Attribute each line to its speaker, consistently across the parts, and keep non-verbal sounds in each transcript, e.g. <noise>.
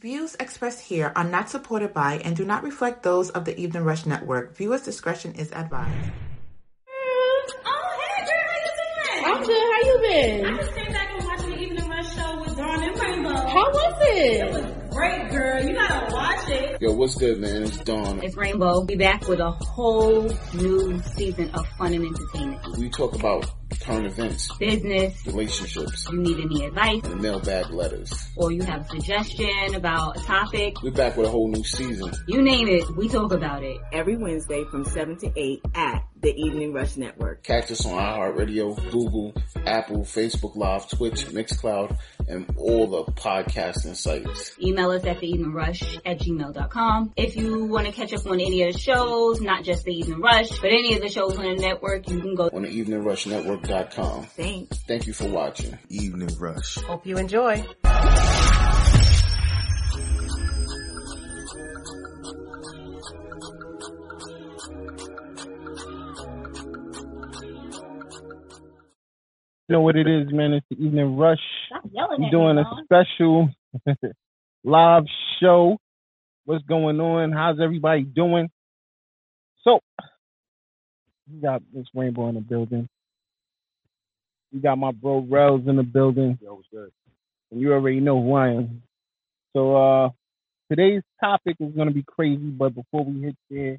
Speaker 1: Views expressed here are not supported by and do not reflect those of the Evening Rush Network. Viewers' discretion is advised.
Speaker 2: Oh, hey, girl, how you been?
Speaker 3: I'm
Speaker 2: I
Speaker 3: good. How you been?
Speaker 2: just came back and watched the Evening Rush show with Dawn and Rainbow.
Speaker 3: How was it?
Speaker 2: Great, girl. You gotta watch it.
Speaker 4: Yo, what's good, man? It's Dawn.
Speaker 5: It's Rainbow. Be back with a whole new season of fun and entertainment.
Speaker 4: We talk about current events,
Speaker 5: Business,
Speaker 4: relationships,
Speaker 5: you need any advice,
Speaker 4: and mailbag letters.
Speaker 5: or you have a suggestion about a topic,
Speaker 4: We're back with a whole new season.
Speaker 5: you name it, we talk about it.
Speaker 6: every Wednesday from 7 to 8 at the Evening Rush Network.
Speaker 4: Catch us on iHeartRadio, Google, Apple, Facebook Live, Twitch, Mixcloud, and all the podcasting sites.
Speaker 5: Email us at theeveningrush at gmail.com. If you want to catch up on any of the shows, not just the Evening Rush, but any of the shows on the network, you can go
Speaker 4: On the eveningrushnetwork.com.
Speaker 6: Thanks.
Speaker 4: Thank you for watching.
Speaker 7: Evening Rush.
Speaker 6: Hope you enjoy.
Speaker 7: You know what it is, man. It's the Evening Rush.
Speaker 5: Stop yelling
Speaker 7: We're doing a special <laughs> live show. What's going on? How's everybody doing? So, we got Miss Rainbow in the building. We got my bro Rels in the building. And you already know who I am. So, uh, today's topic is going to be crazy, but before we hit there,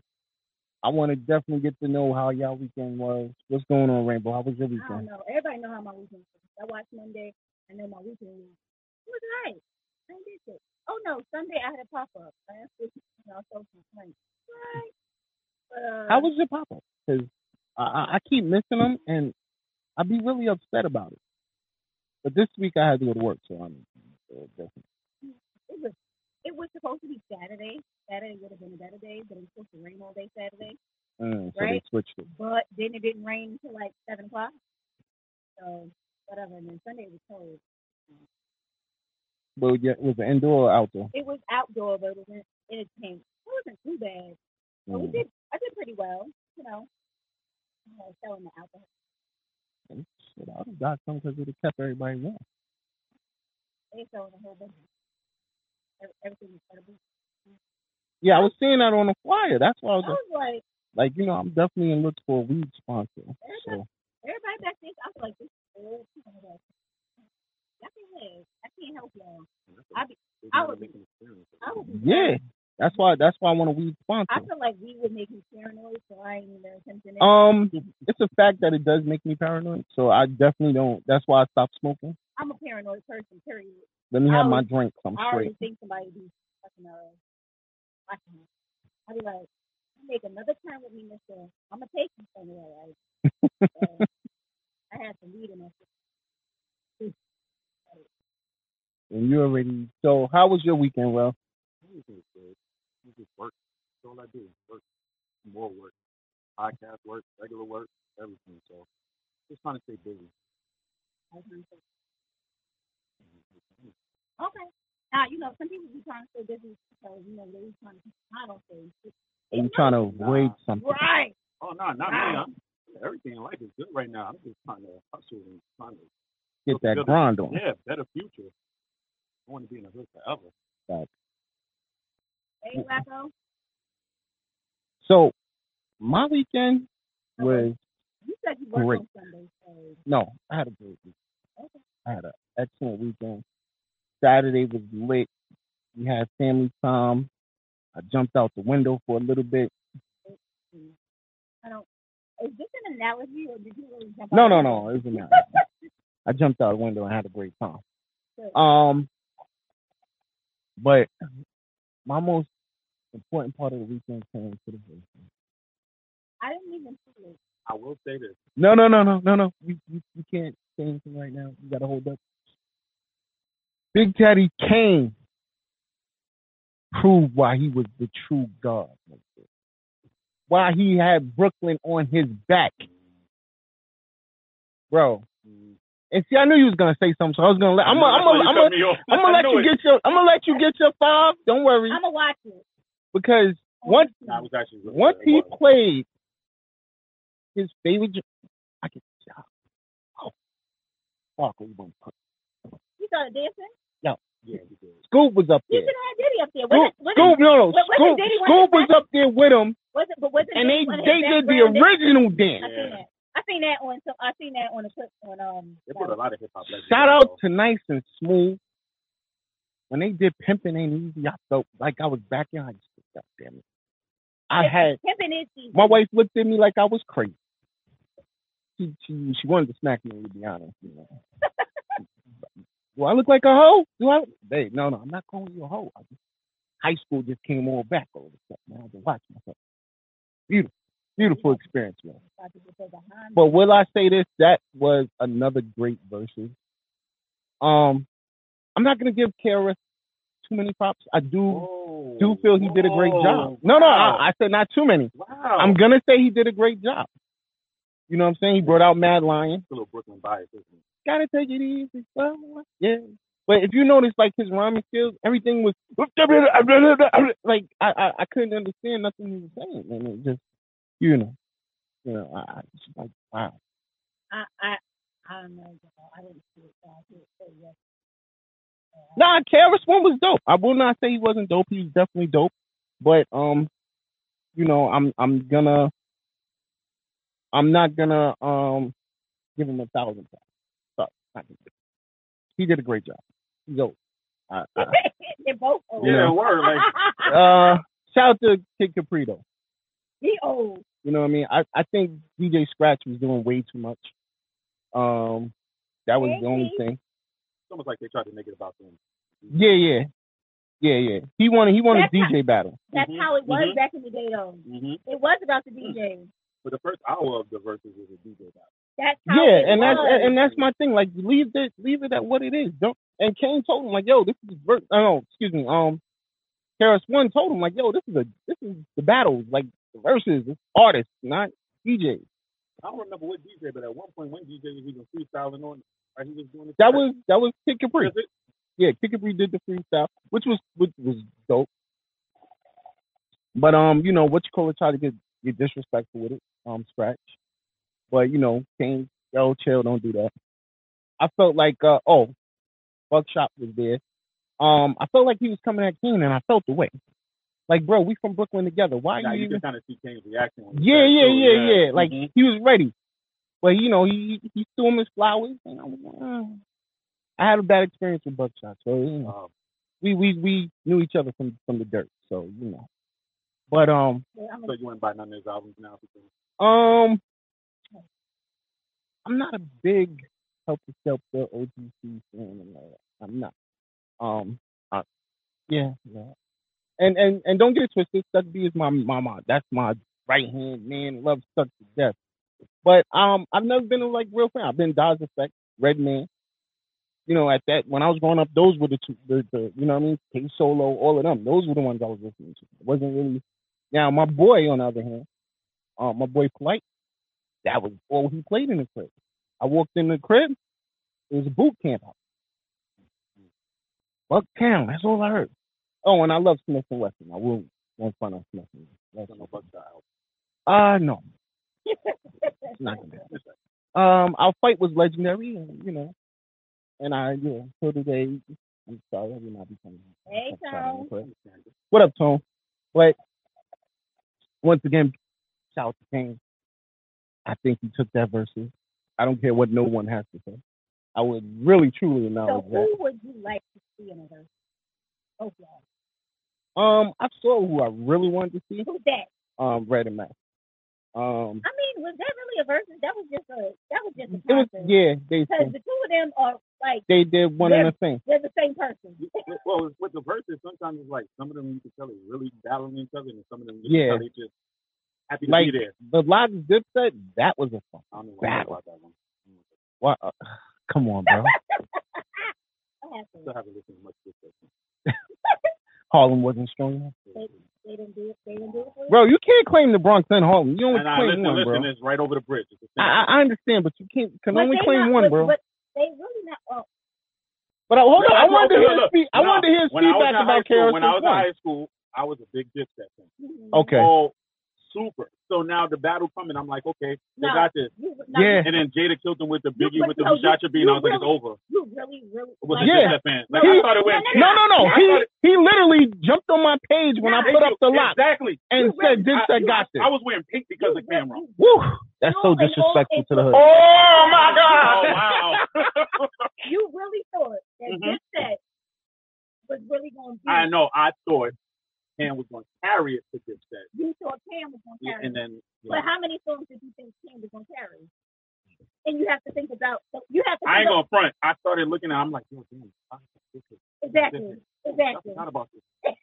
Speaker 7: I want to definitely get to know how y'all weekend was. What's going on, Rainbow? How was your
Speaker 3: I don't
Speaker 7: weekend?
Speaker 3: know. Everybody know how my weekend was. I watched Monday. I know my weekend was. It was alright. I did it. Oh no, Sunday I had a pop up. Last week, you know, so complained. Right. Uh,
Speaker 7: How was your pop up? Because I, I I keep missing them, and I'd be really upset about it. But this week I had to go to work, so I'm uh, definitely.
Speaker 3: it was it was supposed to be Saturday. Saturday would have been a better day, but it was supposed to rain all day Saturday.
Speaker 7: Mm, so they
Speaker 3: Right.
Speaker 7: switched it.
Speaker 3: But then it didn't rain until like seven o'clock. So whatever. And then Sunday was cold.
Speaker 7: Well, yeah, was it indoor or outdoor?
Speaker 3: It was outdoor, but it was in, in a tent. It wasn't too bad. But
Speaker 7: Mm,
Speaker 3: we Oh, did. I did pretty well, you know. You know, selling the alcohol.
Speaker 7: shit, I would've got some because it would have kept everybody warm.
Speaker 3: They selling a whole bunch. Ev- Everything was edible.
Speaker 7: Yeah, I was seeing that on the flyer. That's why I
Speaker 3: I
Speaker 7: was like,
Speaker 3: was like,
Speaker 7: like, you know, I'm definitely in look for a weed sponsor. So
Speaker 3: everybody back there. I was like, this is old people. I'm like, Y'all can live. I can't help y'all. I be, <laughs> I would be, I would be. <laughs>
Speaker 7: yeah, that's why that's why I want a weed
Speaker 3: I
Speaker 7: sponsor.
Speaker 3: feel like we would make me paranoid, so I ain't even attempting it.
Speaker 7: Um, it's a fact that it does make me paranoid, so I definitely don't. That's why I stopped smoking.
Speaker 3: I'm a paranoid person, period.
Speaker 7: Let me have
Speaker 3: I
Speaker 7: my
Speaker 3: always-
Speaker 7: drink. I'm
Speaker 3: I
Speaker 7: straight.
Speaker 3: already think somebody be fucking uh, our ass. I can't. I be like, you make another turn with me, mister. I'm gonna take you somewhere. Like, so, I had some weed in my system.
Speaker 7: And you already. So, how was your weekend, Ralph?
Speaker 3: I was trying to say- Okay. Now you know some people be trying to stay busy because you know they be trying to. I don't say shit.
Speaker 7: Are you trying to avoid something?
Speaker 3: right.
Speaker 8: Oh no, not me. I'm, everything in life is good right now. I'm just trying to hustle and trying to
Speaker 7: Get that
Speaker 8: Good.
Speaker 7: grind on.
Speaker 8: yeah, better future. I want to be in the hood forever.
Speaker 3: Hey, Wacko,
Speaker 7: So, my weekend was
Speaker 3: you said you worked
Speaker 7: Great.
Speaker 3: on Sunday, so
Speaker 7: no. I had a great weekend. I had an excellent weekend. Saturday was lit. We had family time. I jumped out the window for a little bit.
Speaker 3: I don't. Is this an analogy or did you really jump?
Speaker 7: No,
Speaker 3: out
Speaker 7: no,
Speaker 3: of
Speaker 7: no. It was not. I jumped out the window and had a great time.
Speaker 3: Good.
Speaker 7: Um, but my most important part of the weekend came to the voice.
Speaker 3: I didn't even see it.
Speaker 8: I will say this.
Speaker 7: No, no, no, no, no, no. You, you, you can't say anything right now. You gotta hold up. Big Daddy Kane proved why he was the true God. Why he had Brooklyn on his back. Bro.
Speaker 8: Mm.
Speaker 7: And see, I knew you was gonna say something, so I was gonna let I'm gonna, I'm gonna, I'm gonna,
Speaker 8: <laughs>
Speaker 7: I'm gonna let you get your I'm gonna let you get your five. Don't worry,
Speaker 3: I'm going to watch it.
Speaker 7: because once
Speaker 8: Nah, it was actually really
Speaker 7: once
Speaker 8: good. It
Speaker 7: he
Speaker 8: was.
Speaker 7: played his favorite, gen- I can. Oh, fuck! we gonna put-
Speaker 3: You started dancing?
Speaker 8: Yeah, he did.
Speaker 7: Scoop was up
Speaker 3: You
Speaker 7: there.
Speaker 3: should have had Diddy up there.
Speaker 7: Scoop,
Speaker 3: Was it, was
Speaker 7: Scoop,
Speaker 3: it,
Speaker 7: no, no,
Speaker 3: wasn't
Speaker 7: Scoop,
Speaker 3: Diddy one
Speaker 7: Scoop
Speaker 3: of
Speaker 7: was
Speaker 3: his
Speaker 7: up there with him,
Speaker 3: was it, but was it
Speaker 7: and they
Speaker 3: one of his
Speaker 7: they did the
Speaker 3: background dancing?
Speaker 7: original
Speaker 3: I
Speaker 7: dance.
Speaker 3: seen that. I seen that on some. I seen that on a clip on um.
Speaker 8: They put a lot of hip hop. legends
Speaker 7: Shout
Speaker 8: on,
Speaker 7: out to
Speaker 8: though.
Speaker 7: Nice and Smooth. When they did Pimpin' Ain't Easy, I felt like I was back in high school. God damn it! I had
Speaker 3: Pimpin' is easy.
Speaker 7: my wife looked at me like I was crazy. She she, she wanted to smack me to be honest. You
Speaker 3: <laughs>
Speaker 7: know. Do I look like a hoe? Do I? Babe, no, no, I'm not calling you a hoe. I just, high school just came all back all of a sudden. I had to watch myself. Beautiful, beautiful experience, man.
Speaker 3: About to get behind me.
Speaker 7: But will I say this? That was another great versus. Um, I'm not gonna give Kara too many props. I do
Speaker 8: Whoa.
Speaker 7: do feel he did a great
Speaker 8: Whoa.
Speaker 7: job. No, no, I, I said not too many.
Speaker 8: Wow.
Speaker 7: I'm gonna say he did a great job. You know what I'm saying? He brought out Mad Lion.
Speaker 8: a little Brooklyn bias, isn't it?
Speaker 7: Gotta take it easy. blah, blah, blah. Yeah. But if you notice, like his rhyming skills, everything was like I I, I couldn't understand nothing he was saying, and it just you know, you know, I, I just like wow.
Speaker 3: I I I don't know. y'all. I didn't see it. So I can't say yes.
Speaker 7: Nah, Karis one was dope. I will not say he wasn't dope. He was definitely dope. But um, you know, I'm I'm gonna I'm not gonna um give him a thousand pounds. Sorry, not gonna do it. he did a great job. He's dope. I, I,
Speaker 3: <laughs> They're both old.
Speaker 8: Yeah, word. Like,
Speaker 7: uh, shout out to Kid Caprito.
Speaker 3: he old.
Speaker 7: You know what I mean? I, I think DJ Scratch was doing way too much. Um, that was the only thing.
Speaker 8: it's almost like they tried to make it about them.
Speaker 7: Yeah, yeah, yeah, yeah. He wanted he wanted
Speaker 3: That's
Speaker 7: DJ battle.
Speaker 3: That's
Speaker 8: Mhm,
Speaker 3: how it was
Speaker 8: mhm.
Speaker 3: back in the day, though.
Speaker 8: Mm-hmm.
Speaker 3: It was about the DJ.
Speaker 8: But the first hour of the verses is a DJ battle.
Speaker 3: That's how.
Speaker 7: Yeah,
Speaker 3: it
Speaker 7: and
Speaker 3: was.
Speaker 7: that's and that's my thing. Like leave it leave it at what it is. Don't and Kane told him like, yo, this is ver- oh, no, excuse me, um Karis One told him like, yo, this is a this is the battles, like the verses, it's artists, not DJs.
Speaker 8: I don't remember what DJ, but at one point, one DJ was even freestyling on. Right, he was doing it.
Speaker 7: That was that was Kid Capri.
Speaker 8: Was it?
Speaker 7: Yeah, Kid Capri did the freestyle, which was which was dope. But um, you know, what you call it tried to get get disrespectful with it, um, scratch. But you know, Kane, yo, chill, don't do that. I felt like uh oh, Buckshot was there. Um, I felt like he was coming at Kane and I felt the way. Like, bro, we from Brooklyn together. Why
Speaker 8: Now
Speaker 7: you
Speaker 8: you
Speaker 7: even
Speaker 8: can kind of see Kane's reaction. when he "Oh,
Speaker 7: yeah,
Speaker 8: said it,
Speaker 7: yeah,
Speaker 8: too,
Speaker 7: yeah, yeah. Like
Speaker 8: Mhm.
Speaker 7: he was ready, but you know he he threw him his flowers, and I was like, "Oh." I had a bad experience with Buckshot, so you know,
Speaker 8: Um,
Speaker 7: we we we knew each other from from the dirt, so you know. But um
Speaker 3: I'm
Speaker 8: so
Speaker 3: gonna-
Speaker 8: you ain't buy none of his albums now because
Speaker 7: um, I'm not a big help yourself the OTC fan. And all that. I'm not. Um, I, yeah, yeah. And and and don't get it twisted. Stuck B is my mama. That's my right hand man. Love Stuck to death. But um, I've never been a like real fan. I've been Dodge Effect, Red Man. You know, at that when I was growing up, those were the two. The, the you know what I mean? K Solo, all of them. Those were the ones I was listening to. It wasn't really. Now my boy, on the other hand, uh, my boy Polite, that was all he played in the crib. I walked in the crib. It was a boot camp. Bucktown. That's all I heard. Oh, and I love Smith and Wesson. I will won't front on Smith and
Speaker 8: there's
Speaker 7: Wesson.
Speaker 8: no Buckshot album.
Speaker 7: Uh no. it's not gonna happen. Um, our fight was legendary, and, you know, and I, you know, till today, I'm sorry, I will not be coming.
Speaker 3: Hey,
Speaker 7: I'm sorry, I'm
Speaker 3: Tone.
Speaker 7: sorry. What up, Tone? But once again, shout out to Kane. I think he took that versus. I don't care what no one has to say. I would really, truly
Speaker 3: So
Speaker 7: acknowledge that.
Speaker 3: who would you like to see in a verse? Oh, yeah.
Speaker 7: Um, I saw who I really wanted to see.
Speaker 3: Who's that?
Speaker 7: Um, Red and Mac. Um,
Speaker 3: I mean, was that really a versus? That was just a. That was just a.
Speaker 7: it was
Speaker 3: concert.
Speaker 7: yeah. They
Speaker 3: Because the two of them are like
Speaker 7: they did one and a thing.
Speaker 3: they're the same person.
Speaker 8: Well, with the verses, sometimes it's like some of them you can tell is really battling each other, and some of them you
Speaker 7: Yeah.
Speaker 8: can tell they just happy to
Speaker 7: Like-
Speaker 8: be there.
Speaker 7: The Lodge Dipset, that was a fun. <sighs>
Speaker 8: I don't know what I feel about that one.
Speaker 7: Why, uh, come on, bro.
Speaker 3: Oh, happened.
Speaker 8: Still haven't listened to much of this.
Speaker 7: Harlem wasn't strong enough.
Speaker 3: They didn't do it. They didn't do it for you.
Speaker 7: Bro, you can't claim the Bronx and Harlem. You only
Speaker 8: And I
Speaker 7: claim
Speaker 8: listen,
Speaker 7: one, bro.
Speaker 8: listen, it's right over the bridge. It's the
Speaker 7: I,
Speaker 8: same.
Speaker 7: I- I understand, but you can't can
Speaker 3: But
Speaker 7: only
Speaker 3: they
Speaker 7: claim
Speaker 3: not-
Speaker 7: one,
Speaker 3: but-
Speaker 7: bro.
Speaker 3: But they really not. Oh,
Speaker 7: But I, hold on, I
Speaker 8: Look,
Speaker 7: wanted to
Speaker 8: look,
Speaker 7: hear his
Speaker 8: look,
Speaker 7: feed- I
Speaker 8: no,
Speaker 7: wanted to hear his
Speaker 8: when I was
Speaker 7: feedback
Speaker 8: in high
Speaker 7: about
Speaker 8: school-
Speaker 7: KRS
Speaker 8: When I was in
Speaker 7: One.
Speaker 8: high school, I was a big dip that thing.
Speaker 3: mm-hmm,
Speaker 7: Okay,
Speaker 8: Oh, super. So now the battle coming, I'm like, okay, they
Speaker 3: No.
Speaker 8: got this.
Speaker 3: you, no,
Speaker 7: Yeah.
Speaker 8: And then Jada killed him with the
Speaker 3: You-
Speaker 8: Biggie
Speaker 3: but
Speaker 8: with the
Speaker 3: no, you-
Speaker 8: Bushasha B,
Speaker 3: you
Speaker 8: and I was like, it's
Speaker 3: really-
Speaker 8: over.
Speaker 3: You really, really.
Speaker 8: It was
Speaker 3: like,
Speaker 8: a
Speaker 7: Yeah.
Speaker 8: dip that fan. Like,
Speaker 7: No,
Speaker 8: I thought it went.
Speaker 7: no, no, no.
Speaker 8: I
Speaker 7: He
Speaker 8: thought it-
Speaker 7: he literally jumped on my page when I
Speaker 8: Thank
Speaker 7: put
Speaker 8: you.
Speaker 7: up the lot
Speaker 8: Exactly.
Speaker 7: and
Speaker 8: You
Speaker 7: said,
Speaker 8: really- I-
Speaker 7: "Dipset
Speaker 8: you-
Speaker 7: got this."
Speaker 8: I was wearing pink because of camera.
Speaker 3: you-
Speaker 7: Woo, that's so
Speaker 3: you really thought
Speaker 7: disrespectful
Speaker 3: it
Speaker 7: to the
Speaker 3: was-
Speaker 7: hood.
Speaker 8: Oh my God! wow!
Speaker 3: You really thought that
Speaker 7: Mm-hmm.
Speaker 8: Mhm.
Speaker 3: this set was really going to be.
Speaker 8: I know. I thought Cam was going to carry it to Dipset,
Speaker 3: You thought Cam was going to carry.
Speaker 8: and then
Speaker 3: But how many songs did you think Cam was going to carry? And you have to think about. You have to.
Speaker 8: I ain't
Speaker 3: think
Speaker 8: gonna front. I started looking at. it, I'm like, yo, damn, I
Speaker 3: Exactly. Exactly.
Speaker 8: forgot about this.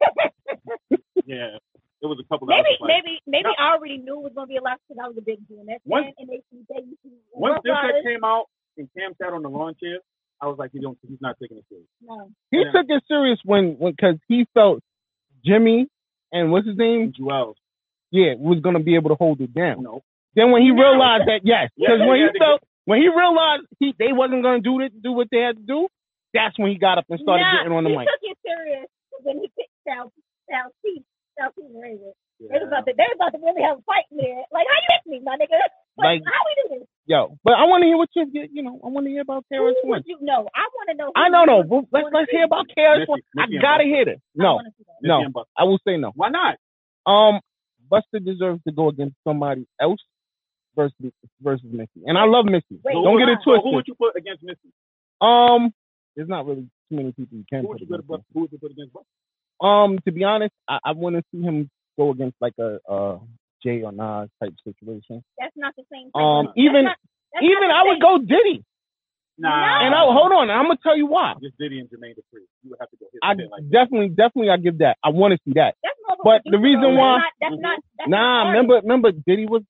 Speaker 8: Yeah, it was a couple. Of
Speaker 3: maybe,
Speaker 8: like,
Speaker 3: maybe, maybe
Speaker 8: No.
Speaker 3: I already knew it was going to be a lot because I was a big DMX
Speaker 8: Once-
Speaker 3: fan, and they, they used to.
Speaker 8: Once
Speaker 3: Rough
Speaker 8: Dipset
Speaker 3: Riders-
Speaker 8: came out and Cam sat on the lawn chair, I was like, he don't. He's not taking it serious.
Speaker 3: No.
Speaker 7: He
Speaker 8: Yeah.
Speaker 7: took it serious when because he felt Jimmy and what's his name,
Speaker 8: And Joel,
Speaker 7: yeah, was gonna be able to hold it down.
Speaker 8: no,
Speaker 7: Then when he
Speaker 3: No.
Speaker 7: realized that, yes,
Speaker 8: Yeah,
Speaker 7: because
Speaker 8: they
Speaker 7: when he
Speaker 8: had to
Speaker 7: felt when he realized he they wasn't gonna do it, do what they had to do, that's when he got up and started
Speaker 3: Nah,
Speaker 7: getting on the
Speaker 3: he
Speaker 7: mic.
Speaker 3: took it serious when he picked South South T South T Raven. They was
Speaker 8: Yeah.
Speaker 3: about to they was about to really have a fight in there. Like how you hit me, my nigga? <laughs>
Speaker 7: Like-
Speaker 3: Like, how we do this?
Speaker 7: Yo, but I want to hear what you get. You know, I want to hear about KRS
Speaker 3: Who
Speaker 7: One.
Speaker 3: would you know? I want to know. who
Speaker 7: I know,
Speaker 3: you
Speaker 7: no,
Speaker 3: would-
Speaker 7: but let's
Speaker 3: wanna
Speaker 7: let's
Speaker 3: see.
Speaker 7: hear about KRS One.
Speaker 8: Missy-
Speaker 7: I
Speaker 8: Missy and
Speaker 7: gotta
Speaker 8: Busta.
Speaker 7: hear this.
Speaker 3: I
Speaker 7: No,
Speaker 3: wanna see that.
Speaker 7: No.
Speaker 8: Nipsey and Busta.
Speaker 7: I will say no.
Speaker 8: Why not?
Speaker 7: Um, Buster deserves to go against somebody else versus versus Missy, and I love Missy.
Speaker 3: Wait,
Speaker 7: Don't get it
Speaker 8: So
Speaker 7: twisted.
Speaker 8: who would you put against Missy?
Speaker 7: Um, there's not really too many people you can
Speaker 8: Who would
Speaker 7: put
Speaker 8: you put,
Speaker 7: against.
Speaker 8: above- who would you put against Buster?
Speaker 7: him. Um, to be honest, I, I want to see him go against like a uh Jay or Nas type situation.
Speaker 3: That's not the same. Thing.
Speaker 7: Um,
Speaker 8: That's
Speaker 7: even
Speaker 3: not- That's
Speaker 7: even
Speaker 3: not the
Speaker 7: I would go
Speaker 3: same.
Speaker 7: Diddy,
Speaker 8: Nah.
Speaker 7: and I hold on, I'm gonna tell you why.
Speaker 8: Just Diddy and Jermaine Dupri. You would have to go hit
Speaker 7: I
Speaker 8: like that.
Speaker 7: definitely definitely I give that. I want to see that.
Speaker 3: That's more of a
Speaker 7: but the
Speaker 3: producer,
Speaker 7: reason
Speaker 3: though.
Speaker 7: why-
Speaker 3: that's not that's not that's
Speaker 7: Nah,
Speaker 3: not
Speaker 7: remember remember Diddy was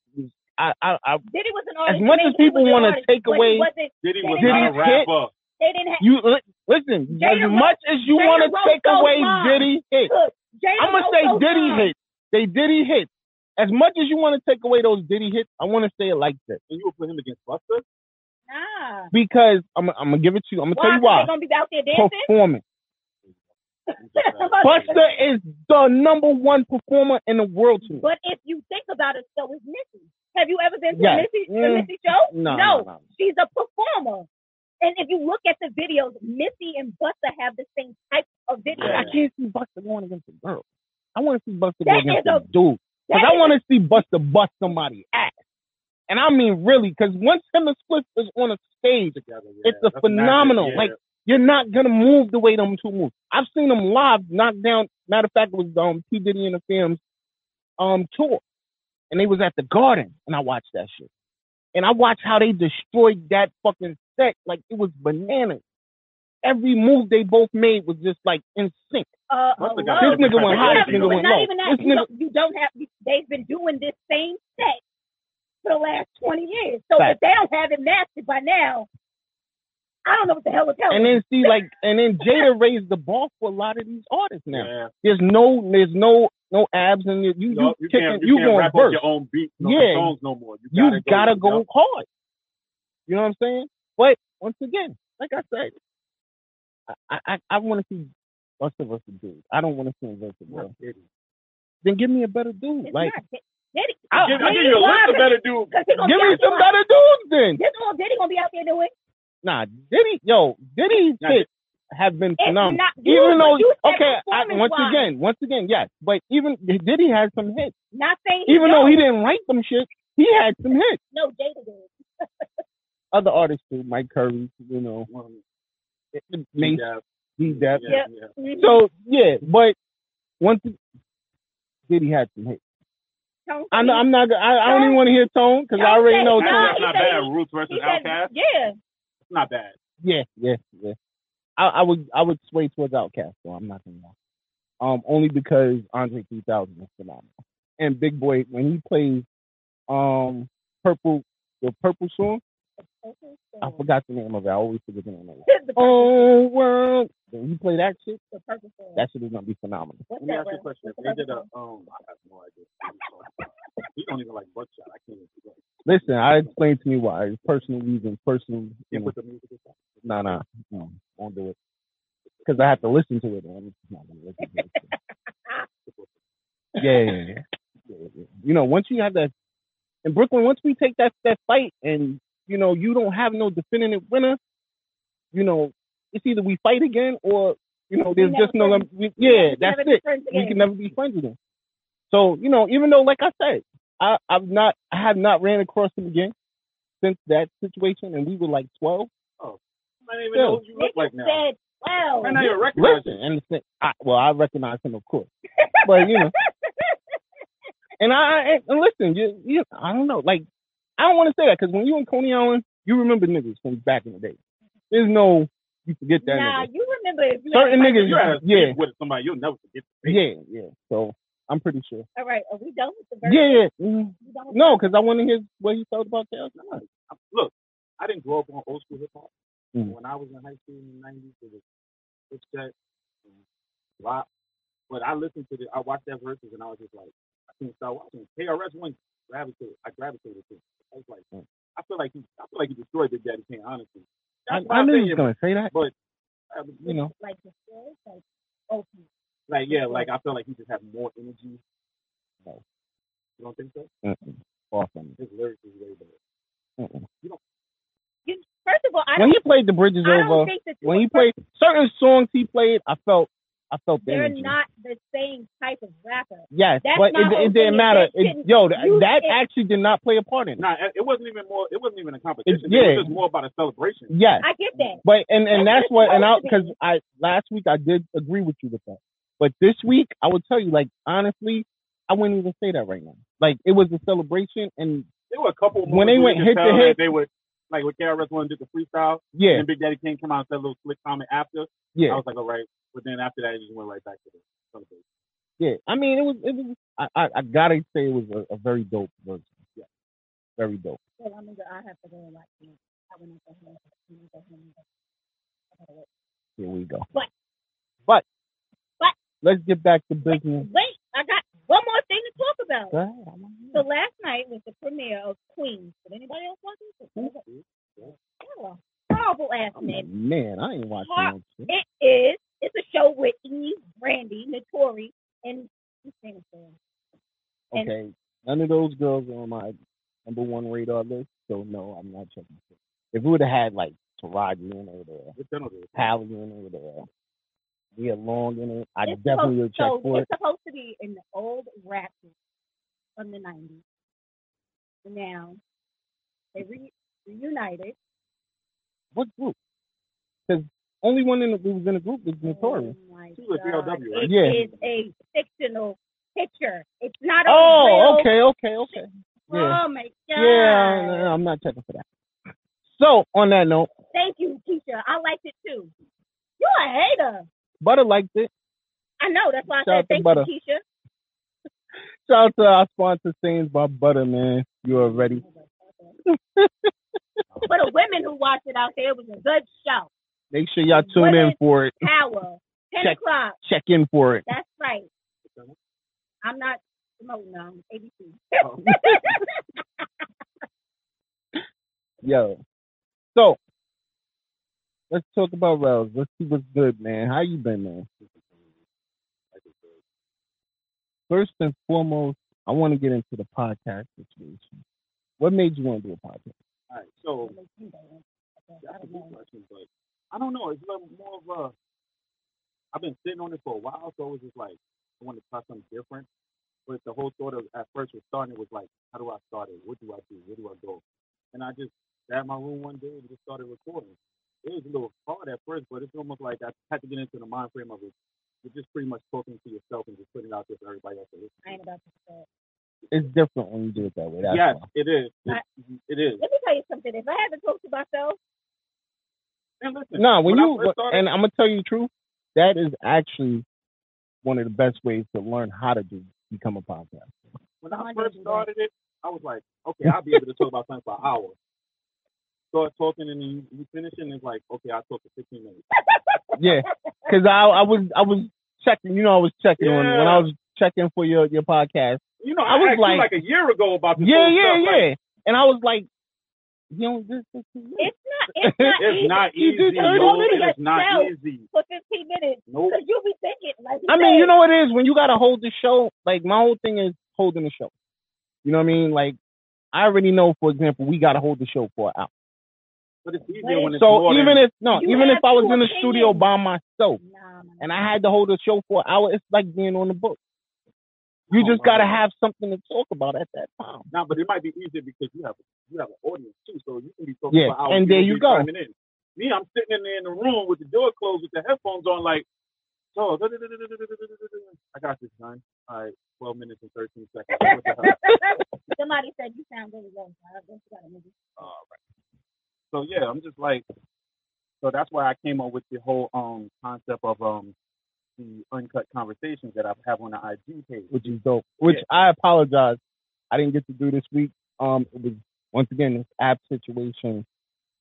Speaker 7: I I, I
Speaker 3: Diddy was an
Speaker 7: as
Speaker 3: artist.
Speaker 7: much as
Speaker 3: Maybe he
Speaker 7: people
Speaker 3: was an
Speaker 7: want to
Speaker 3: artist,
Speaker 7: take
Speaker 3: but he
Speaker 7: away
Speaker 3: wasn't-
Speaker 8: Diddy was
Speaker 3: Diddy
Speaker 7: didn't
Speaker 8: not a
Speaker 7: hit.
Speaker 8: rapper.
Speaker 3: they didn't have.
Speaker 7: you li- listen
Speaker 3: Jada
Speaker 7: as
Speaker 3: wrote-
Speaker 7: much as you
Speaker 3: Jada
Speaker 7: want to
Speaker 3: wrote
Speaker 7: take
Speaker 3: those
Speaker 7: away
Speaker 3: lines.
Speaker 7: Diddy hit.
Speaker 3: Look, Jada
Speaker 7: I'm gonna
Speaker 3: wrote
Speaker 7: say
Speaker 3: those
Speaker 7: Diddy
Speaker 3: lines.
Speaker 7: hit. They Diddy hit. As much as you want to take away those Diddy hits, I want to say it like this
Speaker 8: And you would put him against Buster?
Speaker 3: Nah.
Speaker 7: because I'm I'm gonna give it to you. I'm gonna tell you why.
Speaker 3: Why? They're gonna be out there dancing.
Speaker 7: Performance. Buster is the number one performer in the world to me.
Speaker 3: But if you think about it, so is Missy. Have you ever been to
Speaker 7: Yes.
Speaker 3: a Missy, a
Speaker 7: Mm.
Speaker 3: Missy show?
Speaker 7: No, no, no.
Speaker 3: She's a performer. And if you look at the videos, Missy and Buster have the same type of video.
Speaker 8: Yeah.
Speaker 7: I can't see Buster going against a girl. I want to see Buster go
Speaker 3: That
Speaker 7: against
Speaker 3: is
Speaker 7: a
Speaker 3: a-
Speaker 7: dude.
Speaker 3: That
Speaker 7: Because I
Speaker 3: is-
Speaker 7: want to see Buster bust somebody ass. And I mean, really, because once him and Split is on a stage,
Speaker 8: Together, yeah.
Speaker 7: It's a
Speaker 8: That's
Speaker 7: phenomenal,
Speaker 8: magic,
Speaker 7: like, you're not going to move the way them two move. I've seen them live knock down. Matter of fact, it was um, P. Diddy and the Films um, tour. And they was at the Garden, and I watched that shit. And I watched how they destroyed that fucking set. Like, it was bananas. Every move they both made was just, like, in sync.
Speaker 3: Uh,
Speaker 8: Busta
Speaker 3: hello.
Speaker 8: got
Speaker 7: This
Speaker 8: different
Speaker 7: nigga
Speaker 8: type
Speaker 7: went
Speaker 8: of
Speaker 7: high,
Speaker 8: energy,
Speaker 7: this nigga
Speaker 8: though.
Speaker 3: but
Speaker 7: went
Speaker 3: not
Speaker 7: low.
Speaker 3: even that.
Speaker 7: This
Speaker 3: You
Speaker 7: nigga-
Speaker 3: don't, you don't have. They've been doing this same set for the last twenty years. So
Speaker 7: Fact.
Speaker 3: if they don't have it mastered by now, I don't know what the hell to tell
Speaker 7: And
Speaker 3: them.
Speaker 7: then see, like, and then Jada raised the bar for a lot of these artists now.
Speaker 8: Yeah.
Speaker 7: There's no, there's no, no abs in it. You, you,
Speaker 8: No, you
Speaker 7: kicking,
Speaker 8: can't,
Speaker 7: you,
Speaker 8: you can't
Speaker 7: going
Speaker 8: rap
Speaker 7: first.
Speaker 8: off your own beat, no
Speaker 7: Yeah.
Speaker 8: songs no more. You
Speaker 7: you
Speaker 8: gotta go.
Speaker 7: gotta go
Speaker 8: Yup.
Speaker 7: hard. You know what I'm saying? But once again, like I said, I I, I want to see Buster versus dude. I don't want to see him versus bro.
Speaker 8: Not Diddy.
Speaker 7: Then give me a better dude.
Speaker 3: It's
Speaker 7: like
Speaker 3: not. Diddy,
Speaker 7: I-
Speaker 8: Give- I give you a list of better dudes.
Speaker 3: Cause he gonna
Speaker 7: give
Speaker 3: be
Speaker 7: me
Speaker 3: out
Speaker 7: some
Speaker 3: there-
Speaker 7: better dudes then.
Speaker 3: This old Diddy gonna be out there doing.
Speaker 7: Nah, Diddy, yo, Diddy's
Speaker 8: Now,
Speaker 7: hits have been
Speaker 3: It's
Speaker 7: phenomenal.
Speaker 3: not you,
Speaker 7: Even though,
Speaker 3: but you said
Speaker 7: okay, I,
Speaker 3: performance-wise.
Speaker 7: once again, once again, yes, but even Diddy had some hits.
Speaker 3: not saying
Speaker 7: Even
Speaker 3: no,
Speaker 7: though he didn't write them shit, he had some hits.
Speaker 3: no Jada did.
Speaker 7: Other artists too, Mike Curry, you know, Mace,
Speaker 8: Yeah,
Speaker 7: D. Dep.
Speaker 8: yeah, yeah.
Speaker 3: Mhm.
Speaker 7: So yeah, but once Diddy had some hits.
Speaker 3: Tone
Speaker 7: I know
Speaker 3: said
Speaker 7: I'm not. gonna- I, I don't even want to hear tone because I
Speaker 3: Don't
Speaker 7: already
Speaker 3: say
Speaker 7: know
Speaker 3: no.
Speaker 7: tone.
Speaker 8: Actually, that's
Speaker 3: he
Speaker 8: not
Speaker 3: said
Speaker 8: bad.
Speaker 3: he-
Speaker 8: Roots
Speaker 3: he-
Speaker 8: versus
Speaker 3: he said-
Speaker 8: Outkast.
Speaker 3: Yeah,
Speaker 8: It's not bad.
Speaker 7: Yeah, yeah, yeah. I, I would I would sway towards Outkast though. I'm not gonna lie. Um, only because Andre 3000 is phenomenal, and Big Boy when he plays um purple the purple song, I forgot the name of it. I always forget the name of it.
Speaker 3: The,
Speaker 7: Oh world. When you play that shit,
Speaker 3: the purple song.
Speaker 7: that shit is gonna be phenomenal.
Speaker 3: What's
Speaker 8: Let me
Speaker 3: that
Speaker 8: ask you a
Speaker 3: one?
Speaker 8: question. If
Speaker 3: What's
Speaker 8: they
Speaker 3: the
Speaker 8: did a
Speaker 3: other
Speaker 8: um, I have no idea. We don't even like buckshot. I can't even. Like,
Speaker 7: Listen, I explained to me why. It's personal reasons, personal. You
Speaker 8: yeah,
Speaker 7: know,
Speaker 8: with the music. aside.
Speaker 7: nah, nah, no, won't do it. Because I have to listen to it. and I'm just not gonna listen to it. yeah, yeah, yeah, yeah, yeah, yeah. You know, once you have that in Brooklyn, once we take that that fight, and you know, you don't have no definitive winner. You know, it's either we fight again or you know, there's
Speaker 3: never
Speaker 7: just no.
Speaker 3: friends.
Speaker 7: We,
Speaker 3: We
Speaker 7: yeah,
Speaker 3: never
Speaker 7: that's
Speaker 3: be
Speaker 7: it.
Speaker 3: friends
Speaker 7: we
Speaker 3: again.
Speaker 7: can never be friends again. So you know, even though, like I said, I, I've not, I have not ran across him again since that situation, and we were like twelve.
Speaker 8: I don't even
Speaker 7: Yeah.
Speaker 8: know what you look
Speaker 3: Niggas
Speaker 8: like now.
Speaker 3: said, well,
Speaker 8: I not even recognize
Speaker 7: Listen, and it's- I, well, I recognize him, of course, but
Speaker 3: <laughs>
Speaker 7: you know, and I and listen, you, you, I don't know, like I don't want to say that because when you in Coney Island, you remember niggas from back in the day. There's no, you forget that.
Speaker 3: nah,
Speaker 7: nigga.
Speaker 3: you remember if you
Speaker 7: Certain
Speaker 3: had-
Speaker 7: niggas,
Speaker 8: You had a
Speaker 7: yeah,
Speaker 8: yeah. with somebody you'll never forget.
Speaker 7: yeah, yeah. So I'm pretty sure.
Speaker 3: All right, are we done with the verse?
Speaker 7: Yeah, yeah. mhm.
Speaker 3: We done with
Speaker 7: No, because I want to hear what he thought about Taylor. Swift.
Speaker 8: Look, I didn't grow up on old school hip hop.
Speaker 7: Mhm.
Speaker 8: When I was in high school in the nineties, it was hip set and rock. But I listened to the, I watched that verses, and I was just like, I can't stop watching. it. KRS One gravitated. I gravitated to. it. I was like,
Speaker 7: Mhm.
Speaker 8: I feel like he, I feel like he destroyed Big Daddy Kane. Honestly,
Speaker 7: I,
Speaker 8: that's
Speaker 7: I
Speaker 8: my
Speaker 7: knew he was
Speaker 8: opinion.
Speaker 7: gonna say that.
Speaker 8: I was-
Speaker 7: You know.
Speaker 3: Like the story, like okay.
Speaker 8: Like yeah, like I feel like he just had more energy.
Speaker 7: No.
Speaker 8: You don't think so?
Speaker 7: Mm-mm. Awesome.
Speaker 8: His lyrics is way better.
Speaker 7: Mm-mm.
Speaker 3: You, first of all, I
Speaker 7: When
Speaker 3: don't,
Speaker 7: he played the bridges
Speaker 3: I don't
Speaker 7: over,
Speaker 3: think that you
Speaker 7: when he
Speaker 3: were-
Speaker 7: played certain songs he played, I felt I felt the
Speaker 3: they're
Speaker 7: energy.
Speaker 3: not the same type of rapper.
Speaker 7: yes,
Speaker 3: that's
Speaker 7: but
Speaker 3: my
Speaker 7: it,
Speaker 3: whole
Speaker 7: it
Speaker 3: thing,
Speaker 7: didn't matter.
Speaker 3: they
Speaker 7: It,
Speaker 3: shouldn't
Speaker 7: yo, th-
Speaker 3: use
Speaker 7: that
Speaker 3: it.
Speaker 7: actually did not play a part in it.
Speaker 8: Nah, it, it wasn't even more. It wasn't even a competition.
Speaker 7: yeah.
Speaker 8: It was just more about a celebration.
Speaker 7: Yes,
Speaker 3: I get that.
Speaker 7: but and and
Speaker 3: That's
Speaker 7: that's what and I
Speaker 3: supposed to
Speaker 7: because
Speaker 3: be.
Speaker 7: I last week I did agree with you with that, but this week I will tell you like honestly I wouldn't even say that right now. Like it was a celebration and
Speaker 8: There were a couple
Speaker 7: When
Speaker 8: when
Speaker 7: they
Speaker 8: they
Speaker 7: went
Speaker 8: went
Speaker 7: hit to
Speaker 8: tell
Speaker 7: hit-
Speaker 8: that they would like when KRS One did the freestyle, and
Speaker 7: yeah
Speaker 8: then Big Daddy Kane came out and said a little slick comment after. I
Speaker 7: yeah
Speaker 8: was like, all right, but then after that, it just went right back to the celebration.
Speaker 7: yeah. I mean it was it was I I, I gotta say it was a, a very dope version. Yeah, very dope.
Speaker 3: So I'm gonna, I have to go and watch it. I wanna go home. I wanna go home. I gotta wait.
Speaker 7: Here we go.
Speaker 3: But-
Speaker 7: but
Speaker 3: But-
Speaker 7: let's get back to
Speaker 3: Wait,
Speaker 7: business.
Speaker 3: wait, I got one more thing to talk about.
Speaker 7: Go ahead, I wanna hear.
Speaker 3: So last night was the premiere of Queens. Did anybody else watch it? Oh, horrible ass
Speaker 7: I'm like,
Speaker 3: name.
Speaker 7: man, I ain't watching
Speaker 3: Har-
Speaker 7: that shit.
Speaker 3: It is. It's a show with Eve, Brandy, Notori, and who's famous for it? and-
Speaker 7: Okay, none of those girls are on my number one radar list, so no, I'm not checking. It. If we would have had like Taraj in it or
Speaker 8: What channel did it?
Speaker 7: Pally in it or Mia Long in it, I
Speaker 3: It's
Speaker 7: definitely would
Speaker 3: supposed-
Speaker 7: check
Speaker 3: so
Speaker 7: for it.
Speaker 3: It's supposed to be in the old rap from the nineties. Now they re- reunited.
Speaker 7: What group? Because only one in the, who was in the group was Notorious.
Speaker 3: Oh my
Speaker 8: She was
Speaker 3: God.
Speaker 8: BLW, right?
Speaker 3: It
Speaker 7: Yeah.
Speaker 3: is a fictional picture. It's not a
Speaker 7: Oh,
Speaker 3: real.
Speaker 7: okay, okay, okay. Yeah,
Speaker 3: Oh my God.
Speaker 7: yeah, no, I'm not checking for that. So on that note,
Speaker 3: Thank you, Keisha. I liked it too. You a hater.
Speaker 7: Butter liked it.
Speaker 3: I know. That's why I
Speaker 7: Shout out to
Speaker 3: said thank
Speaker 7: Butter.
Speaker 3: you, Keisha.
Speaker 7: Shout out to our sponsor, Stains by Butter, man. You already.
Speaker 3: For the women who watched it out there, it was a good show.
Speaker 7: Make sure y'all tune in for it.
Speaker 3: Power. Ten
Speaker 7: Check.
Speaker 3: o'clock.
Speaker 7: Check in for it.
Speaker 3: That's right.
Speaker 8: channel?
Speaker 3: I'm not promoting um, them. ABC.
Speaker 8: Oh,
Speaker 7: Yo. So let's talk about Rose. Let's see what's good, man. How you been, man? First and foremost, I want to get into the podcast situation. What made you want to do a podcast?
Speaker 8: all right, so that's a good question, but I don't know. It's like more of a. I've been sitting on it for a while, so it was just like I want to try something different. But the whole thought of at first was starting it was like, how do I start it? What do I do? Where do I go? And I just sat in my room one day and just started recording. It was a little hard at first, but it's almost like I had to get into the mind frame of it. You're just pretty much talking to yourself and just putting it out there for everybody else to listen.
Speaker 3: I ain't about to say.
Speaker 7: It's different when you do it that way. That's
Speaker 8: yes,
Speaker 7: why.
Speaker 8: it is. It, it is.
Speaker 3: Let me tell you something. If I had to talk to myself,
Speaker 8: And listen,
Speaker 7: No, when,
Speaker 8: I
Speaker 7: you
Speaker 8: first started-
Speaker 7: and I'm gonna tell you the truth, that is actually one of the best ways to learn how to do become a podcast.
Speaker 8: when I
Speaker 3: Why did
Speaker 8: first
Speaker 3: you do that?
Speaker 8: started it, I was like, okay, I'll be able to talk about something for an hour. start talking and then you, you finish it and it's like, okay, I talked for 15 minutes.
Speaker 7: Yeah, because I I was I was checking. You know, I was checking on when I was checking for your your podcast.
Speaker 8: You know,
Speaker 7: I
Speaker 8: I,
Speaker 7: was
Speaker 8: was
Speaker 7: like-
Speaker 8: like, a year ago about this.
Speaker 7: Yeah,
Speaker 8: whole
Speaker 7: yeah,
Speaker 8: stuff,
Speaker 7: yeah. and I was like, you know, this, this, this, this.
Speaker 3: It's not.
Speaker 7: <laughs>
Speaker 3: It's not
Speaker 8: Like, <laughs> it's
Speaker 3: easy
Speaker 8: not
Speaker 7: You
Speaker 8: easy.
Speaker 7: do
Speaker 8: no,
Speaker 7: 30
Speaker 8: it is not
Speaker 3: minutes.
Speaker 8: easy.
Speaker 3: for 15 minutes
Speaker 8: Nope.
Speaker 3: because you'll be thinking like. he
Speaker 7: I mean,
Speaker 3: said,
Speaker 7: you know what it is when you gotta hold the show. Like my whole thing is holding the show. You know what I mean? Like I already know, for example, we gotta hold the show for an hour.
Speaker 8: But it's easier
Speaker 3: Wait.
Speaker 8: when it's
Speaker 7: So
Speaker 8: more
Speaker 7: even
Speaker 8: than,
Speaker 7: if no,
Speaker 3: You
Speaker 7: even if
Speaker 3: have
Speaker 7: I was
Speaker 3: two
Speaker 7: in the
Speaker 3: opinions.
Speaker 7: studio by myself
Speaker 3: Nah, man.
Speaker 7: and I had to hold a show for an hour, it's like being on the book. You
Speaker 8: Oh,
Speaker 7: just
Speaker 8: my
Speaker 7: gotta
Speaker 8: God.
Speaker 7: have something to talk about at that time.
Speaker 8: Nah, but it might be easier because you have you have an audience too, so you can be talking
Speaker 7: Yeah,
Speaker 8: for hours.
Speaker 7: and
Speaker 8: people
Speaker 7: there you
Speaker 8: be
Speaker 7: go.
Speaker 8: chiming In. Me, I'm sitting in there in the room with the door closed with the headphones on, like, so I got this done. All right, 12 minutes and 13 seconds. What the
Speaker 7: <laughs>
Speaker 8: hell?
Speaker 3: Somebody said you sound really low. so I guess you gotta move it.
Speaker 8: All right. So yeah, I'm just like, so that's why I came up with the whole um concept of um the uncut conversations that I have on the IG page.
Speaker 7: which is dope. Which
Speaker 8: Yeah.
Speaker 7: I apologize, I didn't get to do this week. Um, it was once again this app situation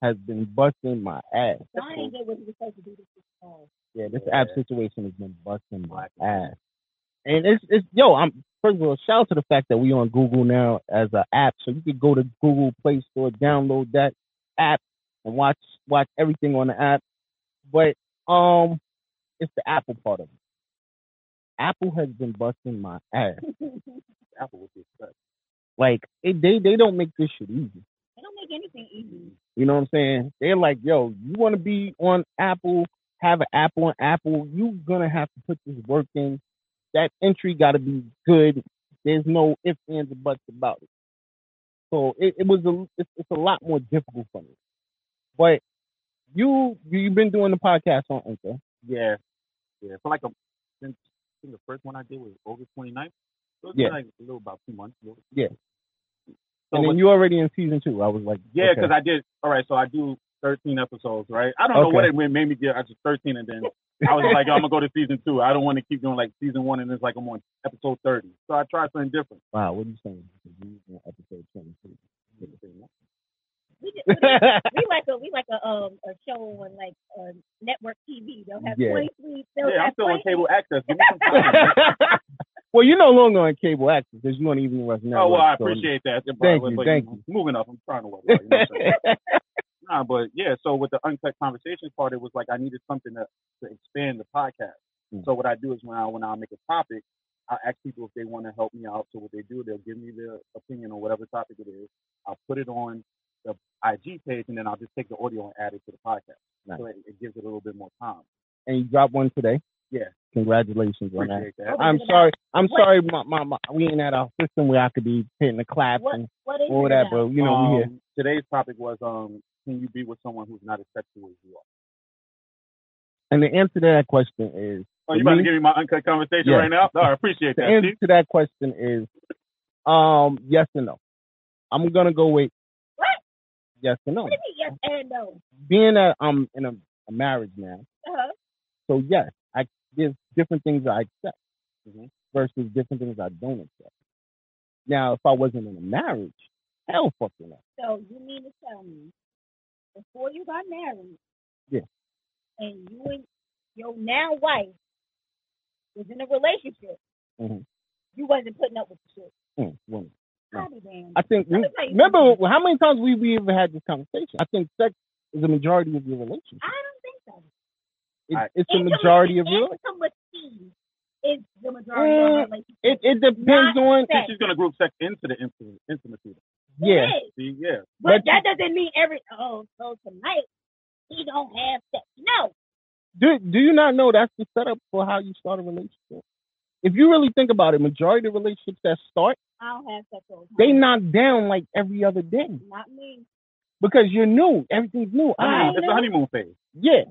Speaker 7: has been busting my ass.
Speaker 3: Don ain't did what he was supposed to do this week. Oh,
Speaker 7: Yeah, this
Speaker 8: Yeah.
Speaker 7: app situation has been busting my
Speaker 8: Black
Speaker 7: ass. And it's it's yo, I'm first of all, shout out to the fact that we on Google now as an app. So you could go to Google Play Store, download that app and watch watch everything on the app. But um it's the Apple part of it. Apple has been busting my
Speaker 3: <laughs>
Speaker 7: ass.
Speaker 8: Apple with this stuff.
Speaker 7: Like it, they they don't make this shit easy.
Speaker 3: They don't make anything easy.
Speaker 7: You know what I'm saying? They're like, yo, you want to be on Apple, have an app on Apple, you gonna have to put this work in. That entry got to be good. There's no ifs ands or buts about it. So it, it was a it's, it's a lot more difficult for me. But you you- you've been doing the podcast on Anchor.
Speaker 8: Yeah, yeah. For like a, since I think the first one I did was August 29th. So it's
Speaker 7: Yeah.
Speaker 8: been like a little about two months. So
Speaker 7: Yeah.
Speaker 8: when-
Speaker 7: and then you already in season two. I was like,
Speaker 8: yeah,
Speaker 7: okay.
Speaker 8: because I did. All right, so I do 13 episodes, right? I don't know what it made me get. I just 13, and then I was like, I'm gonna go to season two. I don't want to keep doing like season one, and it's like I'm on episode 30. So I tried something different.
Speaker 7: wow, what are you saying? You in episode 22.
Speaker 3: We just, we, we like a we like a um a show on like uh, network TV. They'll have
Speaker 7: Yeah.
Speaker 3: 23. They'll
Speaker 8: Yeah, I'm
Speaker 3: have
Speaker 8: still
Speaker 3: 20
Speaker 8: on cable access. Give me
Speaker 7: <laughs>
Speaker 8: some time.
Speaker 7: well, you're no longer on cable access because you don't even watch now.
Speaker 8: oh well, I
Speaker 7: <laughs>
Speaker 8: appreciate that. Thank
Speaker 7: you,
Speaker 8: but,
Speaker 7: thank
Speaker 8: know,
Speaker 7: you.
Speaker 8: Moving up, I'm trying to work. You know what I'm saying? Nah, but yeah, so with the uncut conversations part, it was like I needed something to, to expand the podcast.
Speaker 7: Mm.
Speaker 8: So what I do is when I when I make a topic, I ask people if they want to help me out. So what they do, they'll give me their opinion on whatever topic it is. I'll put it on the IG page, and then I'll just take the audio and add it to the podcast. So it, it gives it a little bit more time.
Speaker 7: and you dropped one today.
Speaker 8: Yeah.
Speaker 7: Congratulations on that.
Speaker 8: Appreciate
Speaker 3: Oh,
Speaker 8: that.
Speaker 7: I'm sorry. I'm sorry. My, my, my, we ain't at our system where I could be hitting the claps
Speaker 3: What
Speaker 7: and
Speaker 3: what is
Speaker 7: all
Speaker 3: it
Speaker 7: that,
Speaker 3: about?
Speaker 7: bro. You know, we here.
Speaker 8: Um, Today's topic was um, can you be with someone who's not as sexual as you are?
Speaker 7: And the answer to that question is
Speaker 8: Oh,
Speaker 7: For
Speaker 8: you
Speaker 7: me?
Speaker 8: about to give me my uncut conversation
Speaker 7: Yeah.
Speaker 8: right now? No, I appreciate
Speaker 7: the
Speaker 8: that.
Speaker 7: answer
Speaker 8: See?
Speaker 7: to that question is um yes and no. I'm gonna go with
Speaker 3: What?
Speaker 7: yes and no.
Speaker 3: What is it? Yes and no.
Speaker 7: Being that I'm in a, a marriage now,
Speaker 3: Uh-huh.
Speaker 7: so yes, I there's different things I accept mm-hmm,
Speaker 8: Mhm.
Speaker 7: versus different things I don't accept. Now, if I wasn't in a marriage, hell fucking no.
Speaker 3: So you mean to tell me before you got married?
Speaker 7: Yeah.
Speaker 3: And you and your now wife was in a relationship.
Speaker 7: Mhm.
Speaker 3: You wasn't putting up with the shit.
Speaker 7: Mm, women. No.
Speaker 3: I'll be damned.
Speaker 7: I think.
Speaker 3: Let me tell you
Speaker 7: Remember
Speaker 3: something.
Speaker 7: how many times we we even had this conversation? I think sex is a majority of your relationship.
Speaker 3: I don't think so.
Speaker 7: It,
Speaker 8: I-
Speaker 7: it's a
Speaker 3: Intimacy-
Speaker 7: majority of your.
Speaker 3: Intimacy is the majority of
Speaker 7: Mm,
Speaker 3: of relationship.
Speaker 7: It it depends
Speaker 3: Not
Speaker 7: on.
Speaker 3: sex.
Speaker 8: She's gonna group sex into the intim- intimacy.
Speaker 3: It
Speaker 7: Yeah,
Speaker 3: is.
Speaker 8: See, yeah.
Speaker 7: But
Speaker 3: But, that doesn't mean every oh so tonight he don't have sex. No.
Speaker 7: do do you not know that's the setup for how you start a relationship? If you really think about it, majority of relationships that start,
Speaker 3: I don't have sex all the
Speaker 7: they
Speaker 3: time.
Speaker 7: knock down like every other day
Speaker 3: Not me.
Speaker 7: because you're new, everything's new.
Speaker 8: Honeymoon-
Speaker 7: Ah,
Speaker 8: it's the honeymoon phase.
Speaker 7: yeah.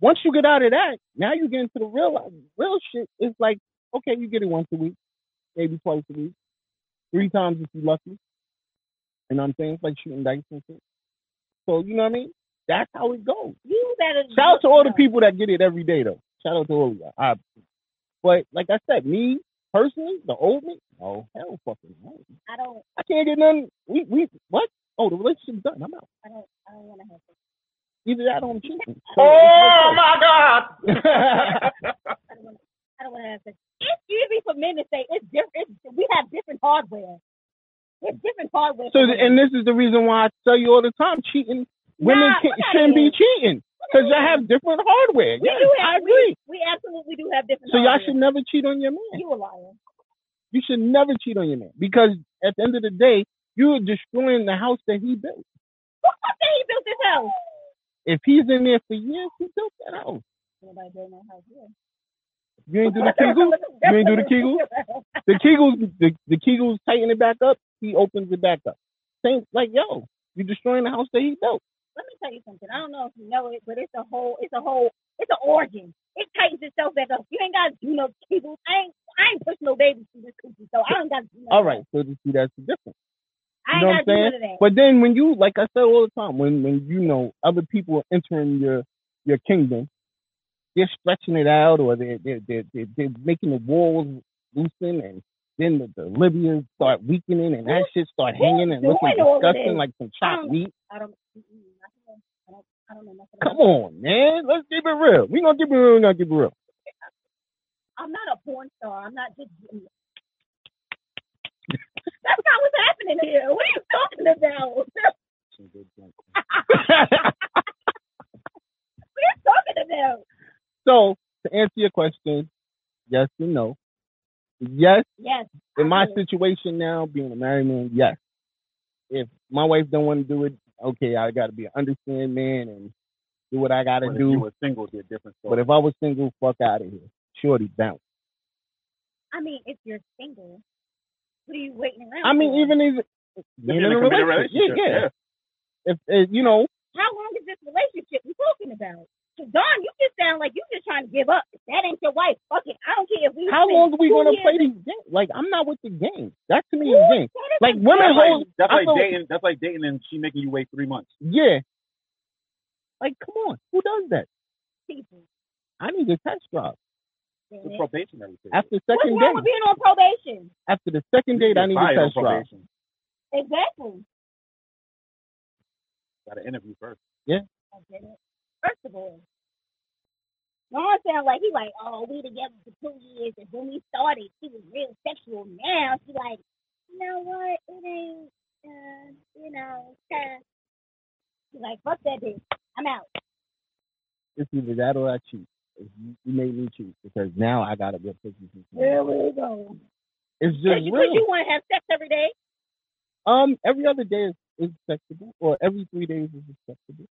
Speaker 7: Once you get out of that, now you get into the real real shit. It's like, okay, you get it once a week, maybe twice a week, three times if you're lucky. You know what I'm saying? It's like shooting dice and shit. So you know what I mean? That's how it goes.
Speaker 3: You better
Speaker 7: Shout out to all the
Speaker 3: No.
Speaker 7: people that get it every day though. Shout out to all of y'all. I- but like I said, me personally, the old me, oh hell fucking no.
Speaker 3: I don't
Speaker 7: I can't get nothing. We we what? Oh, the relationship's done. I'm out.
Speaker 3: I don't, I don't want to have sex.
Speaker 7: Either that or I'm cheating. So
Speaker 8: Oh my God! <laughs>
Speaker 7: it's no <laughs> sex.
Speaker 3: I don't want to, I don't want to have sex. It's easy for men to say it's different. It's, we have different hardware. It's different hardware.
Speaker 7: so,
Speaker 3: for
Speaker 7: th-
Speaker 3: men.
Speaker 7: and this is the reason why I tell you all the time: cheating. Women
Speaker 3: Nah,
Speaker 7: can,
Speaker 3: look at
Speaker 7: shouldn't be
Speaker 3: it.
Speaker 7: cheating because y'all have different hardware.
Speaker 3: We
Speaker 7: Yes,
Speaker 3: do have,
Speaker 7: I agree.
Speaker 3: We, we absolutely do have different.
Speaker 7: So y'all
Speaker 3: hardware.
Speaker 7: should never cheat on your man.
Speaker 3: You a liar.
Speaker 7: You should never cheat on your man because at the end of the day, you are destroying the house that he built.
Speaker 3: Who the fuck said he built this house?
Speaker 7: If he's in there for years, he built that house.
Speaker 3: Nobody built my house. Yeah.
Speaker 7: You ain't do
Speaker 3: <laughs>
Speaker 7: the Kegels. You ain't do the Kegels. The Kegels, the, the Kegels tighten it back up. He opens it back up. Same like yo, you destroying the house that he built.
Speaker 3: Let me tell you something. I don't know if you know it, but it's a whole, it's a whole, it's an organ. It tightens itself back up. You ain't got to do no Kegels. I ain't, I ain't push no babies through this coochie, so I don't got to do no
Speaker 7: All right, so see that's the difference.
Speaker 3: I
Speaker 7: You
Speaker 3: ain't
Speaker 7: know what
Speaker 3: got
Speaker 7: I'm
Speaker 3: to do
Speaker 7: saying?
Speaker 3: none of that.
Speaker 7: But then when you, like I said all the time, when when you know other people are entering your your kingdom, they're stretching it out or they're they're they're, they're, they're making the walls loosen and then the, the Libyans start weakening and that shit start hanging and
Speaker 3: who's
Speaker 7: looking
Speaker 3: doing all of
Speaker 7: disgusting
Speaker 3: this?
Speaker 7: like some chopped
Speaker 3: Um,
Speaker 7: meat.
Speaker 3: I don't, mm-mm, I don't, I don't, I don't know nothing
Speaker 7: Come
Speaker 3: about
Speaker 7: on, man. Let's keep it real. We gonna keep it real. We gonna keep it real.
Speaker 3: I'm not a porn star. I'm not just. <laughs> That's not what's happening here. What are you talking about? <laughs> What are you talking about?
Speaker 7: so to answer your question, yes and no. Yes,
Speaker 3: Yes.
Speaker 7: in
Speaker 3: I
Speaker 7: my
Speaker 3: do.
Speaker 7: situation now, being a married man, yes. If my wife don't want to do it, okay, I got to be an understanding man and do what I got to
Speaker 8: But if you
Speaker 7: do.
Speaker 8: were single, it'd be a different
Speaker 7: But
Speaker 8: story.
Speaker 7: if I was single, fuck out of here. Shorty bounce.
Speaker 3: I mean, if you're single, what are you waiting around?
Speaker 7: I mean,
Speaker 3: for?
Speaker 7: even if
Speaker 8: If
Speaker 7: being in a relationship, yeah, yeah. If, if you know,
Speaker 3: how long is this relationship we talking about? Cause Don, you just sound like you just trying to give up. If that ain't your wife, fuck it. I don't care if we.
Speaker 7: how
Speaker 3: spend
Speaker 7: long are we
Speaker 3: two
Speaker 7: gonna
Speaker 3: years
Speaker 7: play
Speaker 3: in-
Speaker 7: these games? Like, I'm not with the game. That to me
Speaker 3: Ooh,
Speaker 7: is game.
Speaker 3: that is
Speaker 7: Like
Speaker 3: a-
Speaker 7: women
Speaker 8: That's like,
Speaker 7: hold.
Speaker 8: that's
Speaker 7: I
Speaker 8: like
Speaker 7: feel-
Speaker 8: dating. That's like dating, and she making you wait three months.
Speaker 7: Yeah. Like, come on, who does that?
Speaker 3: people.
Speaker 7: I need a test drive.
Speaker 3: damn it.
Speaker 8: The probationary period.
Speaker 7: After
Speaker 3: What's
Speaker 7: second
Speaker 3: wrong with
Speaker 7: date,
Speaker 3: being on probation?
Speaker 7: after the second
Speaker 8: You
Speaker 7: date, I need
Speaker 8: get
Speaker 7: a
Speaker 8: fired on
Speaker 7: test drive.
Speaker 8: probation.
Speaker 3: Exactly.
Speaker 8: Got to interview first.
Speaker 3: I get it. First of all, Don sound like he like, oh, we together for two years, and when we started, she was real sexual. Now she like, you know what? It ain't, uh, you know, uh. She like, fuck that bitch. I'm out.
Speaker 7: It's either that or I cheat. If You you made me cheat because now I gotta get pussy. from someone.
Speaker 3: There we go.
Speaker 7: It's
Speaker 3: Because
Speaker 7: just
Speaker 3: you, 'cause
Speaker 7: real.
Speaker 3: you want to have sex every day.
Speaker 7: Um, every other day is, is acceptable, or every three days is acceptable.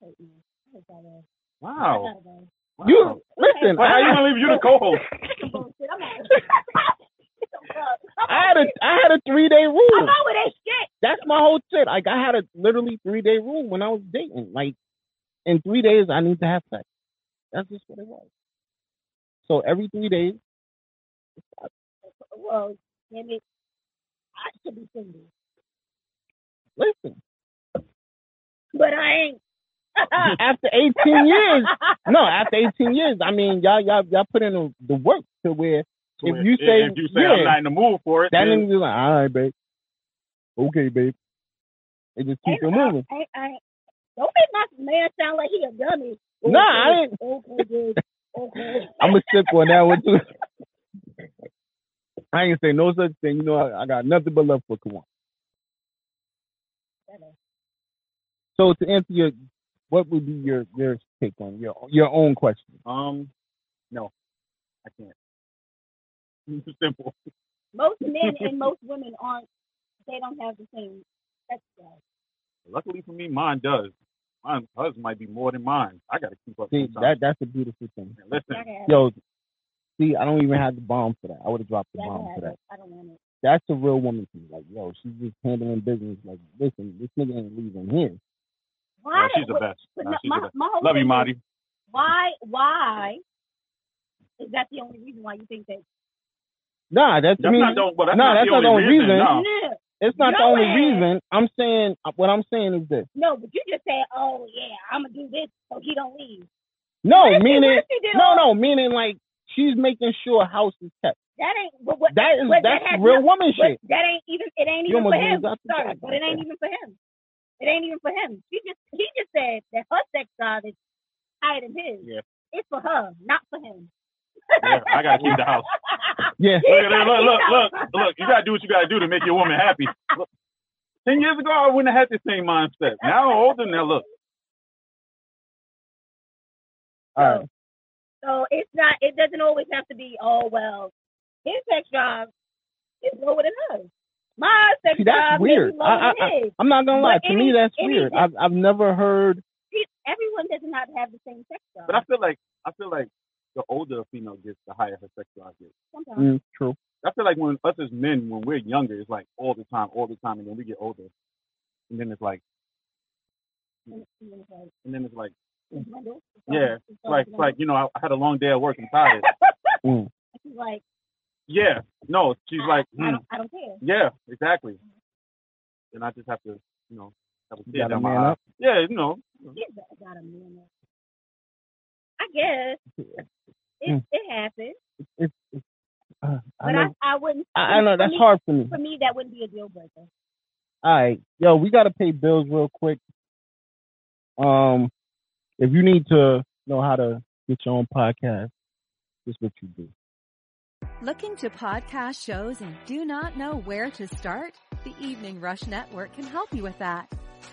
Speaker 3: Wait, man. I gotta- I
Speaker 7: Oh.
Speaker 8: Wow.
Speaker 3: gotta go.
Speaker 8: wow.
Speaker 7: You listen.
Speaker 8: Well, how
Speaker 7: I,
Speaker 8: you gonna leave you the co-host?
Speaker 3: Some bullshit. I'm out. <laughs>
Speaker 7: I had a I had a three day
Speaker 3: I'm
Speaker 7: rule.
Speaker 3: out with that shit.
Speaker 7: That's my whole shit. Like I had a literally three day rule when I was dating. Like in three days I need to have sex. That's just what it was. So every three days,
Speaker 3: Well, damn it. I should be single.
Speaker 7: listen.
Speaker 3: But I ain't. <laughs>
Speaker 7: After 18 years, no, after 18 years, I mean y'all y'all y'all put in the, the work to where If you say-
Speaker 8: if you say
Speaker 7: yeah.
Speaker 8: I'm not in the mood for it,
Speaker 7: that
Speaker 8: then
Speaker 7: nigga is like, all right, babe, okay, babe, and just keep
Speaker 3: Ain't-
Speaker 7: it moving.
Speaker 3: I, I, I, don't make my man sound like he a dummy.
Speaker 7: Nah, I ain't-
Speaker 3: Okay, good. Okay.
Speaker 7: <laughs> I'm a sip on that one too. I ain't say no such thing. You know, I, I got nothing but love for Kwan. So to answer your, what would be your your take on your your own question?
Speaker 8: um, no, I can't. <laughs> Simple.
Speaker 3: most
Speaker 7: <laughs>
Speaker 3: men and most women aren't. They don't have the same sex drive.
Speaker 8: Luckily for me, mine does. Mine, hers might be more than mine. I gotta keep up.
Speaker 7: See, that
Speaker 8: sometimes.
Speaker 7: that's a beautiful thing.
Speaker 8: And listen,
Speaker 3: Y'all can have it.
Speaker 7: Yo, see, I don't even have the bomb for that. I would have dropped the
Speaker 3: Y'all
Speaker 7: bomb
Speaker 3: can
Speaker 7: for that.
Speaker 3: have it. I don't want it.
Speaker 7: That's a real woman thing. Like, yo, she's just handling business. Like, listen, this nigga ain't leaving here.
Speaker 3: Why?
Speaker 8: no, she's the
Speaker 3: what-
Speaker 8: best.
Speaker 3: but
Speaker 8: No,
Speaker 3: no,
Speaker 8: she's
Speaker 3: my,
Speaker 8: the best.
Speaker 3: my whole
Speaker 8: Love you,
Speaker 3: thing is, <laughs>
Speaker 8: Monty.
Speaker 3: why why is that the only reason why you think that
Speaker 7: Nah, that's,
Speaker 8: That's
Speaker 7: me.
Speaker 8: not the. Well, that's
Speaker 7: Nah,
Speaker 8: not
Speaker 7: that's
Speaker 8: the
Speaker 7: not
Speaker 8: only
Speaker 7: the only
Speaker 8: reason.
Speaker 7: reason.
Speaker 8: No.
Speaker 3: no,
Speaker 7: it's not the
Speaker 3: Your
Speaker 7: only
Speaker 3: ass.
Speaker 7: reason. I'm saying uh, what I'm saying is this.
Speaker 3: no but you just said oh yeah i'm gonna do this so he don't leave
Speaker 7: No, Oh,
Speaker 3: What if he- what
Speaker 7: meaning
Speaker 3: if he did
Speaker 7: no,
Speaker 3: all-
Speaker 7: no, meaning like she's making sure house is kept.
Speaker 3: that ain't but what
Speaker 7: That is
Speaker 3: but that
Speaker 7: that's
Speaker 3: has
Speaker 7: real
Speaker 3: no-
Speaker 7: woman
Speaker 3: but
Speaker 7: shit.
Speaker 3: that ain't even it ain't
Speaker 7: You
Speaker 3: even for
Speaker 7: almost
Speaker 3: him
Speaker 7: moved out the
Speaker 3: sorry
Speaker 7: job
Speaker 3: but it
Speaker 7: right
Speaker 3: ain't
Speaker 7: there.
Speaker 3: even for him It ain't even for him. She just he just said that her sex drive is higher than his.
Speaker 8: Yeah.
Speaker 3: It's for her, not for him.
Speaker 8: Yeah, I
Speaker 3: <laughs>
Speaker 8: gotta keep the house.
Speaker 7: Yeah.
Speaker 8: Look, look, look, look, look, look, You gotta do what you gotta do to make your woman happy. Look, Ten years ago, I wouldn't have had this same mindset. Now I'm older. Now look,
Speaker 7: All right.
Speaker 3: So it's not. It doesn't always have to be. Oh well, his sex drive is lower than hers. My sex
Speaker 7: See, that's
Speaker 3: drive
Speaker 7: weird.
Speaker 3: may be
Speaker 7: I,
Speaker 3: lower
Speaker 7: I,
Speaker 3: than
Speaker 7: I,
Speaker 3: his.
Speaker 7: I'm not gonna lie.
Speaker 3: But
Speaker 7: To
Speaker 3: any-
Speaker 7: me, that's
Speaker 3: any-
Speaker 7: weird. I've, I've never heard.
Speaker 3: Pe- Everyone does not have the same sex drive.
Speaker 8: but I feel like I feel like the older a female gets, the higher her sex drive gets.
Speaker 7: Mm,
Speaker 3: Sometimes.
Speaker 7: true.
Speaker 8: I feel like when us as men, when we're younger, it's like all the time, all the time, and then we get older, and then it's like,
Speaker 3: And- and it's like,
Speaker 8: and then it's like,
Speaker 3: it's dwindled, it's
Speaker 8: Yeah,
Speaker 3: dwindled, it's
Speaker 8: like,
Speaker 3: dwindled.
Speaker 8: like you know, I, I had a long day at work. I'm
Speaker 7: <laughs>
Speaker 8: tired.
Speaker 7: Mm.
Speaker 3: She's like,
Speaker 8: Yeah, no, she's
Speaker 3: I-
Speaker 8: like,
Speaker 3: I
Speaker 8: mm,
Speaker 3: don't, I don't care.
Speaker 8: yeah, exactly. And I just have to, you know, have a tear
Speaker 7: gotta
Speaker 8: down my
Speaker 7: man
Speaker 8: eye.
Speaker 7: up.
Speaker 8: Yeah, you know,
Speaker 3: She's got got a man. I guess
Speaker 7: <laughs>
Speaker 3: it,
Speaker 7: Mm.
Speaker 3: it happens,
Speaker 7: It's, it's, uh, I
Speaker 3: but I,
Speaker 7: know.
Speaker 3: I wouldn't.
Speaker 7: I, I know
Speaker 3: for
Speaker 7: that's
Speaker 3: me-
Speaker 7: hard for me.
Speaker 3: For me, that wouldn't be a deal breaker.
Speaker 7: All right, yo, we gotta pay bills real quick. Um, if you need to know how to get your own podcast, this is what you do.
Speaker 9: Looking to podcast shows and do not know where to start? The Evening Rush Network can help you with that.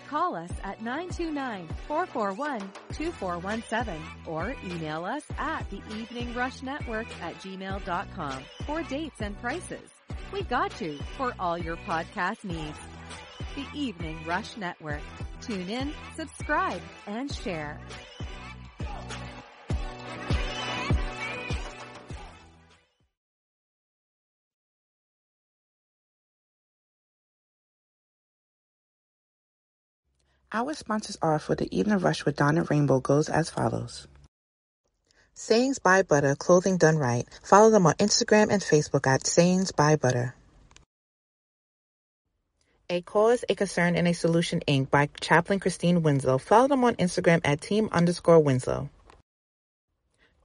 Speaker 9: Call us at 929-441-2417 or email us at the Evening Rush Network at gmail.com for dates and prices. We got you for all your podcast needs. The Evening Rush Network. Tune in, subscribe, and share.
Speaker 1: Our sponsors are for the Evening Rush with Donna Rainbow goes as follows. Sayings by Butter, clothing done right. Follow them on Instagram and Facebook at Sayings by Butter. A Cause, A Concern, and a Solution Inc. by Chaplain Christine Winslow. Follow them on Instagram at team underscore Winslow.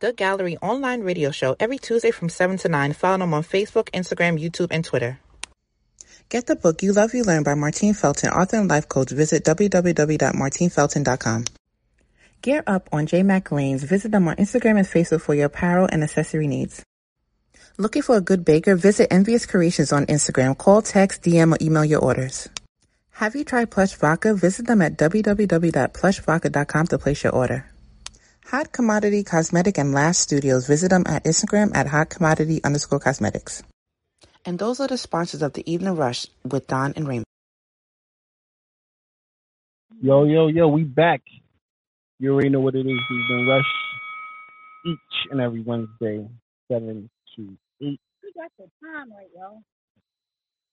Speaker 1: The Gallery online radio show every Tuesday from 7 to 9. Follow them on Facebook, Instagram, YouTube, and Twitter. Get the book You Love You Learn by Martine Felton, author and life coach. Visit www.martinefelton.com. Gear up on J Mac Lanes. Visit them on Instagram and Facebook for your apparel and accessory needs. Looking for a good baker? Visit Envious Creations on Instagram. Call, text, DM, or email your orders. Have you tried Plush Vodka? Visit them at www.plushvodka.com to place your order. Hot Commodity Cosmetic and Lash Studios. Visit them at Instagram at hot commodity underscore cosmetics. And those are the sponsors of the Evening Rush with Don and Raymond.
Speaker 7: Yo, yo, yo, we back. You already know what it is. We've been rush each and every Wednesday, seven to eight.
Speaker 3: We got the time right, y'all.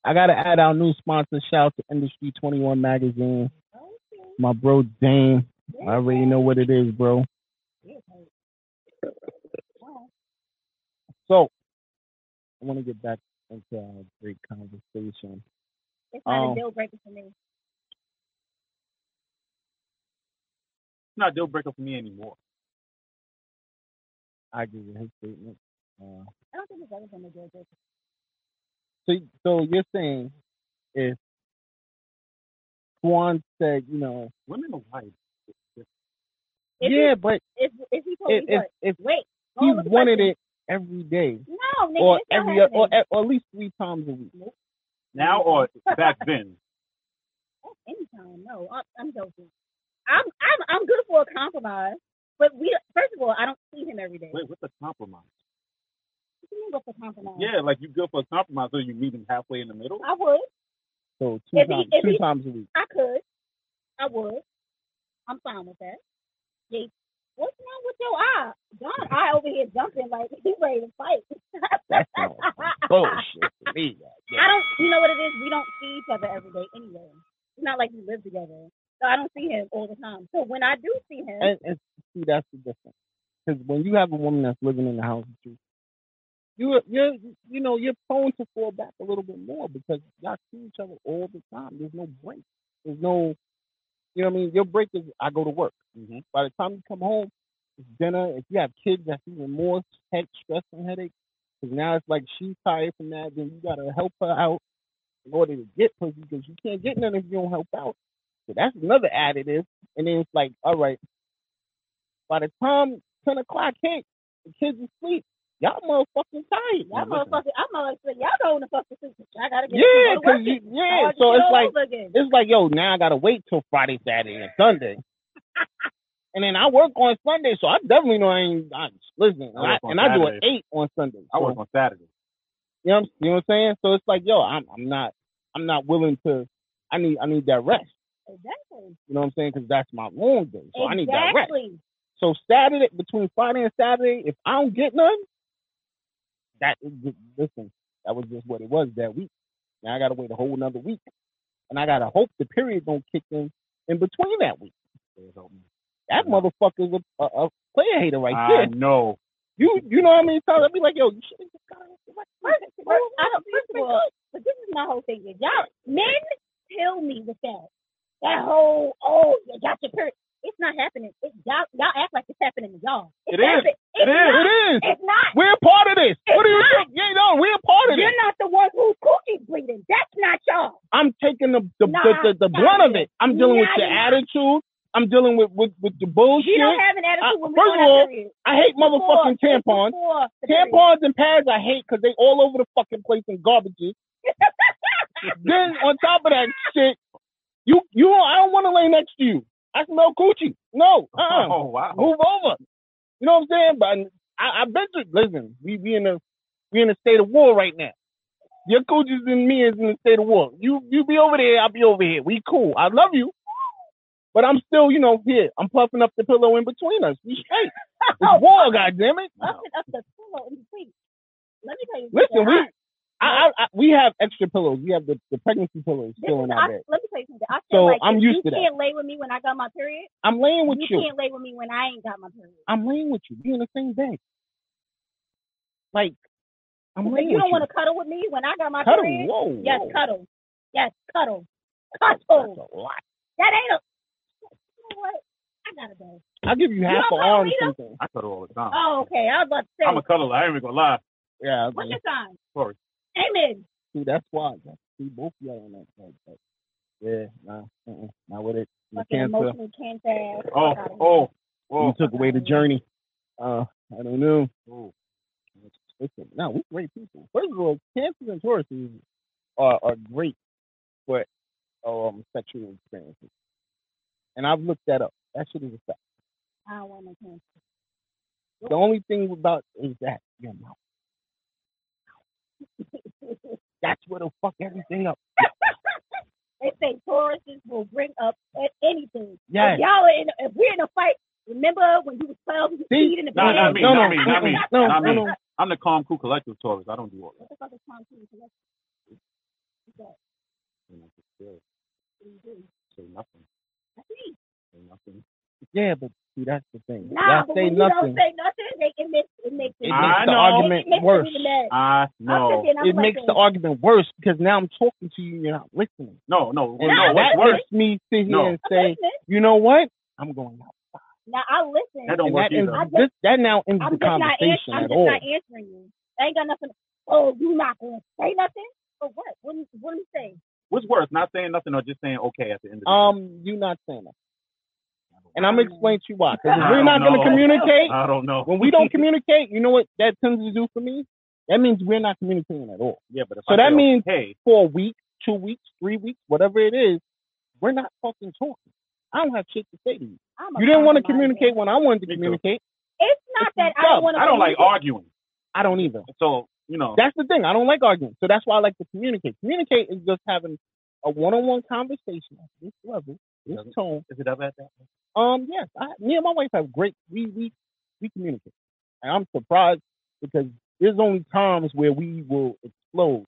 Speaker 7: I gotta add our new sponsor, shout out to Industry 21 Magazine.
Speaker 3: Okay.
Speaker 7: My bro Dane. I already know what it is, bro.
Speaker 3: Yeah, hey.
Speaker 7: So I wanna get back into our great conversation.
Speaker 3: It's not
Speaker 7: Um,
Speaker 3: a deal breaker for me.
Speaker 8: it's not a deal breaker for me anymore.
Speaker 7: I agree with his statement. Uh,
Speaker 3: I don't think it's ever been a deal breaker.
Speaker 7: so so you're saying if Juan said, you know,
Speaker 8: Women are white.
Speaker 3: If
Speaker 7: yeah, but
Speaker 3: He, if, if he told
Speaker 7: if
Speaker 3: me
Speaker 7: if,
Speaker 3: what?
Speaker 7: if
Speaker 3: Wait. Oh,
Speaker 7: he
Speaker 3: hold on,
Speaker 7: wanted
Speaker 3: question.
Speaker 7: it every day
Speaker 3: No, nigga,
Speaker 7: or
Speaker 3: it's not
Speaker 7: every
Speaker 3: happening.
Speaker 7: or, e-, or at least three times a week.
Speaker 8: Now or back then?
Speaker 3: anytime. No, I, I'm joking. I'm I'm I'm good for a compromise, but we first of all, I don't see him every day. What
Speaker 8: Wait, what's a compromise?
Speaker 3: do you mean good for compromise?
Speaker 8: Yeah, like you go for a compromise, so you meet him halfway in the middle.
Speaker 3: I would.
Speaker 7: So two
Speaker 3: If he-
Speaker 7: times
Speaker 3: if
Speaker 7: two
Speaker 3: he-
Speaker 7: times a week.
Speaker 3: I could. I would. I'm fine with that. Yeah. What's wrong with your eye? John eye over here jumping like <laughs> he's ready to fight.
Speaker 7: That sounds like bullshit to me.
Speaker 3: I don't. You know what it is? We don't see each other every day anyway. It's not like we live together, so I don't see him all the time. So when I do see him,
Speaker 7: And, and see, that's the difference. Because when you have a woman that's living in the house with you, you you're you know you're prone to fall back a little bit more because y'all see each other all the time. There's no break. There's no you know what I mean. Your break is I go to work.
Speaker 8: Mm-hmm.
Speaker 7: By the time you come home, it's dinner. If you have kids, that's even more head stress and headache. Because now it's like she's tired from that. Then you gotta help her out in order to get pussy because you can't get none if you don't help out. So that's another additive. And then it's like, all right, by the time 10 o'clock hit, the kids are asleep. Y'all motherfucking tired.
Speaker 3: Y'all motherfucker, I'm always like, y'all don't want to fuck the sleep. I gotta get
Speaker 7: Yeah,
Speaker 3: up and go to
Speaker 7: cause
Speaker 3: work
Speaker 7: you,
Speaker 3: again. I
Speaker 7: yeah.
Speaker 3: gotta
Speaker 7: So
Speaker 3: get
Speaker 7: it's
Speaker 3: all
Speaker 7: like
Speaker 3: over again.
Speaker 7: it's like yo, now I gotta wait till Friday, Saturday, and Sunday, and then I work on Sunday, so I definitely know I ain't. I, listen, and
Speaker 8: I
Speaker 7: I,
Speaker 8: work on
Speaker 7: and I do an
Speaker 8: Saturday.
Speaker 7: eight on Sunday.
Speaker 8: I
Speaker 7: so,
Speaker 8: work on Saturday.
Speaker 7: You know, what I'm- you know what I'm saying? So it's like yo, I'm I'm not I'm not willing to. I need I need that rest.
Speaker 3: Exactly.
Speaker 7: You know what I'm saying? Because that's my long day, so I need that rest.
Speaker 3: Exactly.
Speaker 7: So Saturday between Friday and Saturday, if I don't get none, that is just, listen, that was just what it was that week. Now I gotta wait a whole another week, and I gotta hope the period don't kick in in between that week. That motherfucker's a, a, a player hater right
Speaker 8: I
Speaker 7: there.
Speaker 8: know.
Speaker 7: You you know how many times I'd be like, yo, you should have just got
Speaker 3: First, first, I don't, first of all, but this is my whole thing. is Y'all, men kill me with that. That whole, oh, you got your period. It's not happening. It, y'all, y'all act like it's happening to y'all. It's
Speaker 7: It is.
Speaker 3: happening.
Speaker 7: It
Speaker 3: It's
Speaker 7: is.
Speaker 3: Not.
Speaker 7: It is.
Speaker 3: It's not.
Speaker 7: We're a part of this. what do you
Speaker 3: not.
Speaker 7: think? Yeah, no, we're a part of
Speaker 3: You're
Speaker 7: this.
Speaker 3: not the one whose cookie's bleeding. That's not y'all.
Speaker 7: I'm taking the the,
Speaker 3: Nah,
Speaker 7: the, the, the
Speaker 3: nah,
Speaker 7: blunt of
Speaker 3: yeah.
Speaker 7: it. I'm dealing with
Speaker 3: Nah,
Speaker 7: the
Speaker 3: you're not.
Speaker 7: attitude. I'm dealing with with, with the bullshit.
Speaker 3: You don't have an attitude
Speaker 7: I-
Speaker 3: when we
Speaker 7: first
Speaker 3: on
Speaker 7: of all,
Speaker 3: our period.
Speaker 7: I hate
Speaker 3: Before-
Speaker 7: motherfucking tampons.
Speaker 3: before the period.
Speaker 7: Tampons and pads I hate because they all over the fucking place and garbages. <laughs> then on top of that shit, you you don't, I don't want to lay next to you. I smell coochie. No, uh-uh.
Speaker 8: Oh wow.
Speaker 7: move over. You know what I'm saying? But I, I bet you. Listen, we we in a we in a state of war right now. Your coochies and me is in a state of war. You you be over there, I'll be over here. We cool. I love you, but I'm still you know here. I'm puffing up the pillow in between us. We straight.
Speaker 8: <laughs>
Speaker 7: It's war, goddamn it.
Speaker 3: Busting up the pillow in between. Let me tell you.
Speaker 7: Listen,
Speaker 3: something.
Speaker 7: we I, I, I we have extra pillows. We have the, the pregnancy pillows
Speaker 3: This
Speaker 7: still
Speaker 3: is,
Speaker 7: in
Speaker 3: I,
Speaker 7: our bed.
Speaker 3: let me tell you something. I
Speaker 7: So
Speaker 3: feel like
Speaker 7: I'm
Speaker 3: if
Speaker 7: used
Speaker 3: you
Speaker 7: to that.
Speaker 3: can't lay with me when I got my period.
Speaker 7: I'm laying with
Speaker 3: You
Speaker 7: you.
Speaker 3: can't lay with me when I ain't got my period.
Speaker 7: I'm laying with you. We in the same bed. Like I'm
Speaker 3: But
Speaker 7: laying
Speaker 3: you
Speaker 7: with
Speaker 3: don't want
Speaker 7: you.
Speaker 3: to cuddle with me when I got my
Speaker 7: Cuddle.
Speaker 3: period.
Speaker 7: Whoa.
Speaker 3: Yes,
Speaker 7: whoa.
Speaker 3: cuddle. Yes, cuddle.
Speaker 8: Oh.
Speaker 7: That's
Speaker 3: Cuddle.
Speaker 7: a lot.
Speaker 3: That ain't a. You know what? I gotta go.
Speaker 7: I'll give you half
Speaker 3: don't
Speaker 7: an
Speaker 3: cuddle
Speaker 7: arm
Speaker 3: either?
Speaker 7: something.
Speaker 8: I cut it all the time.
Speaker 3: Oh, okay. I was about to say.
Speaker 8: I'm a cuddler. I ain't even gonna lie.
Speaker 7: Yeah,
Speaker 3: What's
Speaker 7: yeah.
Speaker 3: your sign?
Speaker 8: Sorry.
Speaker 3: Amen.
Speaker 7: see that's why. See both y'all on that side, but yeah, nah, uh-uh, not with it. The
Speaker 3: Fucking
Speaker 7: cancer.
Speaker 3: emotional cancer.
Speaker 8: Oh, oh,
Speaker 7: You
Speaker 8: oh.
Speaker 7: took away the journey. Uh, I don't know.
Speaker 8: oh.
Speaker 7: Listen, no, we great people. First of all, cancers and Tauruses are are great for um sexual experiences, and I've looked that up. That shit is a fact.
Speaker 3: I don't want no cancer.
Speaker 7: The only thing about is that your
Speaker 3: <laughs>
Speaker 7: mouth. That's what'll fuck everything
Speaker 3: Oh,
Speaker 7: up.
Speaker 3: They say Tauruses will bring up a- anything.
Speaker 7: Yes.
Speaker 3: If y'all are in, if we're in a fight, remember when you was 12 you
Speaker 7: See?
Speaker 3: peed in the bed?
Speaker 8: Nah, not me,
Speaker 7: No,
Speaker 8: not
Speaker 7: no,
Speaker 8: me, not me,
Speaker 7: no,
Speaker 8: not
Speaker 7: no,
Speaker 8: me.
Speaker 7: no.
Speaker 8: I'm the calm, cool, collective Taurus. I don't do all
Speaker 3: What
Speaker 8: that.
Speaker 3: the fuck is concrete collection? What's that?
Speaker 8: You know, just chill.
Speaker 3: What do you do?
Speaker 8: Say nothing.
Speaker 3: I see.
Speaker 8: Say nothing.
Speaker 7: Yeah, but see, that's the thing. Y'all
Speaker 3: Nah, but
Speaker 7: say
Speaker 3: when you
Speaker 7: nothing.
Speaker 3: don't say nothing, they, it makes it makes
Speaker 7: It
Speaker 3: it,
Speaker 8: I
Speaker 7: makes the
Speaker 8: know.
Speaker 7: argument
Speaker 3: it makes
Speaker 7: worse.
Speaker 3: it even mad.
Speaker 8: I
Speaker 3: I'm
Speaker 8: know.
Speaker 3: sitting, I'm
Speaker 7: It
Speaker 3: like
Speaker 7: makes
Speaker 3: this.
Speaker 7: the argument worse because now I'm talking to you and you're not listening.
Speaker 8: No, no,
Speaker 7: And
Speaker 8: no.
Speaker 7: that
Speaker 8: What's worse?
Speaker 7: makes me sit here
Speaker 8: No.
Speaker 7: and
Speaker 3: I'm
Speaker 7: say,
Speaker 3: listening.
Speaker 7: you know what? I'm going out.
Speaker 3: Now I listen.
Speaker 8: That don't
Speaker 7: and
Speaker 8: work
Speaker 7: that, ends,
Speaker 8: either.
Speaker 3: I just-
Speaker 7: this, that now ends
Speaker 3: I'm
Speaker 7: the
Speaker 3: just not
Speaker 7: conversation
Speaker 3: answering. I'm
Speaker 7: at
Speaker 3: just
Speaker 7: all.
Speaker 3: not answering you. I ain't got nothing. Oh, you not gonna say nothing? Or what? What do you, what do you say?
Speaker 8: What's worse? Not saying nothing or just saying okay at the end of the day?
Speaker 7: Um, you're not saying that. And I'm going to explain to you why. Because
Speaker 8: I
Speaker 7: we're
Speaker 8: don't
Speaker 7: not going to
Speaker 8: know.
Speaker 7: communicate,
Speaker 8: I don't know.
Speaker 7: when we don't communicate, you know what that tends to do for me? That means we're not communicating at all.
Speaker 8: yeah, but if
Speaker 7: So
Speaker 8: I
Speaker 7: that
Speaker 8: say,
Speaker 7: means-
Speaker 8: hey,
Speaker 7: for a week, two weeks, three weeks, whatever it is, we're not fucking talking. I don't have shit to say to you.
Speaker 3: I'm a
Speaker 7: You didn't want to
Speaker 3: compromiser.
Speaker 7: communicate when I wanted to
Speaker 8: Me too.
Speaker 7: communicate.
Speaker 3: It's not
Speaker 7: It's
Speaker 3: that
Speaker 7: the
Speaker 3: I don't
Speaker 7: job.
Speaker 3: want to.
Speaker 8: I don't like arguing.
Speaker 7: I don't either.
Speaker 8: So you know,
Speaker 7: That's the thing. I don't like arguing. So that's why I like to communicate. Communicate is just having a one on one conversation at this level, this
Speaker 8: Doesn't-
Speaker 7: tone.
Speaker 8: is it ever at that?
Speaker 7: Um, yes, I, me and my wife have great, we, we, we communicate. And I'm surprised because there's only times where we will explode,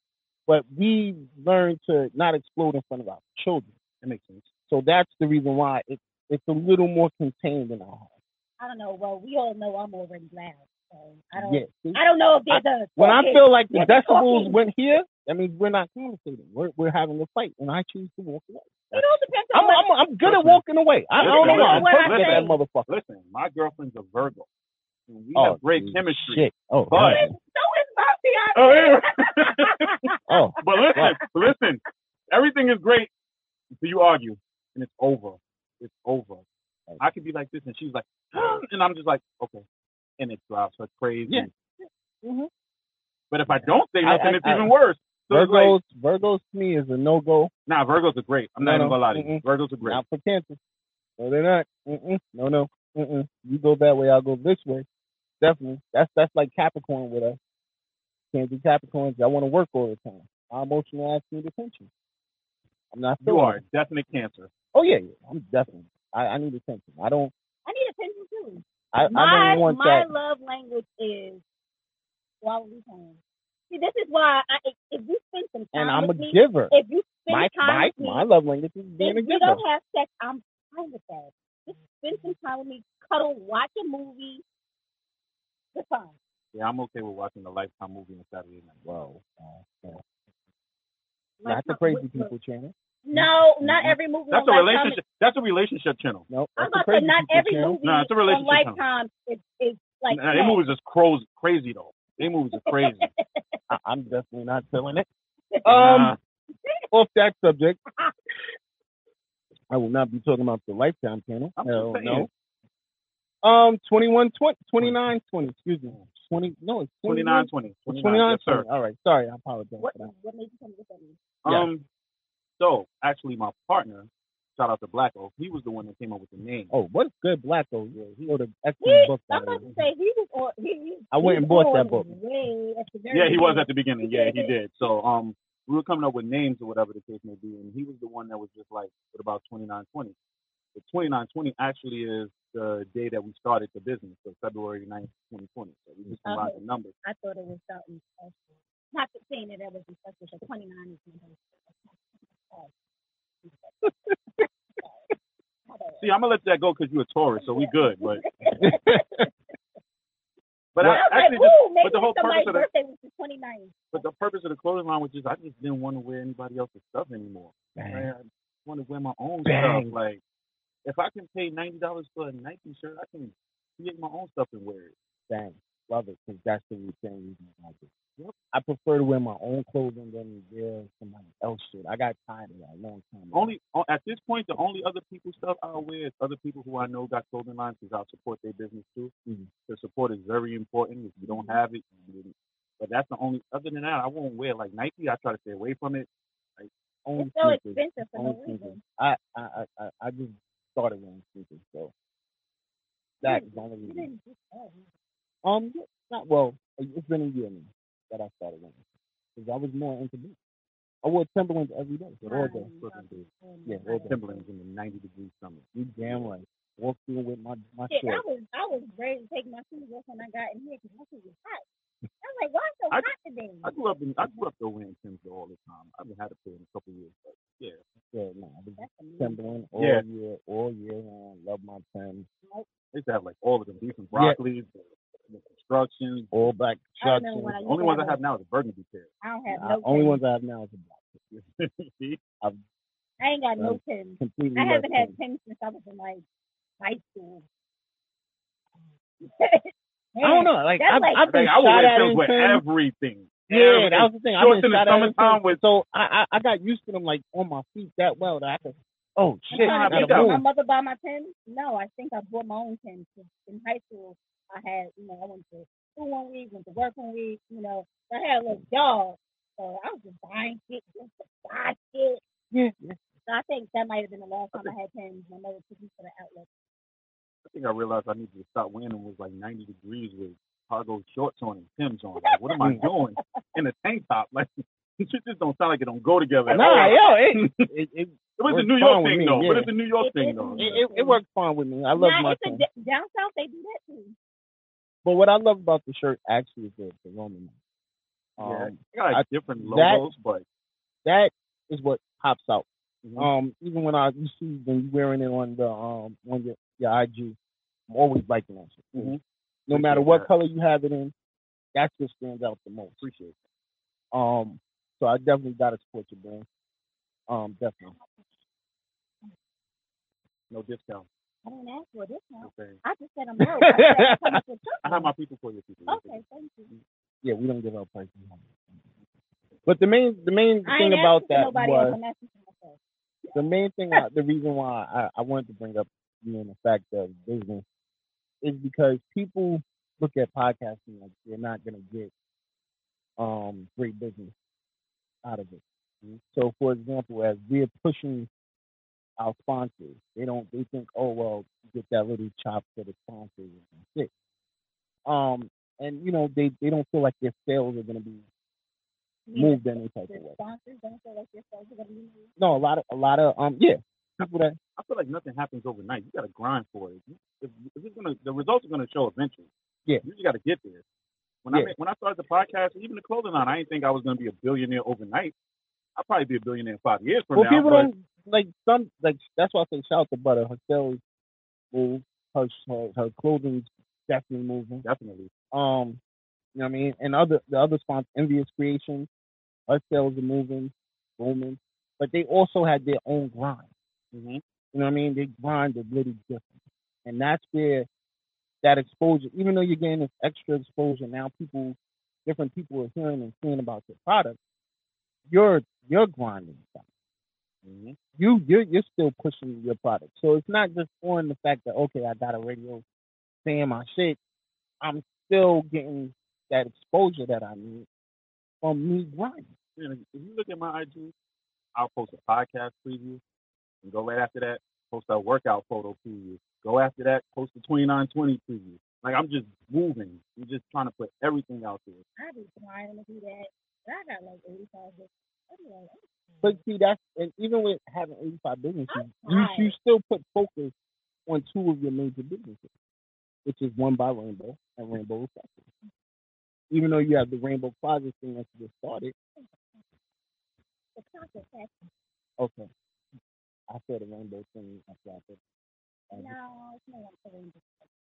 Speaker 7: but we learn to not explode in front of our children.
Speaker 8: That makes sense.
Speaker 7: So that's the reason why it, it's a little more contained in our house.
Speaker 3: I don't know. Well, we all know I'm already loud, so I don't.
Speaker 7: Yeah. see?
Speaker 3: I don't know if there's a
Speaker 7: When I
Speaker 3: focus.
Speaker 7: feel like the
Speaker 3: Yeah, but
Speaker 7: decibels
Speaker 3: talking-
Speaker 7: went here, that means we're not conversating. We're, we're having a fight, and I choose to walk away.
Speaker 3: It all depends on
Speaker 7: I'm,
Speaker 3: what.
Speaker 7: I'm, I'm good at
Speaker 8: Listen.
Speaker 7: walking away. I, I don't know
Speaker 8: Listen,
Speaker 7: why. I'm
Speaker 3: what I
Speaker 7: perfect at that motherfucker.
Speaker 8: Listen, my girlfriend's a Virgo. and We
Speaker 7: Oh,
Speaker 8: have great
Speaker 7: dude,
Speaker 8: chemistry.
Speaker 7: Shit. Oh,
Speaker 8: But-
Speaker 7: hell no.
Speaker 3: so is my fiance.
Speaker 8: Oh, <laughs> yeah.
Speaker 7: oh,
Speaker 3: <laughs>
Speaker 7: <laughs>
Speaker 8: but listen, listen. Everything is great until you argue. and it's over. It's over. I could be like this, and she's like, <gasps> and I'm just like, okay, and it drives her crazy.
Speaker 7: Yeah.
Speaker 3: Mm-hmm.
Speaker 8: But if I don't say
Speaker 7: I-
Speaker 8: nothing,
Speaker 7: I-
Speaker 8: it's
Speaker 7: I-
Speaker 8: even worse. So it's like,
Speaker 7: Virgos, Virgos to me is a no go.
Speaker 8: nah, Virgos are great. I'm not
Speaker 7: No,
Speaker 8: even
Speaker 7: no,
Speaker 8: gonna lie to you.
Speaker 7: mm-mm.
Speaker 8: Virgos are great.
Speaker 7: Not for Cancer. No, they're not. Mm-mm. No, no. Mm-mm. You go that way, I'll go this way. Definitely. That's that's like Capricorn with us. Can't be Capricorns. I want to work all the time. My emotional ass need attention. I'm not.
Speaker 8: You
Speaker 7: feeling
Speaker 8: are
Speaker 7: it.
Speaker 8: definite cancer.
Speaker 7: Oh yeah, yeah. I'm definitely. I, I need attention. I don't.
Speaker 3: I need attention too.
Speaker 7: I, I
Speaker 3: my
Speaker 7: don't want
Speaker 3: my
Speaker 7: that.
Speaker 3: love language is quality time. See, this is why I, if, if you spend some time
Speaker 7: And I'm a
Speaker 3: with me,
Speaker 7: giver.
Speaker 3: if you spend
Speaker 7: My
Speaker 3: time
Speaker 7: my
Speaker 3: with me,
Speaker 7: my love language is being a
Speaker 3: If we
Speaker 7: giver.
Speaker 3: don't have sex, I'm fine with that. Just spend some time with me, cuddle, watch a movie. It's fine.
Speaker 8: Yeah, I'm okay with watching the Lifetime movie on Saturday night.
Speaker 7: Whoa. Uh, yeah.
Speaker 3: Like,
Speaker 7: Not the
Speaker 3: my-
Speaker 7: crazy
Speaker 3: what-
Speaker 7: people, channel.
Speaker 3: No, not
Speaker 7: Mm-hmm.
Speaker 3: every movie.
Speaker 8: That's
Speaker 3: on
Speaker 8: a
Speaker 3: Lifetime
Speaker 8: relationship. That's a relationship channel.
Speaker 7: No,
Speaker 3: I'm
Speaker 7: that's the
Speaker 3: about to say
Speaker 7: crazy
Speaker 3: not
Speaker 7: people
Speaker 3: every
Speaker 7: channel.
Speaker 3: movie
Speaker 8: No, it's a
Speaker 3: on
Speaker 8: relationship channel.
Speaker 3: Lifetime is is like.
Speaker 8: Nah, they
Speaker 3: that.
Speaker 8: movies is cro- crazy though. They movies are
Speaker 3: <laughs>
Speaker 8: crazy.
Speaker 7: I, I'm definitely not feeling it.
Speaker 8: Nah.
Speaker 7: Um, off that subject, <laughs> I will not be talking about the Lifetime channel.
Speaker 8: I'm just
Speaker 7: Hell
Speaker 8: saying.
Speaker 7: no. Um, 21, 20, 29, 20, excuse me. 20, no, it's
Speaker 8: 29 20.
Speaker 7: 29,
Speaker 8: 29, yes, sir.
Speaker 7: All right, sorry, I apologize
Speaker 3: What,
Speaker 7: for that.
Speaker 3: what made you come with me?
Speaker 7: Yeah.
Speaker 8: Um, so actually, my partner, shout out to Black Oak, he was the one that came up with the name.
Speaker 7: Oh, what a good black though. He wrote an excellent
Speaker 3: He,
Speaker 7: book. by
Speaker 3: I'm
Speaker 7: the
Speaker 3: about to
Speaker 7: way.
Speaker 3: say he was on. He, he,
Speaker 7: I went
Speaker 3: he
Speaker 7: and bought that
Speaker 3: on
Speaker 7: book.
Speaker 3: Way at the very
Speaker 8: Yeah, he
Speaker 3: beginning.
Speaker 8: was at the beginning. Yeah, he did. So um, we were coming up with names or whatever the case may be, and he was the one that was just like, "What about 2920?" The 2920 actually is the day that we started the business, so February 9th, 2020. So we just combined
Speaker 3: Okay.
Speaker 8: the numbers.
Speaker 3: I thought it was something special. Not to saying that that wasn't special, but 29 is my
Speaker 8: See, I'm gonna let that go because you're a Taurus, so we good. But <laughs>
Speaker 3: Well,
Speaker 8: but I
Speaker 3: <laughs> I
Speaker 8: actually
Speaker 3: was like,
Speaker 8: just,
Speaker 3: ooh, maybe
Speaker 8: but the whole purpose
Speaker 3: somebody's
Speaker 8: of the
Speaker 3: birthday was the 29th.
Speaker 8: but the purpose of the clothing line was just I just didn't want to wear anybody else's stuff anymore.
Speaker 7: Bang.
Speaker 8: Like, I want to wear my own
Speaker 7: Bang.
Speaker 8: stuff. Like if I can pay ninety dollars for a Nike shirt, I can create my own stuff and wear it.
Speaker 7: Bang. Love it, because that's the reason reason I like it.
Speaker 8: Yep.
Speaker 7: I prefer to wear my own clothing than wear somebody else's shit. I got tired of that a long time ago.
Speaker 8: Only o- at this point, the only other people stuff I'll wear is other people who I know got clothing lines because I'll support their business too.
Speaker 7: Mhm.
Speaker 8: The support is very important. If you don't have it, you didn't. But that's the only. Other than that, I won't wear like Nike. I try to stay away from it.
Speaker 7: only
Speaker 3: It's so
Speaker 7: sneakers.
Speaker 3: expensive for
Speaker 7: only
Speaker 3: no
Speaker 7: sneakers.
Speaker 3: reason.
Speaker 7: I, I, I, I- I just started wearing sneakers, so that's the only
Speaker 3: You
Speaker 7: reason.
Speaker 3: didn't just say.
Speaker 7: Um, not well. It's been a year now that I started wearing because I was more into boots. I wore Timberlands every day, all day. Yeah, all day.
Speaker 8: Timberlands in the ninety degree summer.
Speaker 7: You damn right. Walk through with my my
Speaker 3: Shit,
Speaker 7: shorts.
Speaker 3: I was I was ready to take my shoes off when I got in here because my shoes was hot. I was like, why it's so
Speaker 8: I-
Speaker 3: hot today?
Speaker 8: I grew up in I grew up though wearing Tim's all the time. I haven't had a pair in a couple of years, but yeah.
Speaker 7: Yeah, no, I was
Speaker 3: That's amazing.
Speaker 7: Timberland all
Speaker 8: Oh, Yeah.
Speaker 7: year, all year long. Love my Timbs,
Speaker 8: I used to have like all of them, beef and
Speaker 7: Yeah.
Speaker 8: broccoli, the, the construction.
Speaker 7: all black
Speaker 3: I remember
Speaker 7: chucks.
Speaker 3: when I
Speaker 8: The
Speaker 3: used
Speaker 8: only
Speaker 3: to
Speaker 8: ones
Speaker 3: have
Speaker 8: I have now is a burgundy pair.
Speaker 3: a- I don't have
Speaker 7: The
Speaker 3: no
Speaker 7: only
Speaker 3: Timbs.
Speaker 7: ones I have now is a black. <laughs>
Speaker 8: See?
Speaker 3: I ain't got no
Speaker 7: Um,
Speaker 3: Timbs.
Speaker 7: Completely.
Speaker 3: I
Speaker 7: love
Speaker 3: haven't had
Speaker 7: Timbs.
Speaker 3: Timbs since I was in like high school.
Speaker 7: I don't know. Like
Speaker 3: That's
Speaker 7: I've,
Speaker 3: like-
Speaker 7: I've been
Speaker 8: Like I would
Speaker 7: shot
Speaker 8: wear
Speaker 7: at
Speaker 8: Tim's
Speaker 7: in
Speaker 8: with
Speaker 7: Timbs.
Speaker 8: everything.
Speaker 7: Yeah,
Speaker 8: Everything.
Speaker 7: that was the thing.
Speaker 8: Shorts
Speaker 7: I've been
Speaker 8: in the
Speaker 7: shot at every
Speaker 8: summertime
Speaker 7: time,
Speaker 8: with-
Speaker 7: so I, I I got used to them like on my feet that well that I could. Oh shit! Gotta
Speaker 3: I'm trying to
Speaker 8: trying to
Speaker 3: think,
Speaker 8: beat that
Speaker 3: did my
Speaker 7: move.
Speaker 3: mother buy my pens? No, I think I bought my own pens. 'cause In high school, I had, you know, I went to school one week, went to work one week, you know, so I had a little job. So I was just buying shit, just to buy shit.
Speaker 7: Yeah.
Speaker 3: So I think that might have been the last time I had pens. My mother took me to the outlet.
Speaker 8: I think I realized I needed to stop wearing them was like ninety degrees with cargo shorts on and Tim's on. Like, what am I
Speaker 7: <laughs> Mm.
Speaker 8: doing? And a tank top. Like <laughs> it just don't sound like oh. it don't go together at
Speaker 7: Nah,
Speaker 8: all.
Speaker 7: yo,
Speaker 8: <laughs>
Speaker 7: it it, it,
Speaker 8: It was
Speaker 7: Works
Speaker 8: the
Speaker 7: fine
Speaker 8: New York
Speaker 7: with
Speaker 8: thing
Speaker 7: me,
Speaker 8: though. But
Speaker 7: yeah.
Speaker 8: it's the New York
Speaker 3: It
Speaker 8: thing
Speaker 3: is
Speaker 8: though.
Speaker 3: New
Speaker 7: it, it, it works fine with me. I love
Speaker 3: Nah,
Speaker 7: my
Speaker 3: it's a,
Speaker 7: Timbs.
Speaker 3: d- down south they do that too.
Speaker 7: But what I love about the shirt actually is the, the Roman. numeral.
Speaker 8: Yeah.
Speaker 7: Um,
Speaker 8: They got
Speaker 7: I-
Speaker 8: like, different
Speaker 7: that-
Speaker 8: logos, but
Speaker 7: that is what pops out.
Speaker 8: Mhm.
Speaker 7: Um, even when I you see when you wearing it on the um on your your IG, I'm always liking that shit.
Speaker 8: Mhm.
Speaker 7: No
Speaker 8: Appreciate
Speaker 7: matter what
Speaker 8: that.
Speaker 7: color you have it in, that's what stands out the most.
Speaker 8: appreciate it.
Speaker 7: Um, so I definitely gotta support your brand. Um, definitely.
Speaker 8: No discount.
Speaker 3: I didn't ask for this one.
Speaker 8: Okay.
Speaker 3: I just said I'm broke. I said I'm coming for
Speaker 8: I have my people for you people.
Speaker 3: Okay, thank you.
Speaker 7: Yeah, we don't give out prices. But the main the main
Speaker 3: I
Speaker 7: thing
Speaker 3: ain't
Speaker 7: about
Speaker 3: asking for
Speaker 7: that
Speaker 3: nobody
Speaker 7: was
Speaker 3: else. I'm asking for myself.
Speaker 7: the main thing, I, the reason why I, I wanted to bring up you know, the fact of business is because people look at podcasting like they're not going to get um, great business out of it. So, for example, as we're pushing our sponsors, they don't they think, oh well, get that little chop for the sponsors and that's it. Um, and you know they they don't feel like their sales are going to be moved in any type
Speaker 3: The
Speaker 7: of way.
Speaker 3: sponsors don't feel like their sponsors are gonna be moved.
Speaker 7: No, a lot of a lot of um yeah people that
Speaker 8: I feel like nothing happens overnight. You got to grind for it. You- If, if it's gonna, the results are gonna show eventually.
Speaker 7: Yeah.
Speaker 8: you just got to get there. When I
Speaker 7: Yeah.
Speaker 8: made- when I started the podcast, even the clothing line, I didn't think I was gonna be a billionaire overnight. I'll probably be a billionaire in five years from
Speaker 7: well
Speaker 8: now.
Speaker 7: people
Speaker 8: but-
Speaker 7: don't like some like that's why I say shout out to Butter her sales move her her, her clothing's definitely moving
Speaker 8: definitely.
Speaker 7: Um, you know what I mean? And other the other sponsors, Envious Creation, us sales are moving, booming. But they also had their own grind.
Speaker 8: Mm-hmm.
Speaker 7: You know what I mean? They grind a little different. And that's where that exposure, even though you're getting this extra exposure now, people different people are hearing and seeing about your product, you're you're grinding something.
Speaker 8: Mhm.
Speaker 7: You you're you're still pushing your product. So it's not just on the fact that okay, I got a radio saying my shit. I'm still getting that exposure that I need from me grinding.
Speaker 8: Man, if you look at my IG, I'll post a podcast preview, and go right after that, post a workout photo preview. Go after that, post the 2920 preview. Like I'm just moving. I'm just trying to put everything out there.
Speaker 3: I be trying to do that, but I got like 85 business. I be like, I'm
Speaker 7: But see, that's and even with having 85 businesses, you,
Speaker 3: Right.
Speaker 7: you still put focus on two of your major businesses, which is one by Rainbow and Rainbow Reflection. Even though you have the Rainbow Closet thing that you just started,
Speaker 3: the pocket passion.
Speaker 7: okay, I said the Rainbow thing I started. Um,
Speaker 3: No, it's not like the rainbow.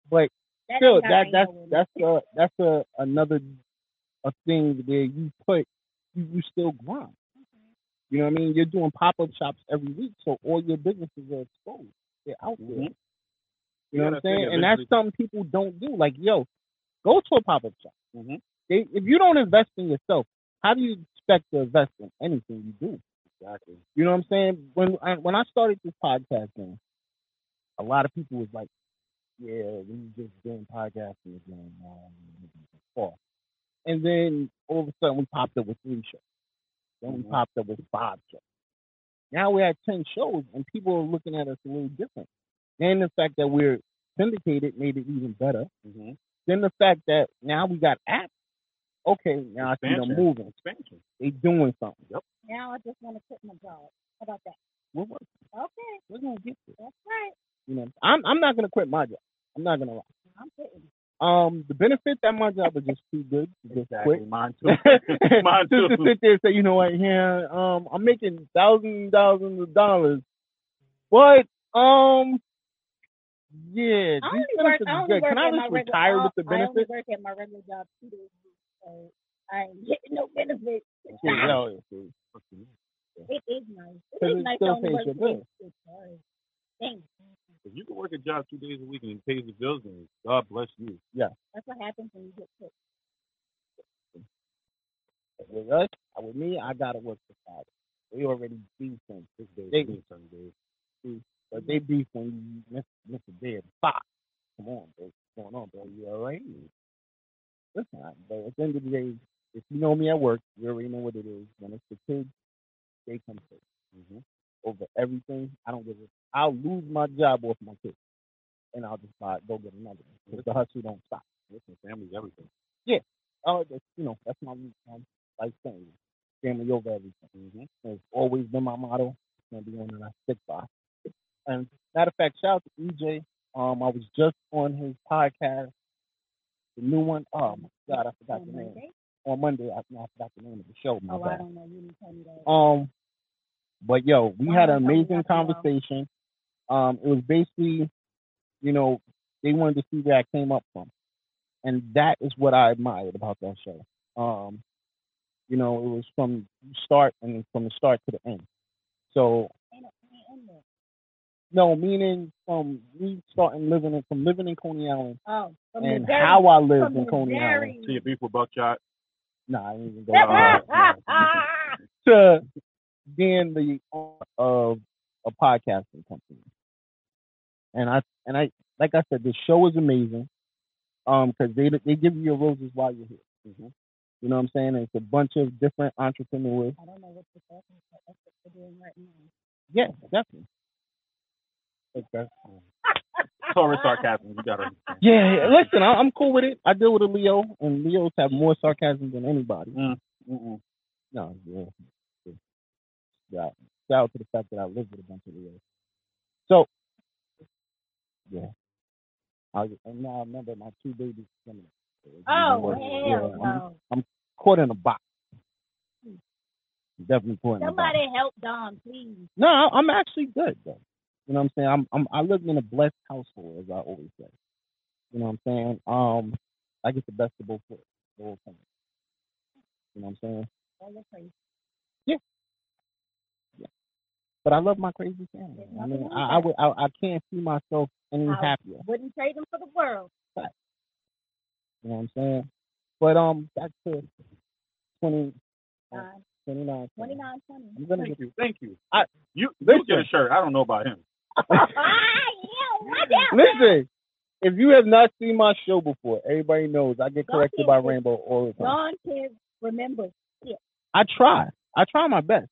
Speaker 7: But
Speaker 3: That
Speaker 7: still,
Speaker 3: ain't how
Speaker 7: that
Speaker 3: I
Speaker 7: that's
Speaker 3: know it.
Speaker 7: that's a that's a another a thing where you put you, you still grind. You know what I mean? You're doing pop up shops every week, so all your businesses are exposed. They're out there.
Speaker 8: Mhm.
Speaker 7: You know what I'm
Speaker 8: Yeah, I think
Speaker 7: saying? And that's
Speaker 8: eventually-
Speaker 7: something people don't do. Like, yo, go to a pop up shop.
Speaker 8: Mhm.
Speaker 7: They, if you don't invest in yourself, how do you expect to invest in anything you do?
Speaker 8: Exactly.
Speaker 7: You know what I'm saying? When I, when I started this podcast thing, a lot of people was like, "Yeah, we just doing podcasting again." um, before." And then all of a sudden, we popped up with three shows. Then we
Speaker 8: Mhm.
Speaker 7: popped up with five shows. Now we're at ten shows, and people are looking at us a little different. And the fact that we're syndicated made it even better.
Speaker 8: hmm
Speaker 7: Then the fact that now we got apps. Okay, now I see them
Speaker 8: Expansion.
Speaker 7: moving.
Speaker 8: Expansion.
Speaker 7: They doing something.
Speaker 3: Now I just want to quit my job. How about that?
Speaker 7: We're working.
Speaker 3: Okay,
Speaker 7: We're gonna get there.
Speaker 3: that's right.
Speaker 7: You know, I'm I'm not gonna quit my job. I'm not gonna lie.
Speaker 3: I'm quitting.
Speaker 7: Um, the benefit that my job is just too good to just
Speaker 8: Exactly.
Speaker 7: quit.
Speaker 8: Mine too. <laughs> Mine
Speaker 7: <laughs> just
Speaker 8: too.
Speaker 7: to sit there and say, you know what, yeah, um, I'm making thousands, thousands of dollars, but um, yeah,
Speaker 3: I
Speaker 7: these
Speaker 3: only work.
Speaker 7: benefits
Speaker 3: I
Speaker 7: is
Speaker 3: only
Speaker 7: good.
Speaker 3: work
Speaker 7: Can I
Speaker 3: at my
Speaker 7: just
Speaker 3: regular.
Speaker 7: retire
Speaker 3: I,
Speaker 7: with the
Speaker 3: I only
Speaker 7: benefits?
Speaker 3: work at my regular job two days a week, so I ain't <laughs> getting no benefits.
Speaker 7: Shit, yo,
Speaker 8: <laughs>
Speaker 3: It is nice.
Speaker 7: But
Speaker 3: It
Speaker 7: it
Speaker 3: is nice to
Speaker 7: still
Speaker 3: only
Speaker 7: pays
Speaker 3: work
Speaker 7: your
Speaker 3: two
Speaker 7: bills.
Speaker 3: days a week. sorry. Dang,
Speaker 8: If you can work a job two days a week and it pays the bills, then God bless you.
Speaker 3: that's what happens when you get quit.
Speaker 7: With us, with me, I gotta work for five. We already beefing,
Speaker 8: Six days,
Speaker 7: They-
Speaker 8: six seven days.
Speaker 7: but they
Speaker 8: Mm-hmm.
Speaker 7: beef when you miss miss a day at five. Come on, bro. What's going on, bro? You all right? Listen, I, but at the end of the day, if you know me at work, you already know what it is. When it's the kids, they come first
Speaker 8: Mm-hmm.
Speaker 7: over everything. I don't give a. I'll lose my job off my kids, and I'll just buy, go get another one. 'cause the hustle don't stop.
Speaker 8: Listen, family's everything.
Speaker 7: Oh, that's, you know, that's my, my life thing. Family over everything.
Speaker 8: Mm-hmm.
Speaker 7: It's always been my motto. It's gonna be one that I stick by. And matter of fact, shout out to EJ. Um, I was just on his podcast, the new one. Oh my god, I forgot
Speaker 3: on
Speaker 7: the name.
Speaker 3: Monday.
Speaker 7: On Monday, I, no, I forgot the name of the show. My
Speaker 3: Oh, I
Speaker 7: bad.
Speaker 3: don't know. You didn't tell me that.
Speaker 7: Um, but yo, we
Speaker 3: Why
Speaker 7: had an
Speaker 3: don't you tell me
Speaker 7: amazing
Speaker 3: about the show?
Speaker 7: conversation. Um, it was basically, you know, they wanted to see where I came up from, and that is what I admired about that show. Um, you know, it was from start and from the start to the end. So
Speaker 3: Ain't no- ain't in there.
Speaker 7: no, meaning from me starting living in from living in Coney Island
Speaker 3: Oh, from
Speaker 7: and
Speaker 3: Missouri.
Speaker 7: how I lived
Speaker 3: from
Speaker 7: in Coney Island.
Speaker 3: Missouri.
Speaker 8: See a beef with buckshot.
Speaker 7: Nah, I didn't even go <laughs>
Speaker 8: Ah,
Speaker 7: to,
Speaker 8: ah,
Speaker 3: Ah,
Speaker 7: to being the owner of a podcasting company. And I and I like I said, the show is amazing. Um, because they they give you your roses while you're here. Mm-hmm. You know what I'm saying? It's a bunch of different entrepreneurs.
Speaker 3: I don't know what you're talking about. That's what we're doing right now.
Speaker 7: Yeah, definitely.
Speaker 8: Okay. Total sarcasm. You gotta. understand.
Speaker 7: Yeah, yeah, listen, I, I'm cool with it. I deal with a Leo, and Leos have more sarcasm than anybody.
Speaker 8: Mm, mm-mm.
Speaker 7: No, yeah. Yeah. Shout out to the fact that I live with a bunch of Leos. So, yeah. I, and now I remember my two babies coming.
Speaker 3: <laughs>
Speaker 7: <laughs>
Speaker 3: Oh,
Speaker 7: Yeah,
Speaker 3: hell
Speaker 7: I'm-
Speaker 3: no. Hmm.
Speaker 7: Caught in a box. Definitely caught in a box.
Speaker 3: Somebody help Dom,
Speaker 7: <laughs>
Speaker 3: please.
Speaker 7: No, I- I'm actually good though. You know what I'm saying? I'm, I'm I live in a blessed household, as I always say. You know what I'm saying? Um, I get the best of both worlds, the whole thing. You know what I'm saying?
Speaker 3: All your crazy.
Speaker 7: But I love my crazy family. I mean, I I, would, I I can't see myself any
Speaker 3: Wow.
Speaker 7: happier.
Speaker 3: Wouldn't trade them for the world.
Speaker 7: You know what I'm saying? But um, back to 20,
Speaker 3: Uh,
Speaker 7: 29.
Speaker 3: 29,
Speaker 7: I'm
Speaker 3: 20.
Speaker 7: gonna
Speaker 8: Thank
Speaker 7: get
Speaker 8: you. Thank you.
Speaker 7: I-
Speaker 8: you you
Speaker 7: listen.
Speaker 8: get a shirt. I don't know about him.
Speaker 3: ah, yeah, watch out.
Speaker 7: listen. If you have not seen my show before, everybody knows I get
Speaker 3: Don't
Speaker 7: corrected
Speaker 3: get
Speaker 7: by
Speaker 3: it.
Speaker 7: Rainbow all the time.
Speaker 3: Don can't remember.
Speaker 7: I try. I try my best.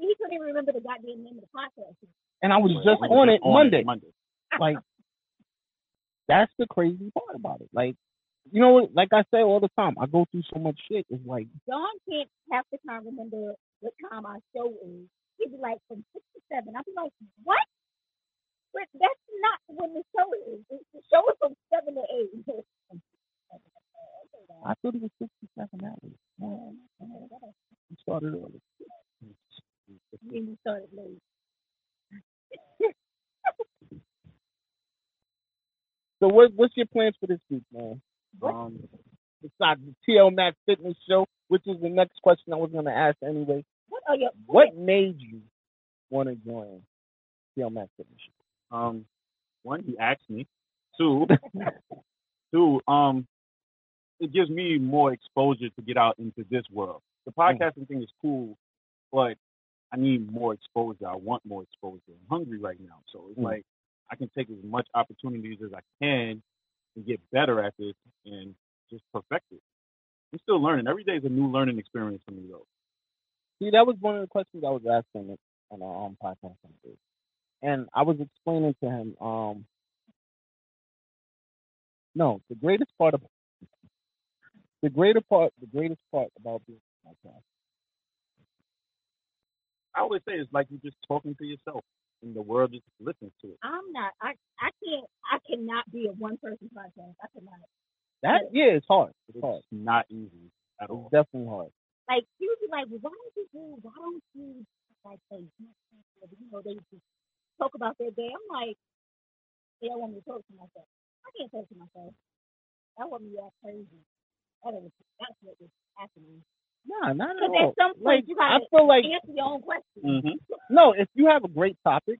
Speaker 3: He couldn't even remember the goddamn name of the podcast.
Speaker 7: And I was just
Speaker 8: Like,
Speaker 7: on it Monday.
Speaker 8: Monday.
Speaker 7: Like that's the crazy part about it. Like you know what like I say all the time, I go through so much shit. It's like
Speaker 3: Don can't half the time remember what time our show is. He'd be like from six to seven. I'd be like, what? But that's not when the show is. It's- The show is from seven to eight. <laughs>
Speaker 7: I thought it was sixty seven hours. Man, we started early.
Speaker 3: Then you started late.
Speaker 7: So what what's your plans for this week, man?
Speaker 3: What?
Speaker 7: Um besides the TL Max Fitness Show, which is the next question I was gonna ask anyway.
Speaker 3: What are your
Speaker 7: What made you wanna join TL Max Fitness Show?
Speaker 8: Um, one, he asked me.
Speaker 7: <laughs>
Speaker 8: Two, two, um, it gives me more exposure to get out into this world. The
Speaker 7: Mm.
Speaker 8: podcasting thing is cool, but I need more exposure. I want more exposure. I'm hungry right now, so it's
Speaker 7: Mm.
Speaker 8: like I can take as much opportunities as I can and get better at this and just perfect it. I'm still learning. Every day is a new learning experience for me, though.
Speaker 7: See, that was one of the questions I was asking it on um, our own podcast, one day. and I was explaining to him, um, no, the greatest part of the greater part, the greatest part about being a podcast.
Speaker 8: I always say it's like you're just talking to yourself, and the world just listens to it.
Speaker 3: I'm not. I I can't. I cannot be a one person podcast. I cannot.
Speaker 7: That yeah, it's hard. It's
Speaker 8: It's
Speaker 7: hard.
Speaker 8: not easy at all.
Speaker 7: It's definitely hard.
Speaker 3: Like she would be like, well, why don't you do? Why don't you like they do stuff, you know they just talk about their day? I'm like, they don't want me to talk to myself. I can't talk to myself. That would be all crazy. That is that's what is happening.
Speaker 7: Nah, not at
Speaker 3: Because at
Speaker 7: all.
Speaker 3: some
Speaker 7: Oh, Like
Speaker 3: point you
Speaker 7: I
Speaker 3: gotta
Speaker 7: feel like
Speaker 3: answer your own question.
Speaker 8: Mm-hmm.
Speaker 7: no, if you have a great topic,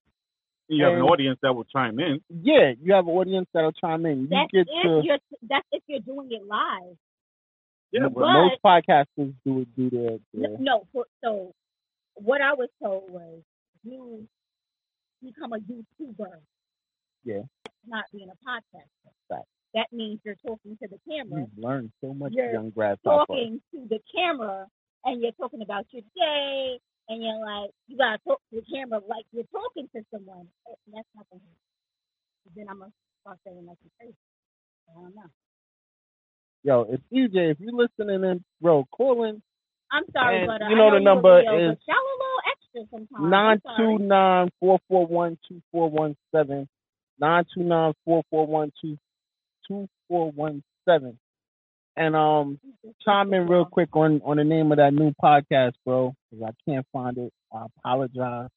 Speaker 8: You have an
Speaker 7: And-
Speaker 8: audience that will chime in.
Speaker 7: yeah, you have an audience that'll chime in. You
Speaker 3: That's
Speaker 7: get
Speaker 3: if
Speaker 7: to
Speaker 3: you're that's if you're doing it live.
Speaker 8: Yeah,
Speaker 7: but
Speaker 8: but
Speaker 7: most podcasters do it do their,
Speaker 3: No,
Speaker 7: their
Speaker 3: no so, so what I was told was you become a YouTuber.
Speaker 7: Yeah.
Speaker 3: That's not being a podcaster.
Speaker 7: Right. Mm-hmm.
Speaker 3: That means you're talking to the camera,
Speaker 7: You've learned so much,
Speaker 3: You're
Speaker 7: young grasshopper.
Speaker 3: talking to the camera, and you're talking about your day, and you're like, you gotta talk to the camera like you're talking to someone. And that's not gonna happen. Then I'm gonna start saying like you're crazy. I don't know.
Speaker 7: Yo, if EJ, if you listening in, bro, call in
Speaker 3: I'm sorry,
Speaker 7: And
Speaker 3: but uh,
Speaker 7: you know
Speaker 3: I
Speaker 7: the
Speaker 3: you
Speaker 7: number
Speaker 3: a Leo,
Speaker 7: is
Speaker 3: but y'all a little extra sometimes.
Speaker 7: nine
Speaker 3: Oh, I'm sorry.
Speaker 7: two nine four four one two four one seven. Nine two nine four four one two two four one seven. And um chime in real quick on, on the name of that new podcast, bro. 'cause I can't find it. I apologize.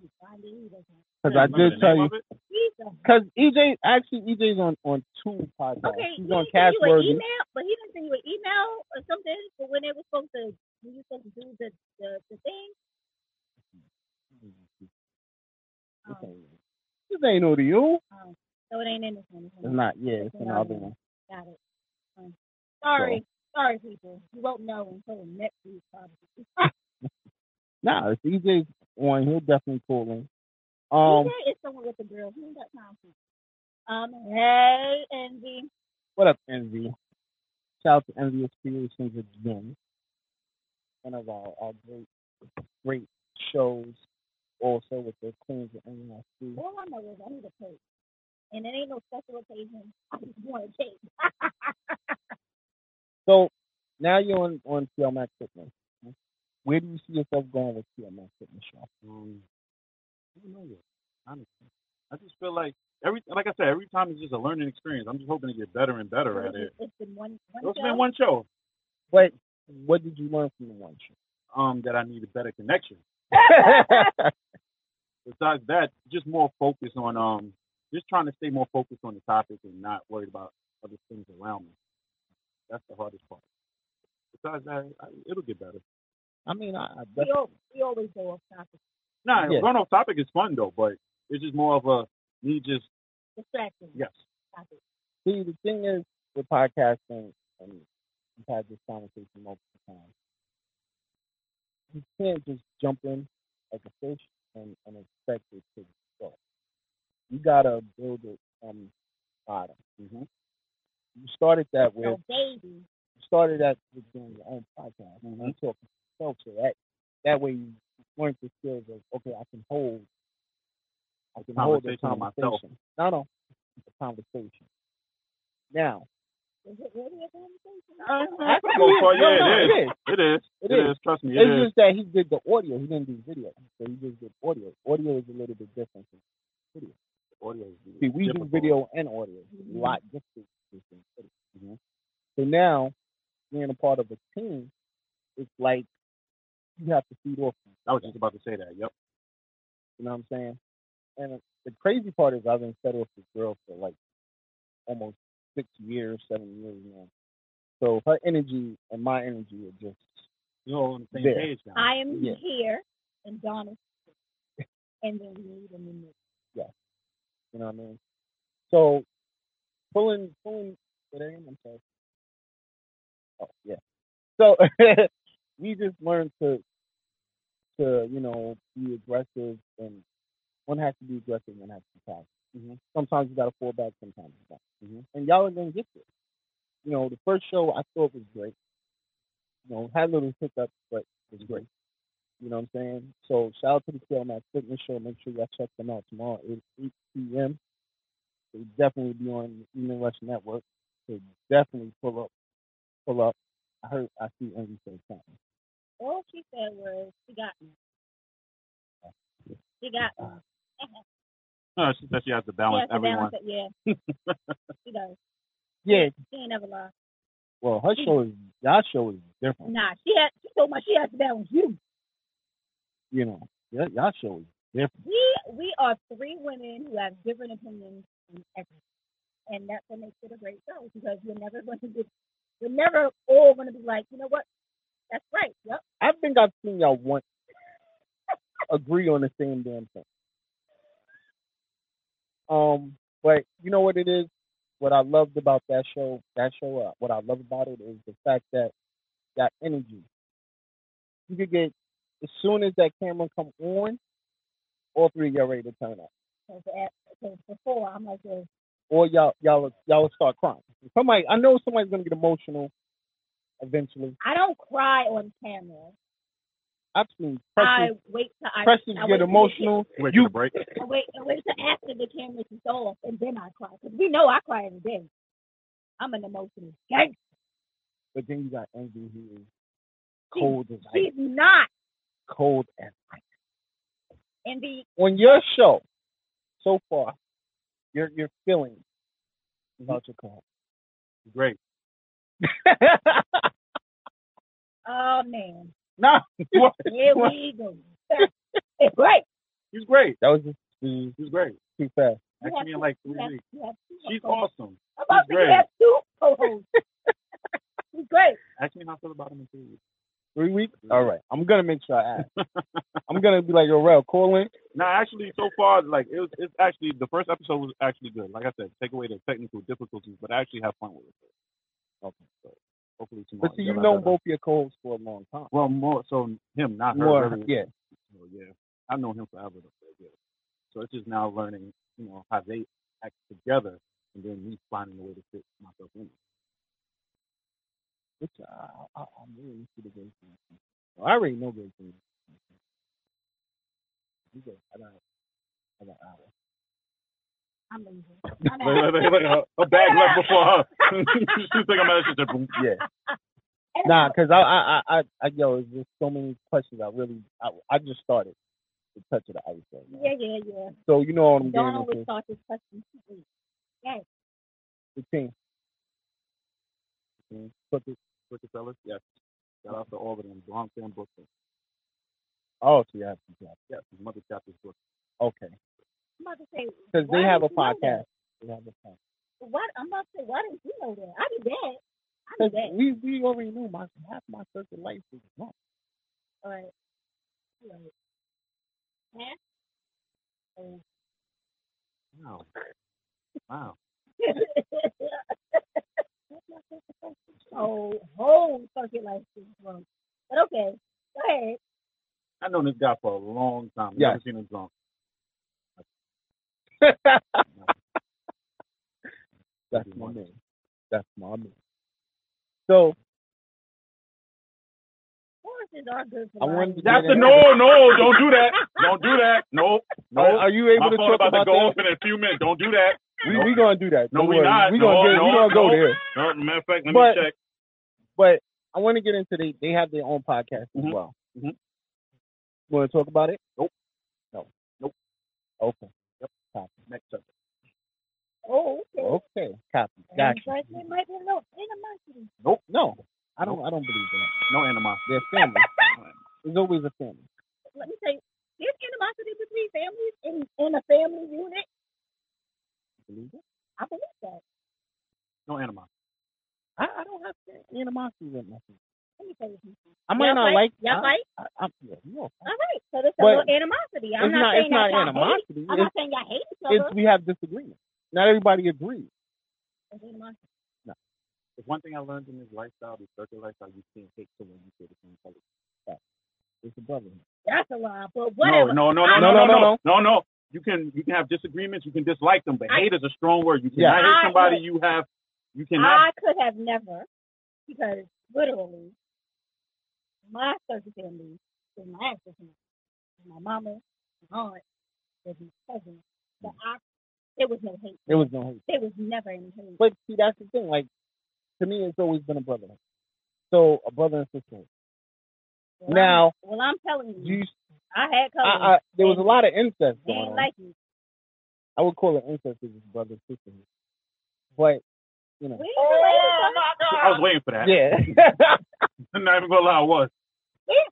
Speaker 7: Because I
Speaker 8: remember
Speaker 7: did
Speaker 8: the
Speaker 7: tell you.
Speaker 8: name of it?
Speaker 3: Jesus.
Speaker 7: Because EJ, E actually, EJ's on, on two podcasts.
Speaker 3: Okay, E he
Speaker 7: He's on
Speaker 3: didn't send
Speaker 7: Cash
Speaker 3: you an
Speaker 7: Worthy.
Speaker 3: email, but he didn't send you an email or something for when they were supposed to when you supposed to do the the, the thing. Um,
Speaker 7: This ain't no to you.
Speaker 3: um, so it ain't in this one.
Speaker 7: It's not, yeah, it's another one.
Speaker 3: Got it. Um, sorry, sorry, people. You won't know until next week probably.
Speaker 7: E Nah, if EJ's on, he'll definitely call in. Um,
Speaker 3: DJ is someone with the girls. He ain't got time for it. Um, hey, Envy.
Speaker 7: What up, Envy? Shout out to Envious Creations again. One of our, our great, great shows, also with the Queens of NYC.
Speaker 3: All I know is I need a cake. And it ain't no special occasion. <laughs> I just want a cake.
Speaker 7: So now you're on, on TLMAC Fitness. Where do you see yourself going with TLMAC Fitness Show?
Speaker 8: Um, I don't know yet. Honestly, I just feel like every like I said, every time it's just a learning experience. I'm just hoping to get better and better at it.
Speaker 3: It's been one, one
Speaker 8: It's
Speaker 3: show.
Speaker 8: been one show.
Speaker 7: But what did you learn from the one
Speaker 8: Um, that I need a better
Speaker 7: <laughs>
Speaker 8: connection.
Speaker 7: show?
Speaker 8: Besides that, just more focus on um, just trying to stay more focused on the topic and not worried about other things around me. That's the hardest part. Besides that, I, it'll get better.
Speaker 7: I mean, I, I
Speaker 3: we,
Speaker 7: definitely,
Speaker 3: all, we always go off topic.
Speaker 8: Nah,
Speaker 7: Yeah.
Speaker 8: run off topic is fun though, but it's just more of a me just
Speaker 3: Distracting.
Speaker 8: yes.
Speaker 3: Topic.
Speaker 7: see the thing is with podcasting, and we've had this conversation multiple times. You can't just jump in like a fish and, and expect it to go. You gotta build it from bottom. Mm-hmm.
Speaker 8: hmm
Speaker 7: You started that with
Speaker 3: So, baby,
Speaker 7: you started that with doing your own podcast and
Speaker 8: Mhm.
Speaker 7: talking to yourself so that that way you learned the skills of okay, I can hold I can hold a
Speaker 8: Conversation with myself.
Speaker 7: conversation. No no. A conversation. Now
Speaker 3: is it really a conversation? Uh-huh.
Speaker 8: I can go far. Oh, Yeah,
Speaker 7: No, no,
Speaker 8: it is. It is.
Speaker 7: It
Speaker 8: It is.
Speaker 7: is.
Speaker 8: Trust me,
Speaker 7: It's
Speaker 8: it is.
Speaker 7: just that he did the audio. He didn't do video, so he just did audio. Audio is a little bit different. From video.
Speaker 8: Audio is
Speaker 7: See, we
Speaker 8: difficult. Mm-hmm.
Speaker 7: do video and audio. It's A lot different than video. So now, being a part of a team, it's like you have to feed off.
Speaker 8: I was just about to say that. Yep.
Speaker 7: You know what I'm saying? And the crazy part is I've been set with this girl for like almost six years, seven years now. So her energy and my energy are just
Speaker 8: You're all on the same
Speaker 7: There.
Speaker 8: page now.
Speaker 3: I am
Speaker 7: Yeah.
Speaker 3: here, and Don is here. And then we need a minute.
Speaker 7: You know what I mean? So pulling pulling what I am, I'm sorry. Oh yeah. So <laughs> we just learned to to, you know, be aggressive and one has to be aggressive, one has to be passive. Mm-hmm. Sometimes you gotta fall back, sometimes you don't. Mm-hmm. And y'all are gonna get this. You know, the first show I thought was great. You know, had little hiccups, but it was great. You know what I'm saying? So shout out to the Kill Max Fitness Show. Make sure y'all check them out tomorrow, 8, 8 p.m. They definitely be on the Evening Rush Network. They definitely pull up, pull up. I heard, I see Envy say something.
Speaker 3: All she said was, she got me. She got me.
Speaker 8: No, she said she has to
Speaker 3: Yeah,
Speaker 8: balance
Speaker 3: she
Speaker 8: everyone.
Speaker 3: balanced it, yeah. she does.
Speaker 7: Yeah.
Speaker 3: She ain't never lied.
Speaker 7: Well, her show is, y'all show is different.
Speaker 3: Nah, she had, she told my she has to balance you.
Speaker 7: You know, y'all, y'all show is different.
Speaker 3: We we are three women who have different opinions on everything, and that's what makes it a great show because you're never going to get, you're never all going to be like, you know what? That's right. Yep.
Speaker 7: I think I've seen y'all once agree on the same damn thing. Um, but you know what it is? What I loved about that show, that show, uh, what I love about it is the fact that that energy. You could get as soon as that camera come on, all three of y'all ready to turn up,
Speaker 3: Because at, because before I'm like, this,
Speaker 7: or y'all y'all y'all will start crying. Somebody, I know somebody's gonna get emotional eventually.
Speaker 3: I don't cry on camera.
Speaker 7: I've seen
Speaker 3: I
Speaker 7: Precious,
Speaker 3: wait till I,
Speaker 7: Precious
Speaker 3: I wait
Speaker 7: get
Speaker 3: till the
Speaker 7: emotional.
Speaker 8: Wait
Speaker 7: You-
Speaker 8: for the break.
Speaker 3: ca- I wait, I wait till after the camera is off, and then I cry because we know I cry every day. I'm an emotional gangster.
Speaker 7: But then you got Envy who is cold as ice,
Speaker 3: She's not.
Speaker 7: cold as
Speaker 3: And the
Speaker 7: on your show so far, your your feelings about your call.
Speaker 8: Mm-hmm. Great.
Speaker 3: oh man,
Speaker 7: no, <laughs> what?
Speaker 3: here we go. it's great.
Speaker 8: He's great.
Speaker 7: that was just too,
Speaker 8: He's great.
Speaker 7: too fast.
Speaker 3: You
Speaker 8: Actually,
Speaker 3: have
Speaker 8: in like
Speaker 3: two-
Speaker 8: three
Speaker 3: you have-
Speaker 8: weeks.
Speaker 3: you have two
Speaker 8: She's
Speaker 3: co-hosts.
Speaker 8: awesome.
Speaker 3: I'm about
Speaker 8: She's
Speaker 3: to say
Speaker 8: great.
Speaker 3: you have two co-hosts. She's great.
Speaker 8: Actually, how I feel about him in three weeks.
Speaker 7: Three weeks. All right, I'm gonna make sure I
Speaker 8: <laughs>
Speaker 7: ask. I'm gonna be like, yo, Rel, call in.
Speaker 8: No, actually, so far, like it was, it's actually the first episode was actually good. Like I said, take away the technical difficulties, but I actually have fun with it. Okay, so hopefully tomorrow.
Speaker 7: But see,
Speaker 8: they'll
Speaker 7: you've
Speaker 8: have
Speaker 7: known
Speaker 8: better-
Speaker 7: both your co-hosts for a long time.
Speaker 8: Well, more so him, not her.
Speaker 7: More,
Speaker 8: really.
Speaker 7: yeah.
Speaker 8: So, yeah, I've known him forever. Though, so, yeah. So it's just now learning, you know, how they act together and then me finding a way to fit myself in.
Speaker 7: Which I, I, I'm really into the great thing.
Speaker 8: Oh,
Speaker 7: Well, I already know great things. You go. I got, I got hours. <laughs>
Speaker 3: I'm leaving.
Speaker 8: Look, look, look, look, her, her bag left before her. <laughs> She's like, I'm out of shit. Yeah. <laughs>
Speaker 7: Nah, cause I, I, I, I, I yo, it's just so many questions. I really, I, I just started to touch of the ice right now.
Speaker 3: Yeah, yeah, yeah.
Speaker 7: So you know what I'm
Speaker 3: Don't
Speaker 7: getting
Speaker 3: always
Speaker 7: into.
Speaker 3: start this question. Yes.
Speaker 7: The team. Mm-hmm.
Speaker 8: Put the, put the fellas. Yes. Shout out to all of them. Bronx and Brooklyn.
Speaker 7: Oh, so you have to drop.
Speaker 8: Yes, his mother got this book.
Speaker 7: Okay,
Speaker 3: I'm about to say.
Speaker 7: because
Speaker 3: why
Speaker 7: they have a
Speaker 3: didn't you know
Speaker 7: podcast. They have a podcast.
Speaker 3: that? Why? I'm about to say. Why didn't you know that? I knew that. I knew
Speaker 7: Cause
Speaker 3: that.
Speaker 7: we we already knew my half my circle life is drunk.
Speaker 3: All right. All right. Huh? Oh.
Speaker 8: Wow. Wow.
Speaker 3: <laughs> oh, whole circuit life is wrong. But okay, go ahead.
Speaker 8: I've known this guy for a long time.
Speaker 7: Yes.
Speaker 8: Never seen him
Speaker 7: <laughs>
Speaker 8: drunk.
Speaker 7: That's my man. That's my man. So
Speaker 3: Horses are good for
Speaker 7: I wanted
Speaker 3: life.
Speaker 7: to
Speaker 8: That's
Speaker 7: get
Speaker 8: the
Speaker 7: in-
Speaker 8: no, no. Don't do that. Don't do that. No,
Speaker 7: <laughs>
Speaker 8: no.
Speaker 7: Are, are you able
Speaker 8: My
Speaker 7: to
Speaker 8: phone
Speaker 7: talk
Speaker 8: about to
Speaker 7: about
Speaker 8: go off
Speaker 7: that?
Speaker 8: in a few minutes. Don't do that.
Speaker 7: We
Speaker 8: Nope.
Speaker 7: we gonna do that.
Speaker 8: No,
Speaker 7: Don't
Speaker 8: we
Speaker 7: worry.
Speaker 8: not.
Speaker 7: We gonna
Speaker 8: No,
Speaker 7: get,
Speaker 8: no,
Speaker 7: we gonna go
Speaker 8: no.
Speaker 7: there.
Speaker 8: No, matter of fact, let
Speaker 7: But-
Speaker 8: me check.
Speaker 7: But I want to get into they they have their own podcast
Speaker 8: Mhm.
Speaker 7: as well.
Speaker 8: Mhm.
Speaker 7: Want to talk about it?
Speaker 8: Nope.
Speaker 7: No.
Speaker 8: Nope.
Speaker 7: Okay.
Speaker 8: Yep.
Speaker 7: Copy.
Speaker 8: Next up.
Speaker 3: Oh, okay.
Speaker 7: Okay. Copy.
Speaker 3: I'm
Speaker 7: Gotcha.
Speaker 3: glad there might be a little
Speaker 7: <laughs>
Speaker 3: animosity.
Speaker 8: Nope.
Speaker 7: No, I don't. I don't believe that.
Speaker 8: No animosity.
Speaker 7: They're family. There's always a family.
Speaker 3: Let me tell you, there's animosity between families in, in a family unit.
Speaker 8: Believe it?
Speaker 3: I believe that.
Speaker 8: No animosity.
Speaker 7: I, I don't have that animosity with nothing.
Speaker 3: Let me tell you something.
Speaker 7: I might
Speaker 3: Y'all
Speaker 7: not
Speaker 3: fight?
Speaker 7: like.
Speaker 3: Y'all
Speaker 7: I,
Speaker 3: fight?
Speaker 7: I, I'm, yeah, no.
Speaker 3: All right. So there's a
Speaker 7: But
Speaker 3: little animosity. I'm
Speaker 7: it's
Speaker 3: not,
Speaker 7: not- it's
Speaker 3: saying
Speaker 7: not
Speaker 3: that y'all hate.
Speaker 7: animosity.
Speaker 3: I'm not saying y'all hate each
Speaker 7: It's
Speaker 3: other.
Speaker 7: we have disagreements. Not everybody agrees.
Speaker 3: It's animosity.
Speaker 8: If one thing I learned in this lifestyle, this circuit lifestyle, you can't hate someone you share the same color.
Speaker 7: It's a brotherhood.
Speaker 3: That's a lie. But whatever.
Speaker 8: No, no, no,
Speaker 7: No,
Speaker 8: no,
Speaker 7: no,
Speaker 8: no,
Speaker 7: no,
Speaker 8: no, no, no. You can you can have disagreements. You can dislike them, but
Speaker 3: I-
Speaker 8: hate is a strong word. You
Speaker 7: Yeah.
Speaker 8: cannot hate
Speaker 3: I-
Speaker 8: somebody you have. You cannot.
Speaker 3: I could have never, because literally, my circle family is my actual family. My mama, my aunt, and my cousin. But I, there was no hate.
Speaker 7: There was no hate.
Speaker 3: There was never any hate.
Speaker 7: But see, that's the thing. Like to me, it's always been a brotherhood. So a brother and sister.
Speaker 3: Well,
Speaker 7: Now,
Speaker 3: I'm, well, I'm telling
Speaker 7: do
Speaker 3: you,
Speaker 7: you
Speaker 3: I had
Speaker 7: I,
Speaker 3: cousins.
Speaker 7: I, there was a lot of incest
Speaker 3: They
Speaker 7: going
Speaker 3: ain't
Speaker 7: on.
Speaker 3: like me.
Speaker 7: I would call it incest because it's brother and sister. But you know,
Speaker 3: We ain't related. to-
Speaker 8: I was waiting for that.
Speaker 7: Oh,
Speaker 8: <laughs>
Speaker 7: yeah. <laughs>
Speaker 8: I'm not even gonna lie, I was.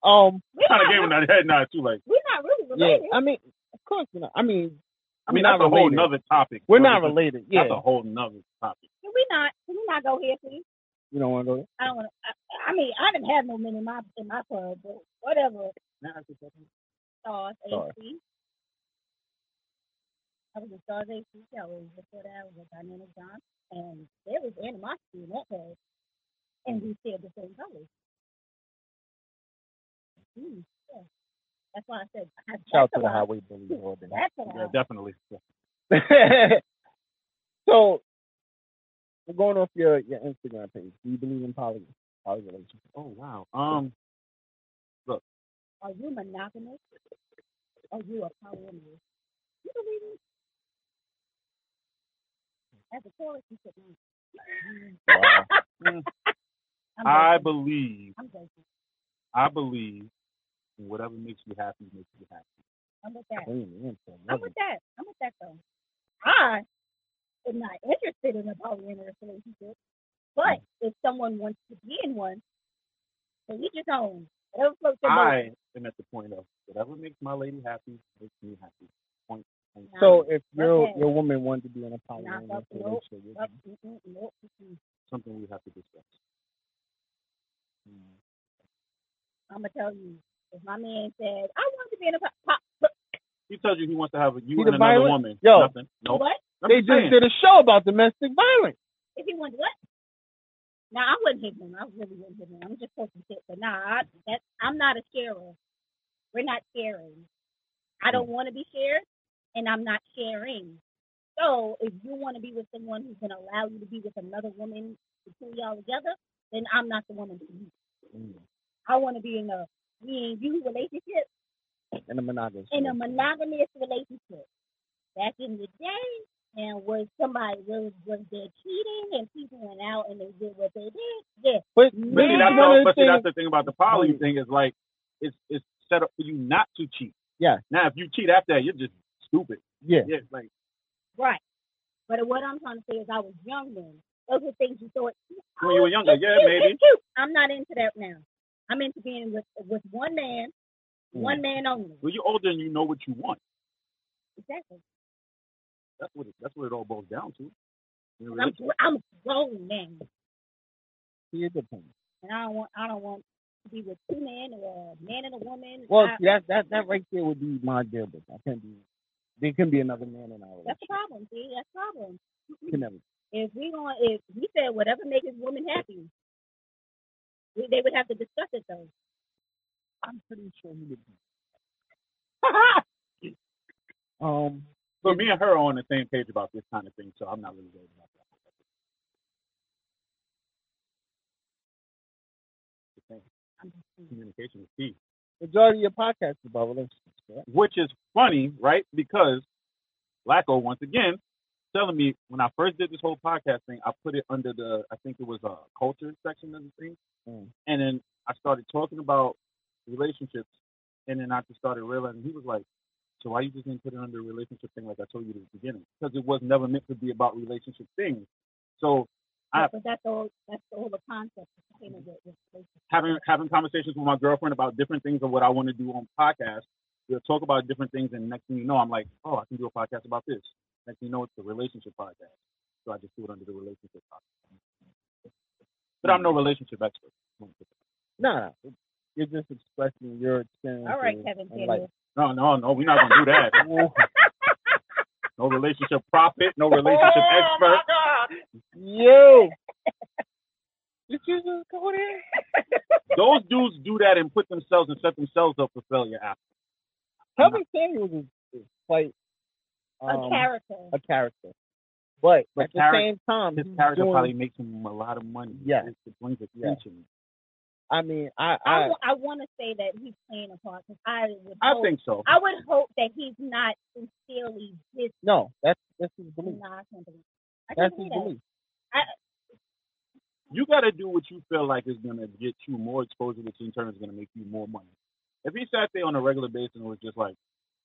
Speaker 7: um,
Speaker 3: We're
Speaker 8: kind of gave
Speaker 3: not,
Speaker 8: him that head nod too. Like,
Speaker 3: we're not really
Speaker 7: yeah.
Speaker 3: related.
Speaker 7: I mean, of course you know. I mean,
Speaker 8: I mean,
Speaker 7: we're not
Speaker 8: that's a whole
Speaker 7: related.
Speaker 8: nother topic.
Speaker 7: We're not
Speaker 8: brother.
Speaker 7: related. Yeah,
Speaker 8: That's a whole nother topic.
Speaker 3: Can we not? Can we not go here, please?
Speaker 7: you don't want to go. There?
Speaker 3: I don't want to. I, I mean, I didn't have no men in my in my club, but whatever. Stars
Speaker 7: Sorry.
Speaker 3: AC. I was a Stars AC show before that. I was a Dynamic John, and there was animosity in that club, and we shared the same colors. Mm, yeah. That's why I said I,
Speaker 7: Shout out
Speaker 3: that's
Speaker 7: to the
Speaker 3: a lie.
Speaker 7: highway bullies all day.
Speaker 3: That's a lie.
Speaker 8: Yeah, definitely.
Speaker 7: <laughs> so we're going off your your Instagram page. Do you believe in poly poly relationships?
Speaker 8: Oh wow. Um,
Speaker 3: Are you monogamous? Are you a polyamorous? You believe in as a Taurus, you should not.
Speaker 8: Mm.
Speaker 3: I'm
Speaker 8: I
Speaker 3: joking.
Speaker 8: believe,
Speaker 3: I'm joking.
Speaker 8: I believe, in whatever makes you happy makes you happy.
Speaker 3: I'm with that.
Speaker 7: Damn, you ain't saying
Speaker 3: I'm
Speaker 7: nothing.
Speaker 3: with that. I'm with that though. I am not interested in a polyamorous relationship, but if someone wants to be in one, then you just own whatever floats your boat.
Speaker 8: I am at the point of whatever makes my lady happy makes me happy. Point. Point.
Speaker 7: So if your
Speaker 3: Okay.
Speaker 7: your woman wanted to be in a
Speaker 3: Knock
Speaker 7: polyamorous
Speaker 3: up, nope,
Speaker 7: relationship, would you?
Speaker 3: Nope, mm-mm, nope, mm-mm.
Speaker 8: something we have to discuss. Hmm.
Speaker 3: I'm gonna tell you. If my man said I want to be in a pop, pop
Speaker 8: He tells you he wants to have a, you
Speaker 7: He the
Speaker 8: and another
Speaker 7: violent-
Speaker 8: woman.
Speaker 7: Yo.
Speaker 8: Nothing. Nope.
Speaker 3: what?
Speaker 8: I'm
Speaker 7: They
Speaker 8: just
Speaker 7: just
Speaker 8: saying.
Speaker 7: did a show about domestic violence.
Speaker 3: If he wanted what? Nah, I wouldn't hit him. I really wouldn't hit him. I'm just talking shit. But nah, I, that, I'm not a sharer. We're not sharing. I don't want to be shared, and I'm not sharing. So if you want to be with someone who's going to allow you to be with another woman between y'all together, then I'm not the woman for you. I want to be in a me and you relationship,
Speaker 7: in a monogamous.
Speaker 3: in a monogamous relationship. Back in the day, and was somebody was was there cheating and people went out and they did what they did? Yes.
Speaker 7: But
Speaker 8: But see, that's,
Speaker 7: one of
Speaker 8: the,
Speaker 7: the
Speaker 8: but see, that's
Speaker 7: things-
Speaker 8: the thing about the poly thing is like it's it's set up for you not to cheat.
Speaker 7: Yeah.
Speaker 8: Now if you cheat after that, you're just stupid.
Speaker 7: yeah.
Speaker 8: Yeah, it's like
Speaker 3: Right. But what I'm trying to say is, I was young then. Those were things you thought.
Speaker 8: When you
Speaker 3: "Oh,
Speaker 8: were younger,
Speaker 3: it's
Speaker 8: yeah,
Speaker 3: cute,
Speaker 8: maybe."
Speaker 3: it's cute." I'm not into that now. I'm into being with with one man,
Speaker 8: Hmm.
Speaker 3: one man only.
Speaker 8: well, you're older and you know what you want.
Speaker 3: Exactly.
Speaker 8: That's what it, that's what it all boils down to. In
Speaker 3: And
Speaker 8: a
Speaker 3: I'm
Speaker 8: relationship.
Speaker 3: gr- I'm grown now,
Speaker 7: See, it depends.
Speaker 3: and I don't want I don't want to be with two men or a man and a woman.
Speaker 7: Well,
Speaker 3: I-
Speaker 7: see, that that that right there would be my deal, but I can't be. There can be another man in our relationship.
Speaker 3: that's the problem. See, that's the problem.
Speaker 7: Can never.
Speaker 3: If we going if he said whatever makes his woman happy, we, they would have to discuss it though.
Speaker 7: I'm pretty sure he would. <laughs> Um,
Speaker 8: But me and her are on the same page about this kind of thing, so I'm not really worried about that. That's the thing. Communication is key.
Speaker 7: majority of your podcast is about relationships. Right?
Speaker 8: which is funny, right? Because Lacko once again telling me when I first did this whole podcast thing, I put it under the I think it was a culture section of the thing,
Speaker 7: Mm.
Speaker 8: and then I started talking about relationships, and then I just started realizing he was like, "So why you just didn't put it under the relationship thing like I told you at the beginning? Because it was never meant to be about relationship things." So I-
Speaker 3: but that's all. That's all the concept. that came with it.
Speaker 8: having having conversations with my girlfriend about different things of what I want to do on podcasts. We'll talk about different things, and next thing you know, I'm like, oh, I can do a podcast about this. Next thing you know, it's the relationship podcast. So I just do it under the relationship podcast. But I'm no relationship expert.
Speaker 7: Nah, you're just expressing your experience.
Speaker 3: All right, Kevin
Speaker 7: and like,
Speaker 3: Samuels.
Speaker 8: No, no, no, we're not gonna do that.
Speaker 7: oh, <laughs>
Speaker 8: No relationship prophet,
Speaker 7: <laughs>
Speaker 8: no relationship expert.
Speaker 7: yo, <laughs> did you just go there?
Speaker 8: Those dudes do that and put themselves and set themselves up for failure after.
Speaker 7: Kevin Samuels is, is quite um,
Speaker 3: a character.
Speaker 7: a character, but
Speaker 8: But
Speaker 7: at the
Speaker 8: charac-
Speaker 7: same time,
Speaker 8: His
Speaker 7: he's
Speaker 8: character
Speaker 7: doing-
Speaker 8: probably makes him a lot of money.
Speaker 7: Yeah.
Speaker 8: It it brings
Speaker 7: Yeah.
Speaker 8: attention.
Speaker 7: I mean, I,
Speaker 3: I,
Speaker 7: I,
Speaker 3: wa- I want to say that he's playing a part because I would
Speaker 8: Oh, I
Speaker 3: hope,
Speaker 8: think so.
Speaker 3: I would hope that he's not sincerely this.
Speaker 7: no, that's that's his
Speaker 8: Oh,
Speaker 7: belief.
Speaker 3: Nah, I can't believe. I can't
Speaker 7: That's
Speaker 3: believe
Speaker 7: his
Speaker 3: that.
Speaker 7: belief.
Speaker 8: you got to do what you feel like is going to get you more exposure, which in turn is going to make you more money. If he sat there on a regular basis and was just like,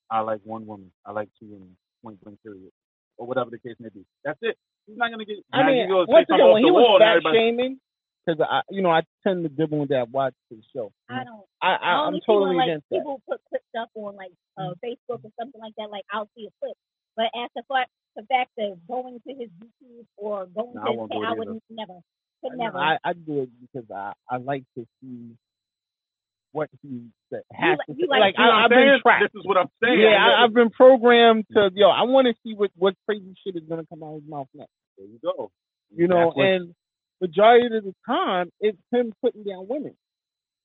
Speaker 8: I like one woman, I like two women, point blank period, or whatever the case may be, that's it. He's not going to get.
Speaker 7: I
Speaker 8: now
Speaker 7: mean,
Speaker 8: you go say
Speaker 7: once again,
Speaker 8: something off
Speaker 7: when
Speaker 8: the
Speaker 7: he
Speaker 8: wall
Speaker 7: was
Speaker 8: and
Speaker 7: back
Speaker 8: everybody-
Speaker 7: shaming, because I, you know, I tend to dibble when I watch the show.
Speaker 3: I don't.
Speaker 7: I, I
Speaker 3: I
Speaker 7: I'm
Speaker 3: only see
Speaker 7: totally
Speaker 3: when, like,
Speaker 7: against that.
Speaker 3: People put clips up on like uh,
Speaker 8: Mm-hmm.
Speaker 3: Facebook or something like that. Like I'll see a clip, but as the fact, the fact of going to his YouTube or going
Speaker 8: Nah,
Speaker 3: to
Speaker 8: I
Speaker 3: his,
Speaker 8: won't do it
Speaker 3: I would
Speaker 8: either.
Speaker 3: never, could
Speaker 7: No,
Speaker 3: never.
Speaker 7: I, I do it because I, I like to see what he said.
Speaker 3: You
Speaker 7: Has
Speaker 3: li-
Speaker 7: to
Speaker 3: you
Speaker 7: say.
Speaker 3: like
Speaker 7: like
Speaker 8: You
Speaker 7: I,
Speaker 8: know what I'm
Speaker 7: I've been
Speaker 8: saying?
Speaker 7: trapped.
Speaker 8: This is what I'm saying.
Speaker 7: Yeah, I, I've been programmed to yo. I want to see what what crazy shit is gonna come out of his mouth next.
Speaker 8: there you go.
Speaker 7: You know,
Speaker 8: That's what-
Speaker 7: and majority of the time it's him putting down women,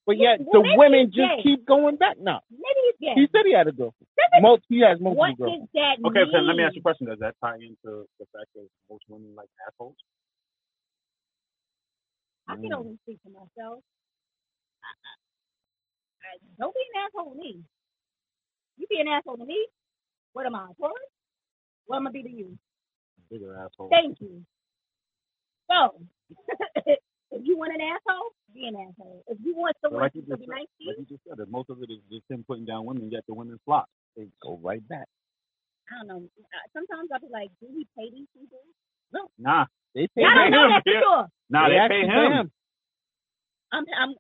Speaker 7: but
Speaker 3: Yeah,
Speaker 7: yet
Speaker 3: well,
Speaker 7: the
Speaker 3: maybe
Speaker 7: women
Speaker 3: he's
Speaker 7: just
Speaker 3: gay.
Speaker 7: keep going back. Now
Speaker 3: Maybe he's gay.
Speaker 7: he said he had a girlfriend.
Speaker 3: Doesn't-
Speaker 7: Mul- he has multiple
Speaker 3: what
Speaker 7: girlfriends.
Speaker 3: does that
Speaker 8: okay,
Speaker 3: mean?
Speaker 8: okay, let me ask you a question. Does that tie into the fact that most women like assholes?
Speaker 3: I can only speak for myself. I, I, don't be an asshole to me. You be an asshole to me. What am I, a Taurus? What am I be to you?
Speaker 8: Bigger assholes.
Speaker 3: Thank you. So, <laughs> if you want an asshole, be an asshole. If you want
Speaker 8: But
Speaker 3: someone
Speaker 8: like you
Speaker 3: to
Speaker 8: just
Speaker 3: be
Speaker 8: said,
Speaker 3: nice to you,
Speaker 8: like you just said, that most of it is just him putting down women, yet the women flop.
Speaker 7: They go right back.
Speaker 3: I don't know. Uh, Sometimes I'll be like, do we pay these people?
Speaker 8: Nah,
Speaker 7: They
Speaker 3: Yeah, I don't
Speaker 8: pay
Speaker 3: know
Speaker 8: him,
Speaker 3: that for
Speaker 8: yeah.
Speaker 3: sure.
Speaker 8: nah, they,
Speaker 7: actually
Speaker 8: pay him.
Speaker 3: I'm, I'm,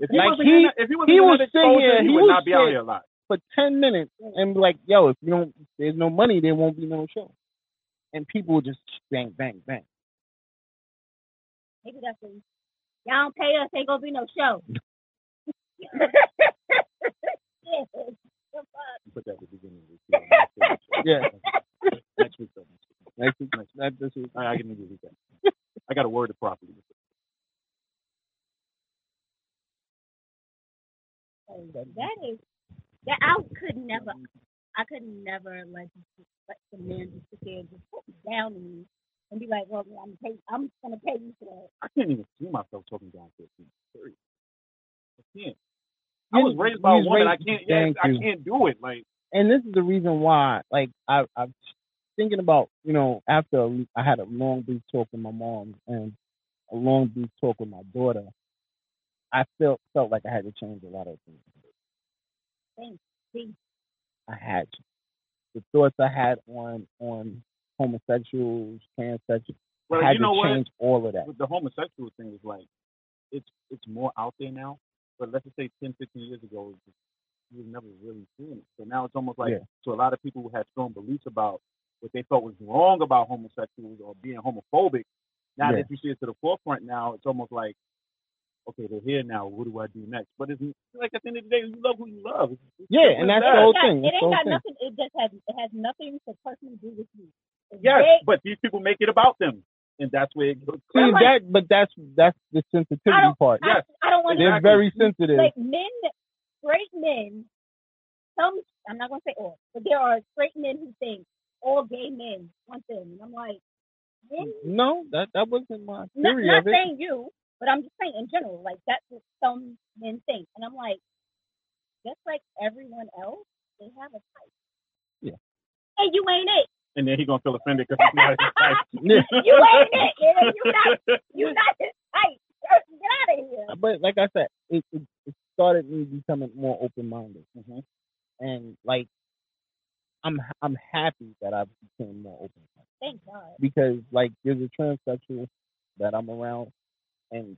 Speaker 8: If he
Speaker 7: Like,
Speaker 8: wasn't
Speaker 7: he-
Speaker 8: in that, if he wasn't
Speaker 7: he
Speaker 8: in
Speaker 7: was
Speaker 8: that
Speaker 7: sitting
Speaker 8: exposure,
Speaker 7: here-
Speaker 8: he,
Speaker 7: he
Speaker 8: would
Speaker 7: was
Speaker 8: not be out
Speaker 7: sitting-
Speaker 8: here a lot.
Speaker 7: for ten minutes and be like, "Yo, if you don't, there's no money, there won't be no show." And people would just bang, bang, bang.
Speaker 3: maybe that's what Y'all don't pay us, ain't gonna be no show. <laughs> yeah. the fuck?
Speaker 8: You put that at the beginning of
Speaker 3: <laughs>
Speaker 8: the season.
Speaker 7: Yeah.
Speaker 8: Next week, though.
Speaker 7: Like, that- that's what-
Speaker 8: All right, I
Speaker 7: <laughs>
Speaker 8: can do this weekend. I got to word it properly.
Speaker 3: That is that I could never. I could never like let the man just sit there and just put me down on me and be like, well, I'm pay, I'm gonna pay you for that.
Speaker 8: I can't even see myself talking down to a female. Period. I can't. I was raised by a
Speaker 7: He's
Speaker 8: woman. I
Speaker 7: raised-
Speaker 8: can't. Yes,
Speaker 7: thank
Speaker 8: I
Speaker 7: you.
Speaker 8: can't do it. Like
Speaker 7: and this is the reason why, like, I, I'm thinking about, you know, after I had a long, brief talk with my mom and a long, brief talk with my daughter, I felt felt like I had to change a lot of things.
Speaker 3: Thanks. See,
Speaker 7: I had to. The thoughts I had on on homosexuals, transsexuals,
Speaker 8: Well,
Speaker 7: I had
Speaker 8: you know
Speaker 7: to
Speaker 8: what?
Speaker 7: change all of that.
Speaker 8: with the homosexual thing is like, it's it's more out there now. But let's just say 10, 15 years ago, it was just- you were never really seeing it. So now it's almost like
Speaker 7: Yeah.
Speaker 8: to a lot of people who had strong beliefs about what they felt was wrong about homosexuals or being homophobic. Now
Speaker 7: Yeah.
Speaker 8: that you see it to the forefront, now it's almost like, okay, they're here now. What do I do next? But it's like at the end of the day, you love who you love. It's
Speaker 7: Yeah, and that's the whole thing.
Speaker 3: it
Speaker 7: That's the
Speaker 3: ain't
Speaker 7: whole
Speaker 3: got
Speaker 7: thing.
Speaker 3: nothing. It just has it has nothing to personally do with you. If
Speaker 8: Yes,
Speaker 3: they-
Speaker 8: but these people make it about them, and that's where it goes.
Speaker 7: See
Speaker 8: crazy.
Speaker 7: that, but that's that's the
Speaker 3: I
Speaker 7: sensitivity
Speaker 3: don't-
Speaker 7: part.
Speaker 3: I, I don't want
Speaker 7: They're
Speaker 3: to.
Speaker 7: very sensitive.
Speaker 3: Like men, straight men. Some I'm not gonna say all, but there are straight men who think all gay men want them, and I'm like, men,
Speaker 7: no, that that wasn't my
Speaker 3: not,
Speaker 7: theory
Speaker 3: not
Speaker 7: of it.
Speaker 3: saying you, but I'm just saying in general, like that's what some men think, and I'm like, just like everyone else, they have a type.
Speaker 7: Yeah.
Speaker 3: And you ain't it.
Speaker 8: and then he gonna feel offended because he's not his
Speaker 7: <laughs>
Speaker 8: type.
Speaker 3: You ain't it. nigga. You not. You not his type. Get out of here.
Speaker 7: But like I said, it it, it started me becoming more open minded,
Speaker 8: Mhm.
Speaker 7: and like I'm I'm happy that I became more open
Speaker 3: Thank God.
Speaker 7: because like there's a transsexual that I'm around, and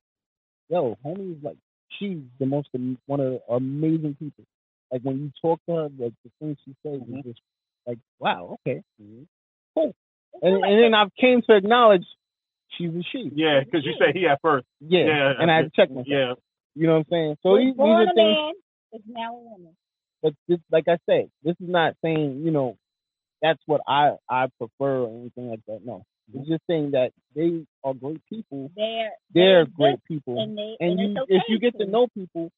Speaker 7: yo, homie is like she's the most am- one of the amazing people. Like when you talk to her, like the things she says is
Speaker 8: Mm-hmm.
Speaker 7: just like wow, okay, cool. And, and then I've came to acknowledge she's a she.
Speaker 8: <laughs> Yeah, because you said he at first.
Speaker 7: Yeah,
Speaker 8: Yeah,
Speaker 7: and I had to check myself.
Speaker 8: Yeah,
Speaker 7: You know what I'm saying? So
Speaker 3: Was
Speaker 7: these, these
Speaker 3: born
Speaker 7: are
Speaker 3: a
Speaker 7: things.
Speaker 3: man, is now a woman.
Speaker 7: But this, like I said, this is not saying you know that's what I I prefer or anything like that. No, it's just saying that they are great people.
Speaker 3: They're
Speaker 7: They're
Speaker 3: exist
Speaker 7: great people,
Speaker 3: and they
Speaker 7: and,
Speaker 3: it's
Speaker 7: you,
Speaker 3: okay
Speaker 7: if you get to know people,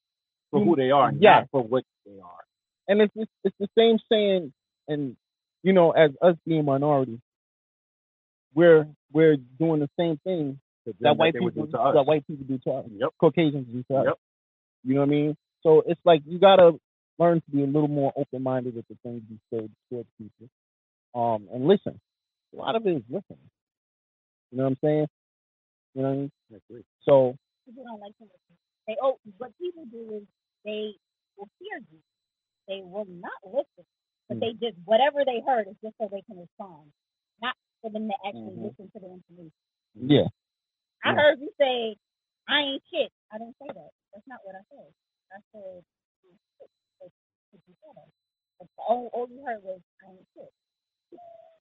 Speaker 8: for who they are,
Speaker 7: Yeah.
Speaker 8: not for what they are.
Speaker 7: and it's it's, it's the same saying, and you know, as us being minority, we're we're doing the same thing
Speaker 8: To them,
Speaker 7: that white
Speaker 8: they would
Speaker 7: people
Speaker 8: do to us.
Speaker 7: that white people do to us,
Speaker 8: Yep.
Speaker 7: Caucasians do to us.
Speaker 8: Yep.
Speaker 7: You know what I mean? So it's like you gotta learn to be a little more open minded with the things you say towards people. Um, and listen. A lot of it is listening. You know what I'm saying? You know what I mean? So
Speaker 3: people don't like to listen. They oh what people do is they will hear you. They will not listen. But
Speaker 7: Mm.
Speaker 3: they just whatever they heard is just so they can respond. Not for them to actually
Speaker 8: Mhm.
Speaker 3: listen to the information.
Speaker 8: Mm-hmm.
Speaker 7: yeah. Mm-hmm.
Speaker 3: I
Speaker 7: Yeah.
Speaker 3: heard you say, I ain't shit. I didn't say that. That's not what I said. I said "I ain't shit." That's what you said. But all, all you heard was I ain't shit.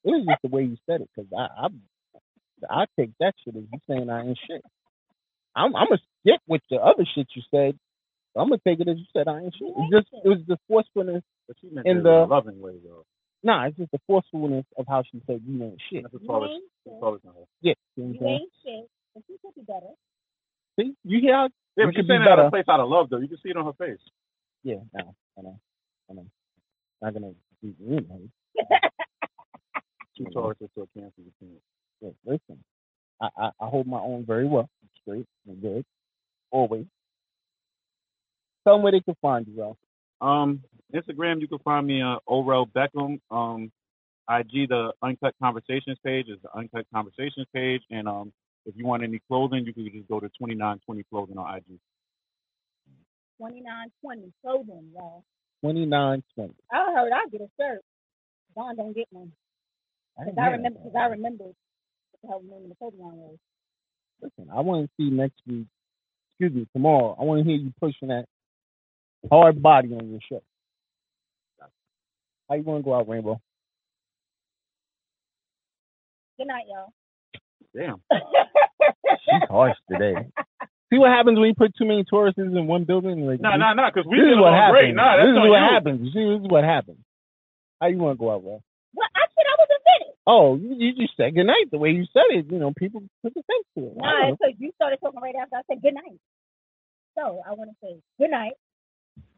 Speaker 7: It was just the way you said it, because I, I I take that shit as you saying I ain't shit. I'm I'm gonna stick with the other shit you said. I'm gonna take it as you said I ain't shit. It's just it was the forcefulness.
Speaker 8: But she meant
Speaker 7: In
Speaker 8: it in
Speaker 7: the-
Speaker 8: a loving way, though.
Speaker 7: Nah, it's just the forcefulness of how she said you ain't shit.
Speaker 8: That's the
Speaker 3: You
Speaker 8: tallest,
Speaker 3: ain't
Speaker 8: the
Speaker 3: shit.
Speaker 8: tallest in her.
Speaker 7: Yeah, you, know
Speaker 3: You
Speaker 7: what I'm saying?
Speaker 3: ain't shit. But you could be better.
Speaker 7: See, you hear? How,
Speaker 8: Yeah,
Speaker 7: You
Speaker 8: but
Speaker 7: could
Speaker 8: she's
Speaker 7: be
Speaker 8: saying it out
Speaker 7: better.
Speaker 8: of place, out of love, though. You can see it on her face.
Speaker 7: yeah, no, I know, I know. Not gonna be you know.
Speaker 8: Two
Speaker 7: Mhm.
Speaker 8: Tauruses to a Cancer. you can't.
Speaker 7: Look, listen, I, I I hold my own very well. I'm straight and good, always. Tell them where they can find you, Ralph.
Speaker 8: Um, Instagram, you can find me uh, Orel Beckham. Um, IG, the Uncut Conversations page is the Uncut Conversations page, and um, if you want any clothing, you can just go to 2920 clothing on IG.
Speaker 3: Twenty nine twenty clothing, y'all.
Speaker 7: Twenty nine twenty.
Speaker 3: I heard I get a shirt. Don don't get one. Cause I remember, cause I remember what the hell the name of the clothing line was.
Speaker 7: Listen, I want to see next week. Excuse me, tomorrow. I want to hear you pushing that hard body on your show. How you want to go out, Rainbow?
Speaker 3: Good night, y'all.
Speaker 8: Damn.
Speaker 7: She's harsh today. See what happens when you put too many tourists in one building? Like,
Speaker 8: No, no, no, because we
Speaker 7: this is
Speaker 8: did it
Speaker 7: what
Speaker 8: on
Speaker 7: happens.
Speaker 8: break. Nah, that's
Speaker 7: this is
Speaker 8: on
Speaker 7: what
Speaker 8: you.
Speaker 7: happens. You see, this is what happens. How you want to go out, Ralph?
Speaker 3: well, I said I was offended.
Speaker 7: Oh, you, you just said good night the way you said it. You know, people took offense to it. I
Speaker 3: Nah,
Speaker 7: don't know.
Speaker 3: because you started talking right after I said good night. So I want to say good night.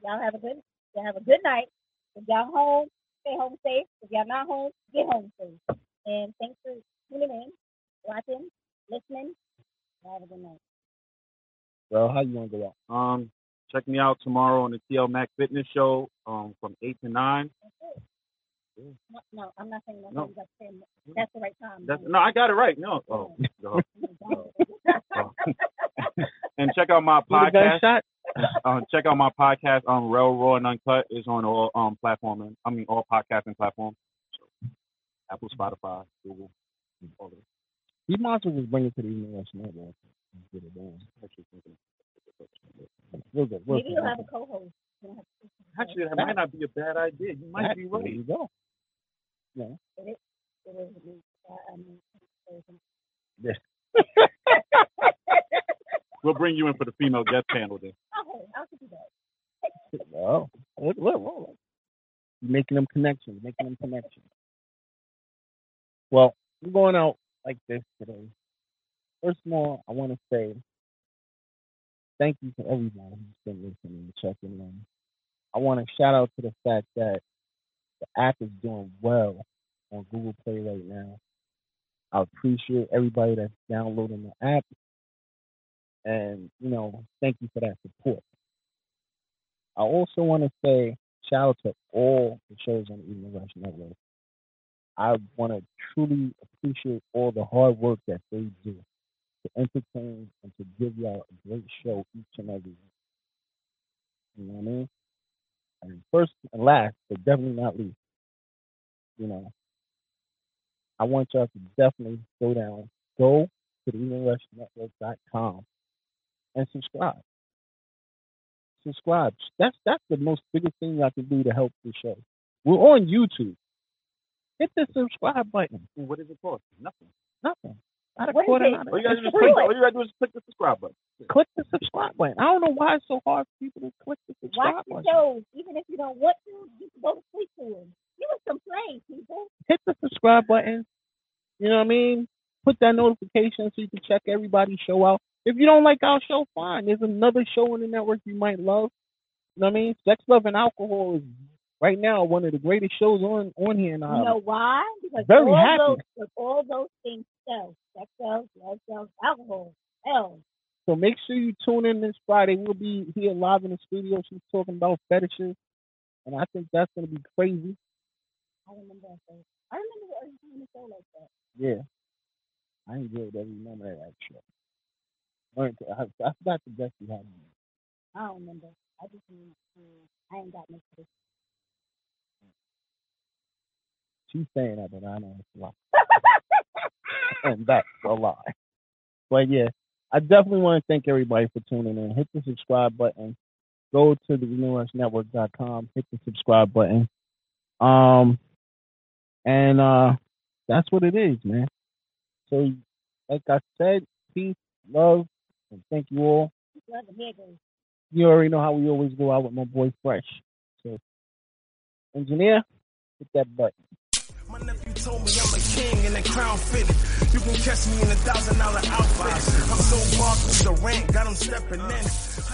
Speaker 3: Y'all have a good, y'all have a good night. If y'all home, Stay home safe. If y'all not home, get home safe. And thanks for tuning in, watching, listening. Have a good night.
Speaker 7: Well, how you want to go out?
Speaker 8: Um, check me out tomorrow on the TL Mac Fitness Show um, from 8 to 9.
Speaker 3: No, no, I'm not saying that.
Speaker 8: No.
Speaker 3: I'm just saying That's the right time.
Speaker 8: That's, no, I got it right. No. Oh. no. Oh. and check
Speaker 7: <laughs>
Speaker 8: out my
Speaker 7: You the
Speaker 8: podcast.
Speaker 7: gunshot?
Speaker 8: Um, check out my podcast on um, Real Raw and Uncut is on all um platform. I mean all podcasting platforms. Apple, Spotify, Google, all of it.
Speaker 7: You might as well just bring it to the email tonight, man. Get it done. Real good. Real
Speaker 3: Maybe
Speaker 7: good.
Speaker 3: you'll have a co-host. You don't have to-
Speaker 8: Actually, that might not be a bad idea. You might be
Speaker 7: There you
Speaker 8: right.
Speaker 7: go. Yeah.
Speaker 3: It is. It is. me. Uh, I- I mean,
Speaker 7: Yeah.
Speaker 8: We'll bring you in for the female guest panel then.
Speaker 3: Okay, I'll do that.
Speaker 7: Oh, look, look, look. You're making them connections, making them connections. Well, I'm going out like this today. First of all, I want to say thank you to everyone who's been listening and checking in. I want to shout out to the fact that the app is doing well on Google Play right now. I appreciate everybody that's downloading the app. And, you know, thank you for that support. I also want to say shout out to all the shows on the Evening Rush Network. I want to truly appreciate all the hard work that they do to entertain and to give y'all a great show each and every week. You know what I mean? And first and last, but definitely not least, you know, I want y'all to definitely go down, go to the and subscribe subscribe. That's that's the most biggest thing I can do to help the show. We're on YouTube. Hit the subscribe button.
Speaker 8: And what does it cost? Nothing.
Speaker 7: Nothing. Not a
Speaker 3: What is
Speaker 7: quarter.
Speaker 3: it?
Speaker 7: Not a,
Speaker 8: All you gotta do
Speaker 7: it's
Speaker 8: is
Speaker 7: free.
Speaker 8: click all you gotta do is click the subscribe button.
Speaker 7: Click the subscribe button. I don't know why it's so hard for people to click the subscribe
Speaker 3: Watch the
Speaker 7: button.
Speaker 3: shows, even if you don't want to. You can go to sleep to them. Give us some play, people.
Speaker 7: Hit the subscribe button. You know what I mean? Put that notification so you can check everybody's show out. If you don't like our show, fine. There's another show on the network you might love. You know what I mean? Sex, love, and alcohol is right now one of the greatest shows on on here. In
Speaker 8: Um,
Speaker 7: our
Speaker 3: you know why? Because
Speaker 7: very
Speaker 3: all
Speaker 7: happy.
Speaker 3: those because all those things sell. Sex sells, love sells, alcohol sells.
Speaker 7: So make sure you tune in this Friday. We'll be here live in the studio. She's talking about fetishes, and I think that's gonna be crazy.
Speaker 3: I remember that thing. I remember the early time show like that.
Speaker 7: Yeah, I enjoyed every moment of that show. Learned to- I, I forgot the best you had. on it.
Speaker 3: I don't remember. I just remember. mm, I ain't got no sleep.
Speaker 7: She's saying that, but I know it's a lie, <laughs> and that's a lie. But yeah, I definitely want to thank everybody for tuning in. Hit the subscribe button. Go to the NewRushNetwork.com. Hit the subscribe button. Um, and uh, that's what it is, man. So, like I said, peace, love, and thank you all.
Speaker 3: Love the niggas.
Speaker 7: You already know how we always go out with my boy Fresh. So, engineer, hit that button.
Speaker 10: My nephew told me I'm a king and a crown fitted. You can catch me in a thousand dollar outfit. I'm so marked with the rent, got him stepping in.